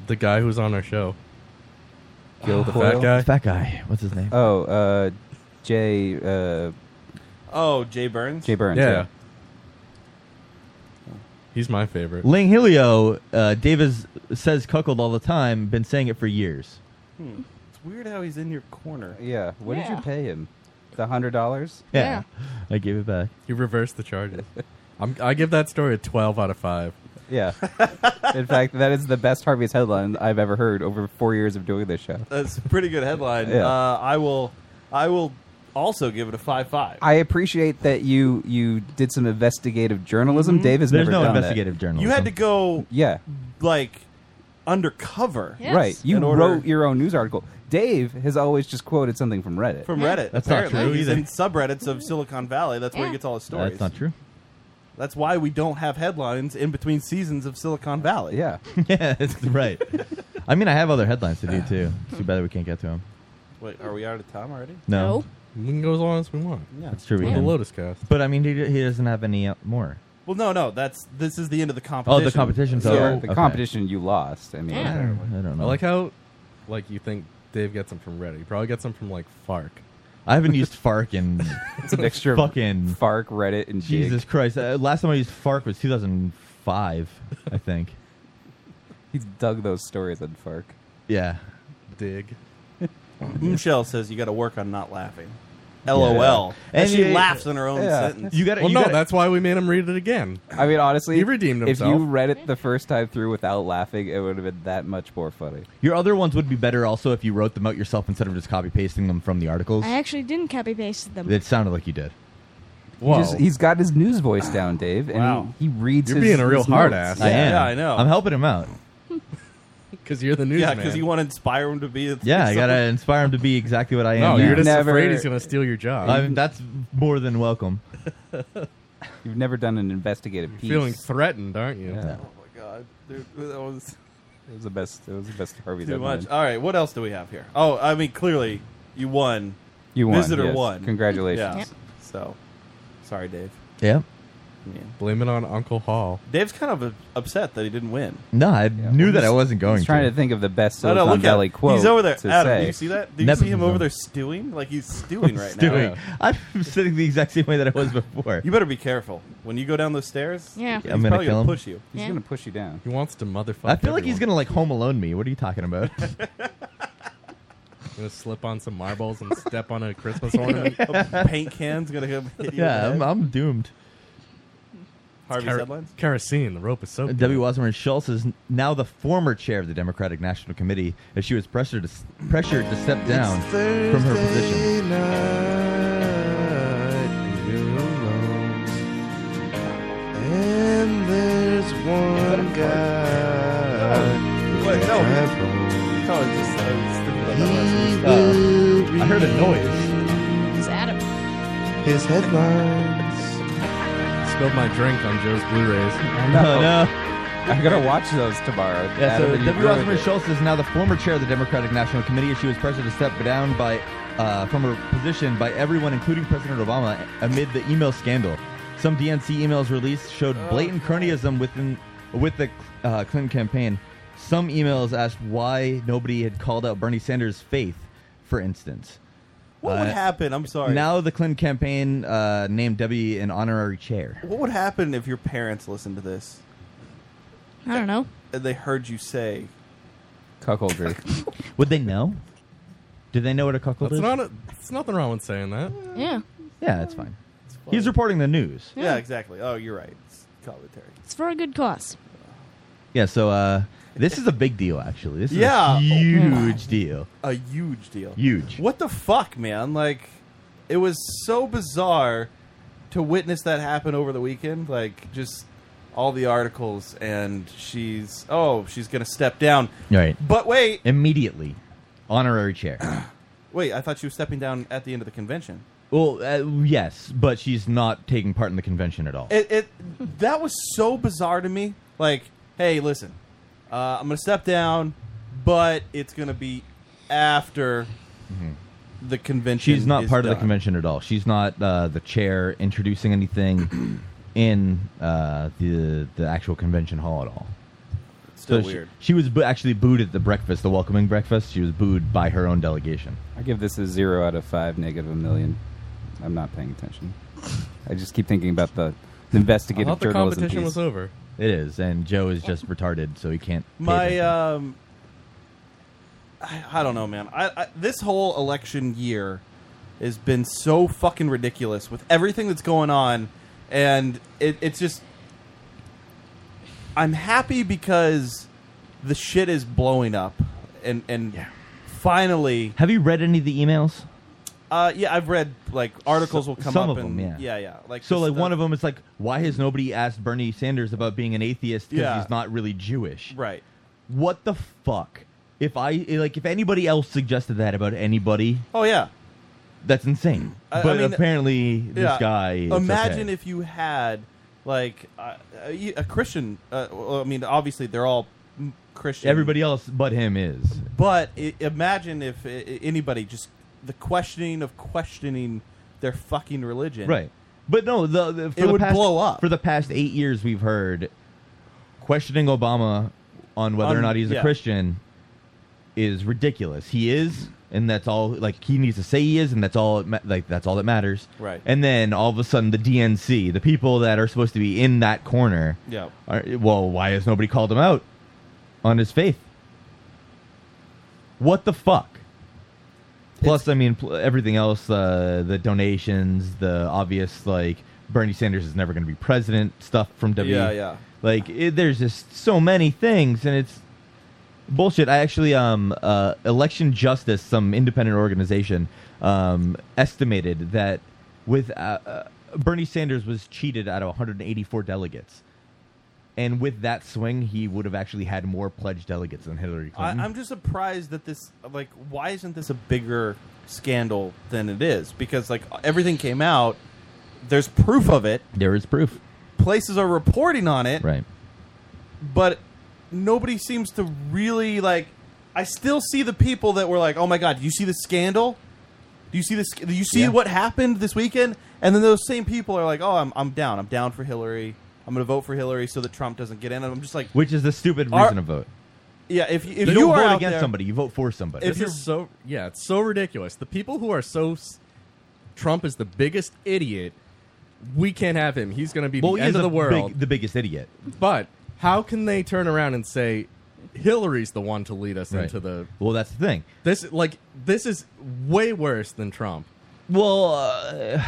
E: the guy who's on our show.
I: Gil
E: the
I: Coyle?
E: fat guy.
J: Fat guy. What's his name?
I: Oh, uh, Jay. Uh,
H: Oh, Jay Burns.
I: Jay Burns.
E: Yeah. He's my favorite.
J: Ling Helio, uh, Davis says cuckold all the time, been saying it for years.
H: Hmm. It's weird how he's in your corner.
I: Yeah. What did
H: Yeah.
I: you pay him? The hundred dollars.
J: Yeah. I gave it back.
E: You reversed the charges. <laughs> I'm, I give that story a 12 out of 5.
H: <laughs>
I: Yeah. In fact, that is the best Harvey's headline I've ever heard over four years of doing this show.
H: That's a pretty good headline.
I: Yeah.
H: Uh, I will. I will also give it a five five.
I: I appreciate that you you did some investigative journalism.
H: Mhm.
E: Mm-hmm.
I: Mm-hmm. Dave has
J: There's
I: never
J: no
I: done that.
J: investigative journalism.
H: You had to go.
I: Yeah.
H: Like undercover.
I: Right. You
H: in order-
I: wrote your own news article. Dave has always just quoted something from Reddit.
H: from Reddit. apparently. He's in subreddits of Silicon Valley. That's where he
I: Yeah.
H: gets all his stories.
J: That's not true.
H: That's why we don't have headlines in between seasons of Silicon Valley.
J: <laughs>
I: Yeah.
J: yeah, that's right. I mean, I have other headlines to do too. Too bad that we can't get to them.
H: Wait, are we out of time already?
J: No.
E: We can go as long as we want.
H: Yeah,
J: That's true. We
E: With
J: can.
E: the Lotus Cast.
J: But I mean, he, he doesn't have any uh, more.
H: Well, no, no. That's this is the end of the competition.
J: Oh, the competition's
I: So
J: over.
I: the
J: Okay.
I: competition you lost. I mean,
J: Yeah. I don't- I don't know.
E: I like how, like, you think Dave gets them from Reddit. He probably gets them from like Fark.
J: I haven't used <laughs>
I: <laughs>
J: Fark in
E: It's a mixture of
J: fucking
I: Fark, Reddit, and
J: Jesus Christ. Uh, last time I used Fark was 2005, I think.
I: He's dug those stories on Fark.
J: Yeah.
H: <laughs>
E: Dig.
H: Michelle says you got to work on not laughing. LOL. And, she
E: you-
H: laughs in her own
E: yeah.
H: sentence.
I: gotta-
E: Well,
I: you
E: no,
I: gotta-
E: that's why we made him read it again.
I: I mean, honestly,
E: he redeemed himself.
I: If you read it the first time through without laughing, it would have been that much more
E: <laughs>
I: funny.
J: Your other ones would be better also if you wrote them out yourself instead of just copy pasting them from the articles.
D: I actually didn't copy paste them.
J: It sounded like you did.
I: He just- he's got his news voice down, Dave, and
J: Wow.
I: he, he reads.
J: You're
I: his-
J: being a real
I: his
J: hard
I: notes.
J: ass. I am. Yeah, I know. I'm helping him out.
E: Because you're the
H: yeah,
E: newsman.
H: because you want to inspire him to be. A
J: <laughs> Yeah, I gotta inspire him to be exactly what I am.
E: No, you're
J: now.
E: just Never- afraid he's gonna steal your job.
J: I'm- that's more than welcome.
I: You've never done an investigative piece.
E: feeling threatened, aren't you?
I: Yeah.
H: Oh my god, dude, that was
I: It was the best. It was the best Harvey's
H: too
I: ever
H: much.
I: done.
H: All right, what else do we have here? Oh, I mean, clearly you won.
I: You won,
H: Visitor
I: yes.
H: won.
I: Congratulations.
H: Yeah.
I: Yep.
H: So, sorry, Dave.
J: Yeah.
E: Blame it on Uncle Hall.
H: Dave's kind of uh, upset that he didn't win.
J: No, I knew
I: well,
J: that I
I: he's-
J: wasn't going
I: he's trying to think of the best Silicon Valley quote
H: He's over there.
I: to
H: Adam,
I: say.
H: do you see that? Do you see him
J: Nepotism.
H: over there stewing? Like he's stewing right
J: Stewing.
H: now.
J: <laughs> I'm sitting the exact same <laughs> way that I was before.
H: You better be careful when you go down those stairs.
D: Yeah.
H: he's
J: I'm gonna
H: probably
J: kill
H: gonna
J: him.
H: push you.
I: He's gonna push you down.
E: He wants to motherfuck.
J: I feel like he's
E: everyone.
J: gonna like home alone me. What are you talking <laughs> about?
E: gonna slip on some marbles and step on a
I: <laughs>
E: Christmas ornament.
H: A <laughs> paint can's gonna
J: <laughs>
H: come hit you. in the
J: yeah, I'm,
H: head.
J: I'm doomed.
H: Harvey's
E: Kero-
H: headlines.
E: Kerosene. The rope is so.
J: Debbie Wasserman Schultz is n- now the former chair of the Democratic National Committee, as she was pressured to, s- pressured to step down from her position.
K: And there's one guy.
H: Wait, no. No, it's
C: uh,
H: just
J: I heard a noise.
D: It's Adam.
K: His headlines.
E: Spilled my drink on Joe's
I: <laughs>
E: Blu-rays.
J: No, no.
I: I'm gonna watch those tomorrow.
J: Yeah,
I: Adam,
J: so
I: and you
J: Debbie
I: ruined
J: Wasserman
I: it.
J: Schultz is now the former chair of the Democratic National Committee, as she was pressured to step down by uh, from her position by everyone, including President Obama, amid the email scandal. Some DNC emails released showed
H: Oh,
J: blatant cronyism within with the uh, Clinton campaign. Some emails asked why nobody had called out Bernie Sanders' faith, for instance. Uh,
H: What would happen? I'm sorry.
J: Now the Clinton campaign uh, named Debbie an honorary chair.
H: What would happen if your parents listened to this
D: I don't know.
H: and they heard you say,
I: Cuckoldry.
J: <laughs> Would they know? Do they know what a cuckold
E: That's
J: is?
E: not. A, it's nothing wrong with saying that.
D: Yeah.
J: yeah, it's fine. He's reporting the news.
H: "Yeah, exactly. Oh, you're right. It's commentary."
D: It's for a good cause.
J: Yeah, so uh, this is a big deal, actually. This is
H: Yeah.
J: a huge deal.
H: A huge deal.
J: Huge.
H: What the fuck, man? Like, it was so bizarre to witness that happen over the weekend. Like, just all the articles, and she's oh, she's gonna step down.
J: Right.
H: But wait,
J: Immediately,
E: <coughs>
J: honorary chair.
H: wait. I thought she was stepping down at the end of the convention.
J: well, uh, yes, but she's not taking part in the convention at all.
H: It, it that was so bizarre to me. Like, hey, listen, uh, I'm gonna step down, but it's gonna be after the convention.
J: Mm-hmm. She's not
H: is
J: part of the
H: done.
J: convention at all. She's not uh, the chair introducing anything in uh, the the actual convention hall at all.
H: still
J: she-
H: weird.
J: She, was bo- actually booed at the breakfast, the welcoming breakfast. She was booed by her own delegation.
I: I give this a zero out of five, negative a million. I'm not paying attention. I just keep thinking about the the investigative
E: I thought the
I: journalism.
E: competition
I: piece.
E: was over.
J: It is, and Joe is just retarded, so he can't. pay
H: My um, I, I don't know, man. I, I this whole election year has been so fucking ridiculous with everything that's going on, and it, it's just I'm happy because the shit is blowing up, and and finally,
J: Have you read any of the emails?
H: uh, yeah, I've read like articles will come
J: Some
H: up
J: of
H: and
J: them, yeah,
H: yeah, yeah, like
J: so,
H: this
J: like
H: stuff-
J: one of them is like, why has nobody asked Bernie Sanders about being an atheist because
H: Yeah.
J: he's not really Jewish?
H: Right.
J: What the fuck? If I like, if anybody else suggested that about anybody,
H: oh yeah,
J: that's insane.
H: I- I
J: but
H: mean,
J: apparently, this
H: yeah,
J: guy. Is
H: Imagine
J: okay.
H: if you had Like uh, a, a Christian. Uh, well, I mean, obviously they're all m- Christian.
J: Everybody else but him is.
H: But i imagine if i- i- anybody just the questioning of questioning their fucking religion.
J: Right. But no, the, the for
H: It
J: the
H: would
J: past,
H: blow up.
J: For the past eight years, we've heard questioning Obama on whether or
H: On-
J: not he's
H: yeah.
J: a Christian is ridiculous. He is, and that's all. Like he needs to say he is, and that's all. it ma- Like that's all that matters.
H: Right.
J: And then all of a sudden, the DNC, the people that are supposed to be in that corner,
H: Yeah.
J: are, well, why has nobody called him out on his faith? What the fuck? Plus, I mean, pl- everything else, uh, the donations, the obvious, like, Bernie Sanders is never going to be president stuff from WWE.
H: Yeah, yeah.
J: Like, it, there's just so many things, and it's bullshit. I actually, um, uh, Election Justice, some independent organization, um, estimated that with uh, uh, Bernie Sanders was cheated out of 184 delegates. And with that swing, he would have actually had more pledged delegates than Hillary
H: I,
J: Clinton.
H: I'm just surprised that this like why isn't this a bigger scandal than it is? Because like everything came out, there's proof of it.
J: There is proof.
H: Places are reporting on it.
J: Right.
H: But nobody seems to really like I still see the people that were like, "Oh my god, do you see the scandal? Do you see this do you see what happened this weekend?" And then those same people are like, "Oh, I'm I'm down. I'm down for Hillary. I'm going to vote for Hillary so that Trump doesn't get in." And I'm just like
J: Which is the stupid
H: Are-
J: reason to vote.
H: Yeah, if y- if
J: you
H: you
J: don't
H: are
J: vote
H: out
J: against
H: there-
J: somebody, you vote for somebody.
H: <laughs>
E: this is so yeah, it's so ridiculous. The people who are so s- Trump is the biggest idiot. We can't have him. He's going to be
J: Well,
E: the
J: he
E: end
J: is
E: of
J: a
E: the world.
J: big- the biggest idiot.
E: But how can they turn around and say Hillary's the one to lead us
J: Right.
E: into the?
J: Well, that's the thing.
E: This like this is way worse than Trump.
J: Well, uh,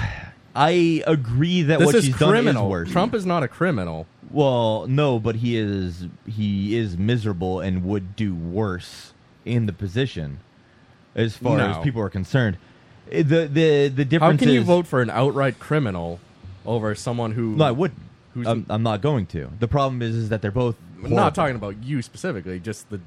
J: I agree that
E: This
J: what
E: is
J: she's done
E: criminal.
J: is worse.
E: Trump is not a criminal.
J: Well, no, but he is he is miserable and would do worse in the position, as far
E: No.
J: as people are concerned. Eh, The the
E: How
J: the difference
E: can you
J: is-
E: vote for an outright criminal over someone who?
J: No, I wouldn't.
E: Who's
J: I'm, I'm not going to. The problem is, is that they're both.
E: I'm not talking about you specifically, just the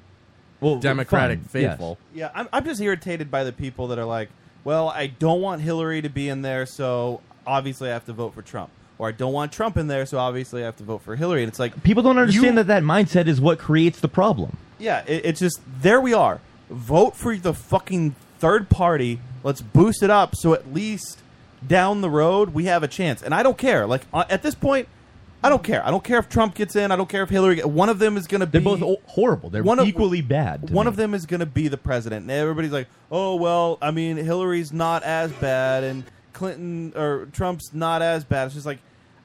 J: Well,
E: Democratic
J: fine, yes.
E: faithful.
H: Yeah, I'm, I'm just irritated by the people that are like, well, I don't want Hillary to be in there, so obviously I have to vote for Trump. Or I don't want Trump in there, so obviously I have to vote for Hillary. And it's like,
J: People don't understand
H: you-
J: that that mindset is what creates the problem.
H: yeah, it, it's just, there we are. Vote for the fucking third party. Let's boost it up so at least down the road we have a chance. And I don't care. Like, uh, at this point, I don't care. I don't care if Trump gets in. I don't care if Hillary. Get, one of them is going to be. They're both
J: horrible. They're equally bad.
H: One of them is going to be the president, and everybody's like, "Oh well, I mean, Hillary's not as bad, and Clinton or Trump's not as bad." It's just like,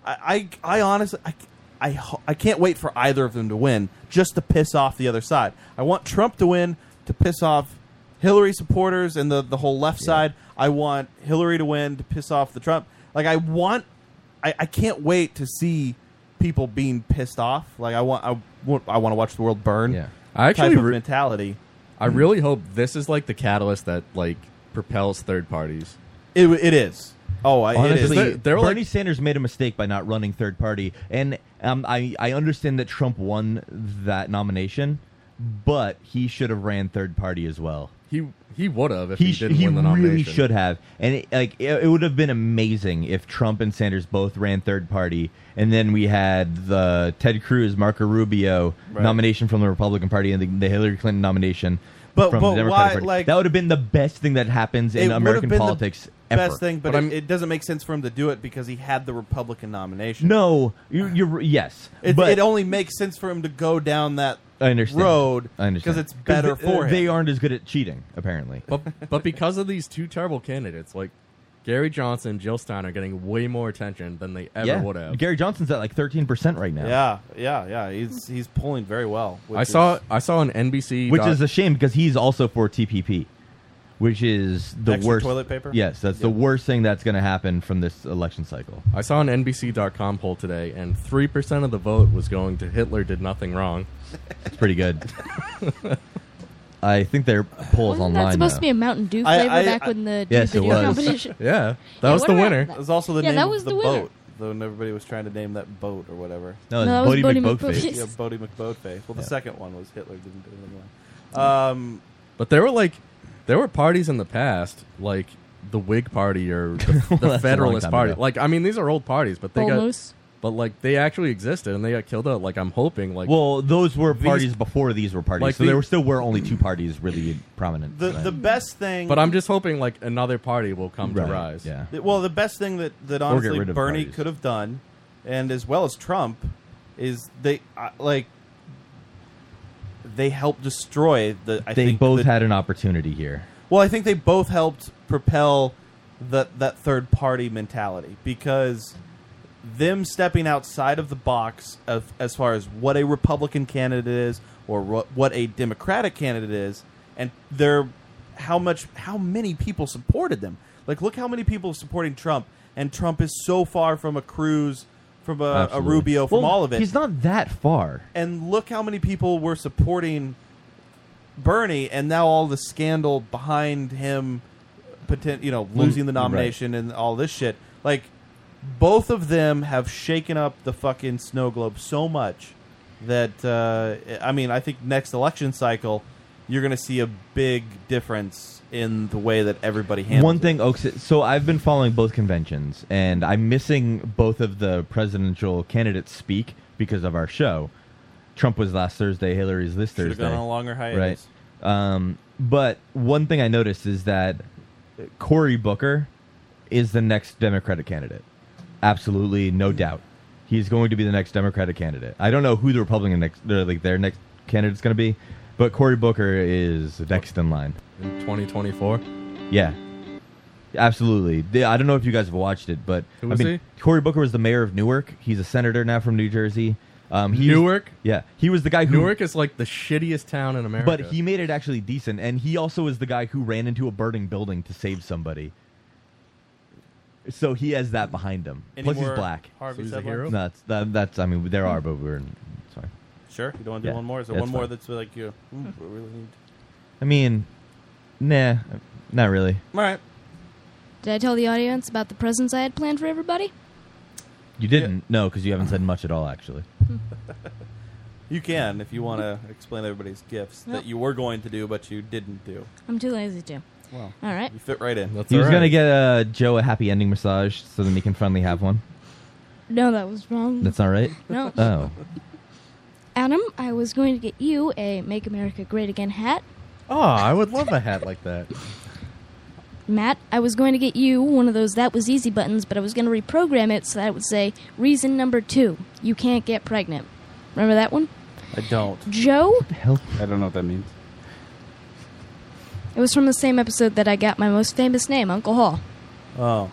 H: I, I, I honestly, I, I, ho- I can't wait for either of them to win, just to piss off the other side. I want Trump to win to piss off Hillary supporters and the the whole left side. I want Hillary to win to piss off the Trump. Like, I want, I, I can't wait to see people being pissed off. Like, I want, I want, I want to watch the world burn. Yeah,
E: I actually
H: type of
E: re-
H: mentality. Hmm.
E: I
J: Mm-hmm.
E: really hope this is like the catalyst that like propels third parties.
H: It, it is. Oh, I,
J: Honestly,
E: They're, they're like
J: Bernie Sanders made a mistake by not running third party, and um, I I understand that Trump won that nomination, but he should have ran third party as well.
E: he he would have if
J: He,
E: he,
J: sh-
E: didn't
J: he
E: win the nomination.
J: really should have, and it, like it, it would have been amazing if Trump and Sanders both ran third party, and then we had the Ted Cruz, Marco Rubio
H: Right.
J: nomination from the Republican Party and the, the Hillary Clinton nomination
H: But-
J: from
H: but
J: the Democratic
H: why,
J: Party.
H: like-
J: that would have been the best thing that happens in
H: it would have
J: American
H: been
J: politics.
H: the
J: ever.
H: best thing, but, it, it doesn't make sense for him to do it because he had the Republican nomination.
J: No, you, you're yes,
H: It,
J: but
H: it only makes sense for him to go down that
J: I understand.
H: road
J: I
H: because
J: understand
H: it's better
J: th-
H: for him.
J: They aren't as good at cheating, apparently.
E: But but because of these two terrible candidates, like Gary Johnson, Jill Stein are getting way more attention than they ever
J: yeah,
E: would have.
J: Gary Johnson's at like thirteen percent right now.
H: yeah, yeah, yeah. He's he's pulling very well. which
E: I
H: is-
E: saw I saw an NBC
J: which
E: doc-
J: is a shame because he's also for TPP, which is the
E: Extra
J: worst
E: toilet paper?
J: Yes, that's the worst thing that's going to happen from this election cycle.
E: I saw an NBC.com poll today, and three percent of the vote was going to Hitler did nothing wrong.
J: It's
E: <laughs>
J: pretty good. I think their poll is
D: Wasn't
J: online.
D: that supposed
J: now.
D: to be a Mountain Dew
J: I-
D: flavor
J: I-
D: back
J: I-
D: when the
J: Yes,
D: Dew
J: it
D: video
J: was.
D: competition?
E: <laughs> Yeah, that was
D: what
E: the
D: about
E: winner.
D: that?
H: It was also the
D: yeah,
H: name
D: that
H: of
D: was
H: the,
D: the, winner.
H: boat, though everybody was trying to name that boat or whatever.
J: No, No, it's that was Bodie Bodie McBoatface. McBoatface.
H: Yeah, Bodie McBoatface. Well, the second one was Hitler didn't do anything. wrong. Um,
E: But there were like, there were parties in the past, like the Whig Party or the, the
J: <laughs> that's a long
E: Federalist
J: time
E: Party.
J: ago.
E: Like, I mean, these are old parties, but they
J: Bolmos?
E: got But like they actually existed and they got killed out. Like I'm hoping like
J: well, those were
E: these-
J: parties before these were parties,
E: Like
J: so
E: the-
J: there were still were only two parties really prominent.
H: The
J: tonight.
H: the best thing.
E: But I'm just hoping like another party will come
J: Right,
E: to rise.
J: yeah.
H: Th- Well, the best thing that that
J: Or get
H: honestly
J: rid of
H: Bernie
J: parties.
H: could have done, and as well as Trump, is they uh, like they helped destroy the. I
J: they
H: think
J: both
H: the-
J: had an opportunity here.
H: Well, I think they both helped propel that that third party mentality because them stepping outside of the box of as far as what a Republican candidate is or ro- what a Democratic candidate is, and their how much how many people supported them. Like, look how many people are supporting Trump, and Trump is so far from a Cruz, from a, a
J: Absolutely.
H: Rubio, from
J: Well,
H: all of it
J: He's not that far.
H: and look how many people were supporting Bernie, and now all the scandal behind him, potent, you know, losing the
J: right.
H: nomination and all this shit. Like, both of them have shaken up the fucking snow globe so much that uh, I mean, I think next election cycle you're going to see a big difference in the way that everybody handles.
J: One thing, Oaks. So I've been following both conventions, and I'm missing both of the presidential candidates speak because of our show. Trump was last Thursday. Hillary's this
H: Should've
J: Thursday.
H: gone on a longer hiatus.
J: Right. Um, but one thing I noticed is that Cory Booker is the next Democratic candidate. Absolutely, no doubt. He's going to be the next Democratic candidate. I don't know who the Republican next, they're like their next candidate's going to be, but Cory Booker is next in line.
E: In 2024.
J: Yeah. Absolutely. The- I don't know if you guys have watched it, but
E: Who
J: I
E: is
J: mean,
E: he?
J: Cory Booker was the mayor of Newark. He's a senator now from New Jersey. Um, he was-
E: Newark?
J: yeah, he was the guy who
E: Newark is like the shittiest town in America.
J: But he made it actually decent, and he also is the guy who ran into a burning building to save somebody. So he has that behind him.
H: Any
J: Plus, he's
H: more
J: black.
H: Harvey So he's a Sudlow? hero?
J: No, that's that, that's. I mean, there are, but we're sorry.
H: Sure, you don't want to do
J: Yeah,
H: one more. Is there
J: that's
H: one more
J: fine.
H: that's like you? "Hmm, we really need.
J: I mean, nah, not really.
H: All right.
D: Did I tell the audience about the presents I had planned for everybody?
J: You didn't no, because you haven't said much at all,
E: <laughs>
J: actually.
H: You can if you want to explain everybody's gifts
D: Well.
H: that you were going to do but you didn't do.
D: I'm too lazy to.
H: Well,
D: All right.
H: You fit right in.
J: he was gonna get uh, Joe a happy ending massage so then he can finally have one.
D: No, that was wrong.
J: That's not right.
D: No.
J: Oh,
D: Adam, I was going to get you a Make America Great Again hat.
E: oh, I would love a hat like
J: <laughs>
E: that.
D: Matt, I was going to get you one of those that was easy buttons, but I was going to reprogram it so that it would say reason number two you can't get pregnant. Remember that one?
H: I don't.
D: Joe,
J: Hell,
I: I don't know what that means.
D: it was from the same episode that I got my most famous name, Uncle Hall.
H: Oh.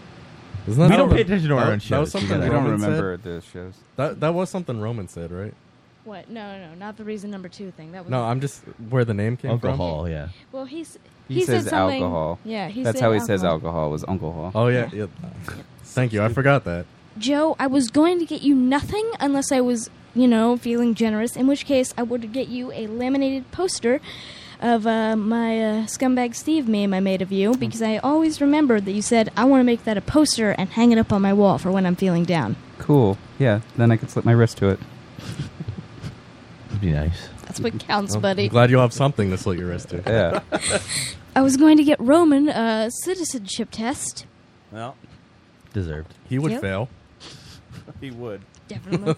E: Isn't that
J: We
E: how
J: don't pay
E: Ro-
J: attention to our
E: that-
J: own
E: That was
J: shows.
E: something
J: We
I: don't
E: Roman
I: remember
E: said.
I: the shows.
E: That that was something Roman said, right?
D: What? No, no, not the reason number two thing. That was
E: No, I'm just where the name came
J: Uncle
E: from.
J: Hall, yeah.
D: Well, he's
I: He,
D: he,
I: says
D: said something.
I: alcohol.
D: Yeah, he
I: That's
D: said
I: how he says alcohol. Was Uncle Hall?
E: Oh yeah. yeah. Thank you. I forgot that.
D: Joe, I was going to get you nothing unless I was, you know, feeling generous, in which case I would get you a laminated poster of uh, my uh, Scumbag Steve meme I made of you
I: Hmm.
D: because I always remembered that you said, I want to make that a poster and hang it up on my wall for when I'm feeling down.
I: Cool. Yeah. Then I could slip my wrist to it.
J: That'd be nice.
D: That's what counts,
E: Well,
D: buddy.
E: I'm glad you have something to slit your wrist to.
I: Yeah.
D: I was going to get Roman a citizenship test.
H: Well,
J: <laughs> Deserved.
E: He would
D: Yep.
E: fail.
H: <laughs> he would. <laughs>
D: Definitely.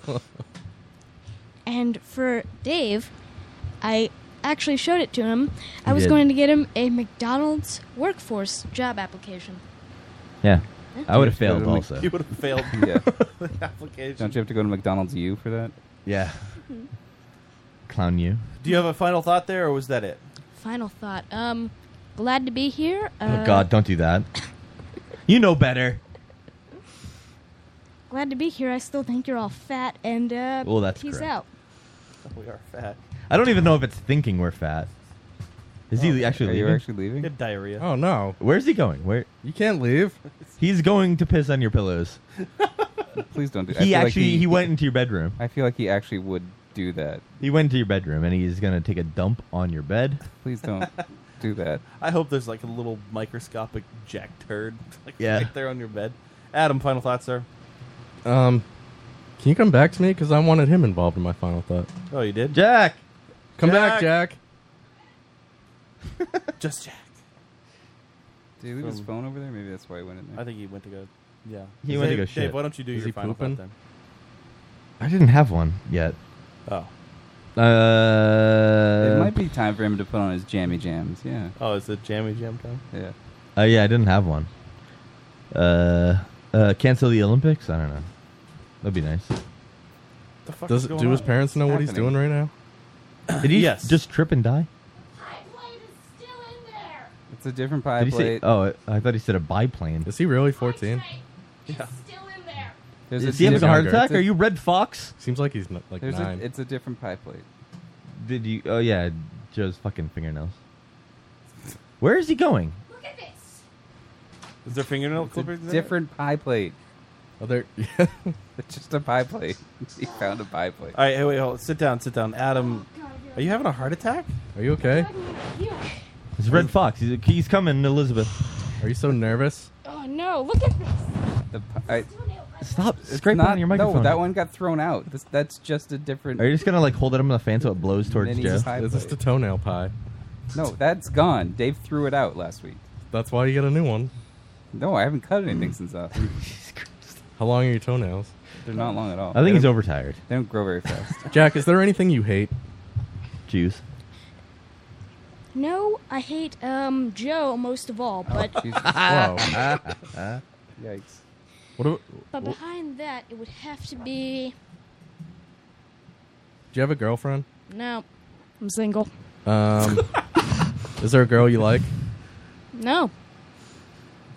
D: And for Dave, I actually showed it to him. I
J: You
D: was
J: did.
D: going to get him a McDonald's workforce job application.
J: Yeah, I would have
I: You have to
J: failed
I: go to
J: also.
I: Mc-
H: You would have failed
I: <laughs> Yeah.
H: <laughs> the application.
I: Don't you have to go to McDonald's U for that?
J: Yeah. Clown you.
H: Do you have a final thought there, or was that it?
D: Final thought. Um, glad to be here. Uh,
J: oh God, don't do that. you know better.
D: Glad to be here. I still think you're all fat and uh,
J: Well, Oh, that's
D: peace
J: correct.
D: out.
H: We are fat.
J: I don't even know if it's thinking we're fat. Is
H: Oh.
J: he actually
I: Are you
J: leaving?
I: actually leaving?
H: Good diarrhea.
E: Oh no.
J: Where's he going? Where?
E: You can't leave.
J: He's going to piss on your pillows.
I: Please don't do. I
J: He
I: feel like
J: actually he, went into your bedroom.
I: I feel like he actually would do that.
J: He went to your bedroom and he's gonna take a dump on your bed.
I: Please don't do that.
H: I hope there's like a little microscopic jack turd, <laughs> like
J: Yeah.
H: right there on your bed. Adam, final thoughts, sir.
E: Um, can you come back to me? Because I wanted him involved in my final thought.
H: Oh, you did.
J: Jack,
E: Come back, Jack.
H: <laughs> Just Jack.
I: Did he leave his phone over there? Maybe that's why he went in there.
H: I think he went to go. Yeah.
J: He went to
H: Dave-
J: go shit.
H: Dave, why don't you do
E: Is
H: your
E: he
H: final
E: pooping?
H: thought then?
J: I didn't have one yet.
H: Oh.
J: Uh,
I: it might be time for him to put on his jammy jams. Yeah.
H: Oh, is it jammy jam time?
I: Yeah.
J: Oh yeah, I didn't have one. Uh, uh, cancel the Olympics. I don't know. That'd be nice.
H: The fuck
E: Does
H: is
E: do
H: going
E: his
H: on?
E: parents know what he's doing right now?
J: Did he just trip and die?
I: It's a different pie
J: Did he say?
I: plate.
J: Oh, I thought he said a biplane.
E: Is he really fourteen?
I: Yeah. There's
J: Is he having a heart
I: different-
J: attack? Are you Red Fox?
E: Seems like he's not, like
I: There's a,
E: nine.
I: it's a different pie plate.
J: Did you? Oh yeah, Joe's fucking fingernails. Where is he going?
H: Is there fingernail
I: It's a different pie plate.
E: Oh,
J: <laughs>
E: there.
I: it's just a pie plate. <laughs> He found a pie plate.
H: All right, hey, wait, hold. Sit down, sit down. Adam, are you having a heart attack?
E: Are you okay?
J: It's Red Fox. He's, he's coming, Elizabeth.
E: Are you so nervous?
D: Oh no! Look at this.
I: The pi- I,
J: Stop
I: It's
J: scraping
I: not-
J: on your microphone.
I: No, that one got thrown out. This, that's just a different.
J: Are you just gonna like hold it up in the fan so it blows towards
I: Mini
J: Joe?
I: pie This is plate. the
E: toenail pie.
I: No, that's gone. Dave threw it out last week.
E: That's why you got a new one.
I: No, I haven't cut anything since that.
E: How long are your toenails?
I: They're not long at all.
J: I think
I: They
J: he's
I: don't-
J: overtired.
I: They don't grow very fast.
J: <laughs>
E: Jack, is there anything you hate?
J: Juice.
D: No, I hate um Joe most of
J: Oh,
D: all, but
C: <laughs>
E: Whoa.
I: Yikes.
E: What do,
D: <laughs> but
E: do
D: behind that it would have to be
E: you have a girlfriend?
D: no. I'm single.
J: <laughs>
E: Um, is there a girl you like?
D: No,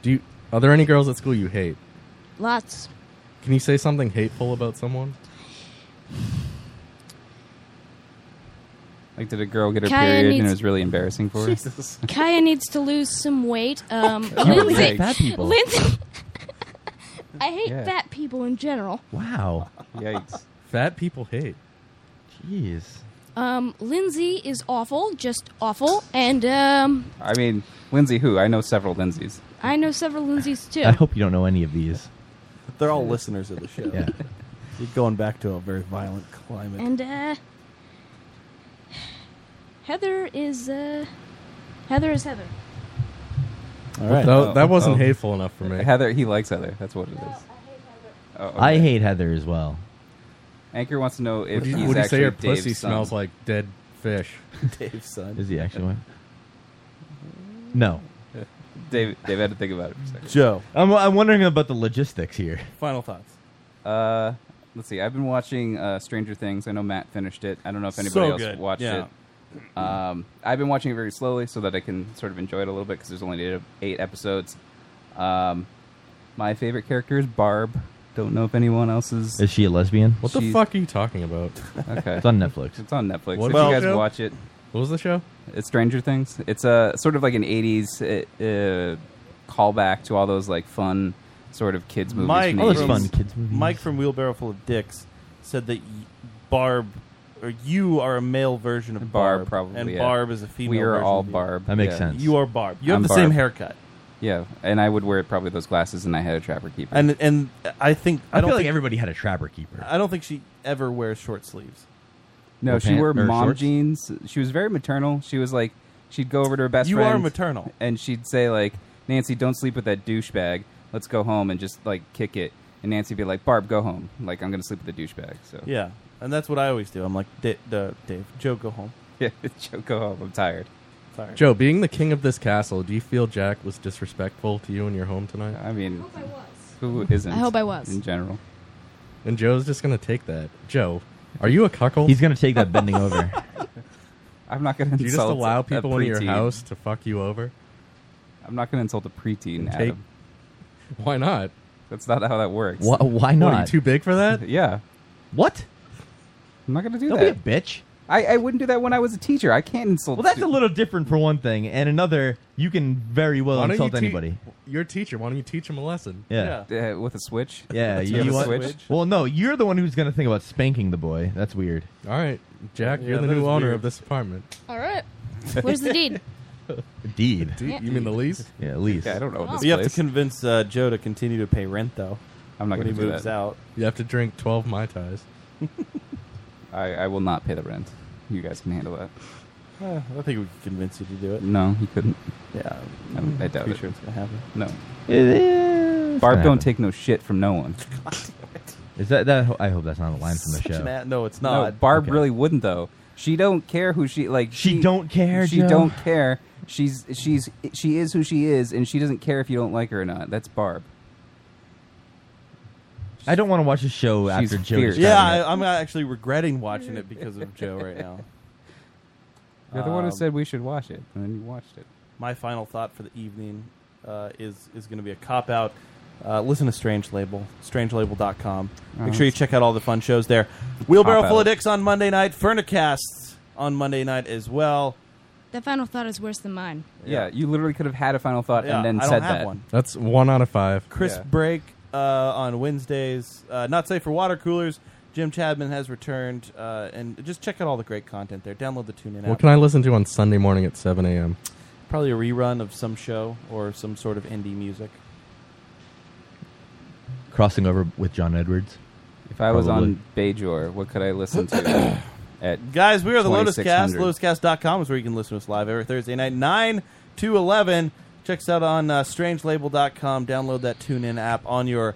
E: Do you? Are there any girls at school you hate?
D: lots.
E: Can you say something hateful about someone?
I: Like, did a girl get her
D: Kaya
I: period and
D: needs-
I: it was really embarrassing for her?
H: Jesus.
D: Kaya needs to lose some weight. Um,
I: You really
D: Lindsay-
I: hate fat people.
D: Lindsay- <laughs> I hate
E: Yeah.
D: fat people in general.
J: Wow.
I: Yikes.
E: Fat people hate.
J: Jeez.
D: Um, Lindsay is awful, just awful, and um,
I: <laughs> I mean, Lindsay who? I know several Lindsays.
D: I know several Lindsays too.
J: I hope you don't know any of these.
H: They're all listeners of the show. <laughs>
J: Yeah.
H: You're going back to a very violent climate.
D: And uh, Heather is uh, Heather is Heather.
H: All right.
E: That- that wasn't hateful enough for me.
I: Oh, Heather, he likes Heather. That's what it is. Oh, okay.
J: I hate Heather as well.
I: Anchor wants to know if
E: Would you,
I: he's
E: would you
I: actually
E: say your
I: Dave's
E: pussy
I: son.
E: smells like dead
J: <laughs>
E: fish? <laughs>
H: Dave's son.
I: <laughs>
J: Is he actually one? No.
I: Dave, Dave had to think about it for a second.
J: Joe. I'm, I'm wondering about the logistics here.
H: Final thoughts.
I: Uh, let's see. I've been watching uh, Stranger Things. I know Matt finished it. I don't know if anybody
H: So
I: else
H: good.
I: watched
H: Yeah.
I: it. Um, I've been watching it very slowly so that I can sort of enjoy it a little bit because there's only eight, eight episodes. Um, my favorite character is Barb. Don't know if anyone else is.
J: Is she a lesbian?
E: What the
I: She's-
E: fuck are you talking about?
I: Okay.
J: It's on Netflix.
I: It's on Netflix.
E: What
I: if
E: was
I: you
E: the
I: guys
E: show?
I: watch it.
E: What was the show?
I: It's Stranger Things. It's a sort of like an '80s uh, uh, callback to all those like fun sort of kids movies.
H: Mike,
I: from
E: Oh,
I: the 80s.
H: from, Mike from Wheelbarrow Full of Dicks said that y- Barb, or you are a male version of Barb,
I: Barb, probably,
H: and
I: yeah.
H: Barb is a female.
I: We are
H: version
I: all
H: of you.
I: Barb. yeah.
H: You are Barb. You have the same haircut.
I: Yeah, and I would wear probably those glasses, and I had a trapper keeper.
H: And and I think I,
I: I
H: don't
I: feel like
H: think
J: everybody had a trapper keeper.
H: I don't think she ever wears short sleeves.
I: no, she wore mom jeans. She was very maternal. She was like, she'd go over to her best
H: You are
I: friend.
H: maternal.
I: and she'd say like, Nancy, don't sleep with that douchebag. Let's go home and just like kick it. And Nancy'd be like, Barb, go home. Like I'm gonna sleep with the douchebag. So
H: Yeah, and that's what I always do. I'm like, D- D- Dave, Joe, go home.
I: yeah, <laughs> Joe, go home. I'm tired.
H: Sorry.
E: Joe, being the king of this castle, do you feel Jack was disrespectful to you in your home tonight?
I: I mean, who isn't?
D: I hope I was.
I: in general.
E: And Joe's just gonna take that. Joe, are you a cuckold?
J: He's gonna take that bending over.
I: I'm not gonna
E: Do you just
I: <laughs> insult
E: allow
I: a
E: people into your
I: preteen.
E: house to fuck you over?
I: I'm not gonna insult a preteen.
E: Take-
I: Adam.
E: Why not?
I: That's not how that works.
J: Why- why
E: What, are you
J: not?
E: too big for
I: <laughs>
E: that?
I: yeah.
J: What?
I: I'm not gonna do
J: Don't
I: that.
J: be a bitch.
I: I, I wouldn't do that when I was a teacher. I can't insult.
J: Well, that's
I: stu-
J: a little different for one thing, and another, you can very well
E: Why don't you
J: insult
E: te-
J: anybody.
E: You're a teacher. Why don't you teach him a lesson?
J: Yeah.
I: Uh, <laughs> with a switch.
J: Yeah,
I: you, have a
J: want-
I: switch.
J: Well, no, you're the one who's going to think about spanking the boy. That's weird.
E: All right, Jack,
J: Yeah,
E: you're the
J: that
E: new
J: is
E: owner
J: weird.
E: of this apartment.
D: All right. Where's
K: <laughs>
D: the deed?
J: Deed.
D: Deed?
E: You mean the
H: <laughs>
E: lease?
J: Yeah, lease.
I: Yeah, I don't know.
H: You have to convince uh, Joe to continue to pay rent, though.
I: I'm not
H: when
I: gonna
H: he
I: do
H: moves
I: that.
H: out.
E: You have to drink 12 Mai Tais.
I: <laughs> I, I will not pay the rent. You guys can handle that.
H: Uh, I think we could convince you to do it.
I: No, he couldn't.
H: Yeah,
I: I'm- I doubt
H: pretty
I: it.
H: sure it's gonna happen.
I: No.
J: It is.
I: Barb
J: gonna
I: don't take no shit from no one.
J: Is that that? I hope that's not a line from the show.
H: no, it's
J: not.
I: Barb
J: Okay.
I: really wouldn't though. She don't care who she like. She,
J: don't care,
I: She
J: Joe.
I: don't care. She's she's she is who she is, and she doesn't care if you don't like her or not. That's Barb.
J: I don't want to watch a show
I: She's
J: after Joe.
I: fierce.
J: described
H: Yeah,
J: it.
H: I, I'm actually regretting watching it because of Joe right now. <laughs>
I: You're the one who
H: Um,
I: said we should watch it, and then you watched it.
H: my final thought for the evening uh, is is going to be a cop out. Uh, listen to Strange Label, strangelabel.com. Make
I: Oh,
H: sure you
I: that's-
H: check out all the fun shows there. Wheelbarrow
I: Cop
H: Full
I: out.
H: of Dicks on Monday night, Furnicasts on Monday night as well.
D: That final thought is worse than mine.
I: Yeah, you literally could have had a final thought
H: Yeah,
I: and then
H: I don't
I: said
H: have
I: that.
H: one.
E: That's one out of five.
H: Chris Break uh, on Wednesdays. Uh, Not safe for water coolers. Jim Chadman has returned, uh, and just check out all the great content there. Download the TuneIn app.
E: What can I listen to on Sunday morning at 7 a.m.?
H: Probably a rerun of some show or some sort of indie music.
J: Crossing over with John Edwards.
I: If I was
J: Probably.
I: on Bajor, what could I listen to?
H: <coughs>
I: at
H: Guys, we are the Lotus Cast.
I: 2600?
H: LotusCast.com is where you can listen to us live every Thursday night, 9 to 11. Check us out on uh, strangelabel.com. Download that TuneIn app on your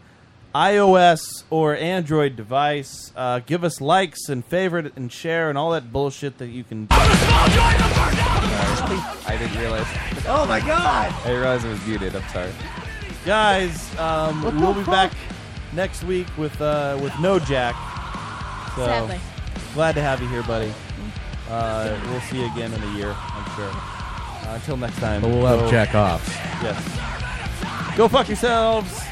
H: iOS or Android device. Uh, give us likes and favorite and share and all that bullshit that you can do.
I: I didn't realize.
H: <laughs>
W: Oh my God!
I: I didn't realize it was muted. I'm sorry.
H: Guys, um,
W: What the
H: we'll be
W: fuck?
H: back next week with uh, with no Jack. So,
W: Sadly.
H: Glad to have you here, buddy. Uh, we'll see you again in a year, I'm sure. Uh, until next time.
E: But we'll have
H: go-
E: Jack off.
H: Yes. Go fuck yourselves.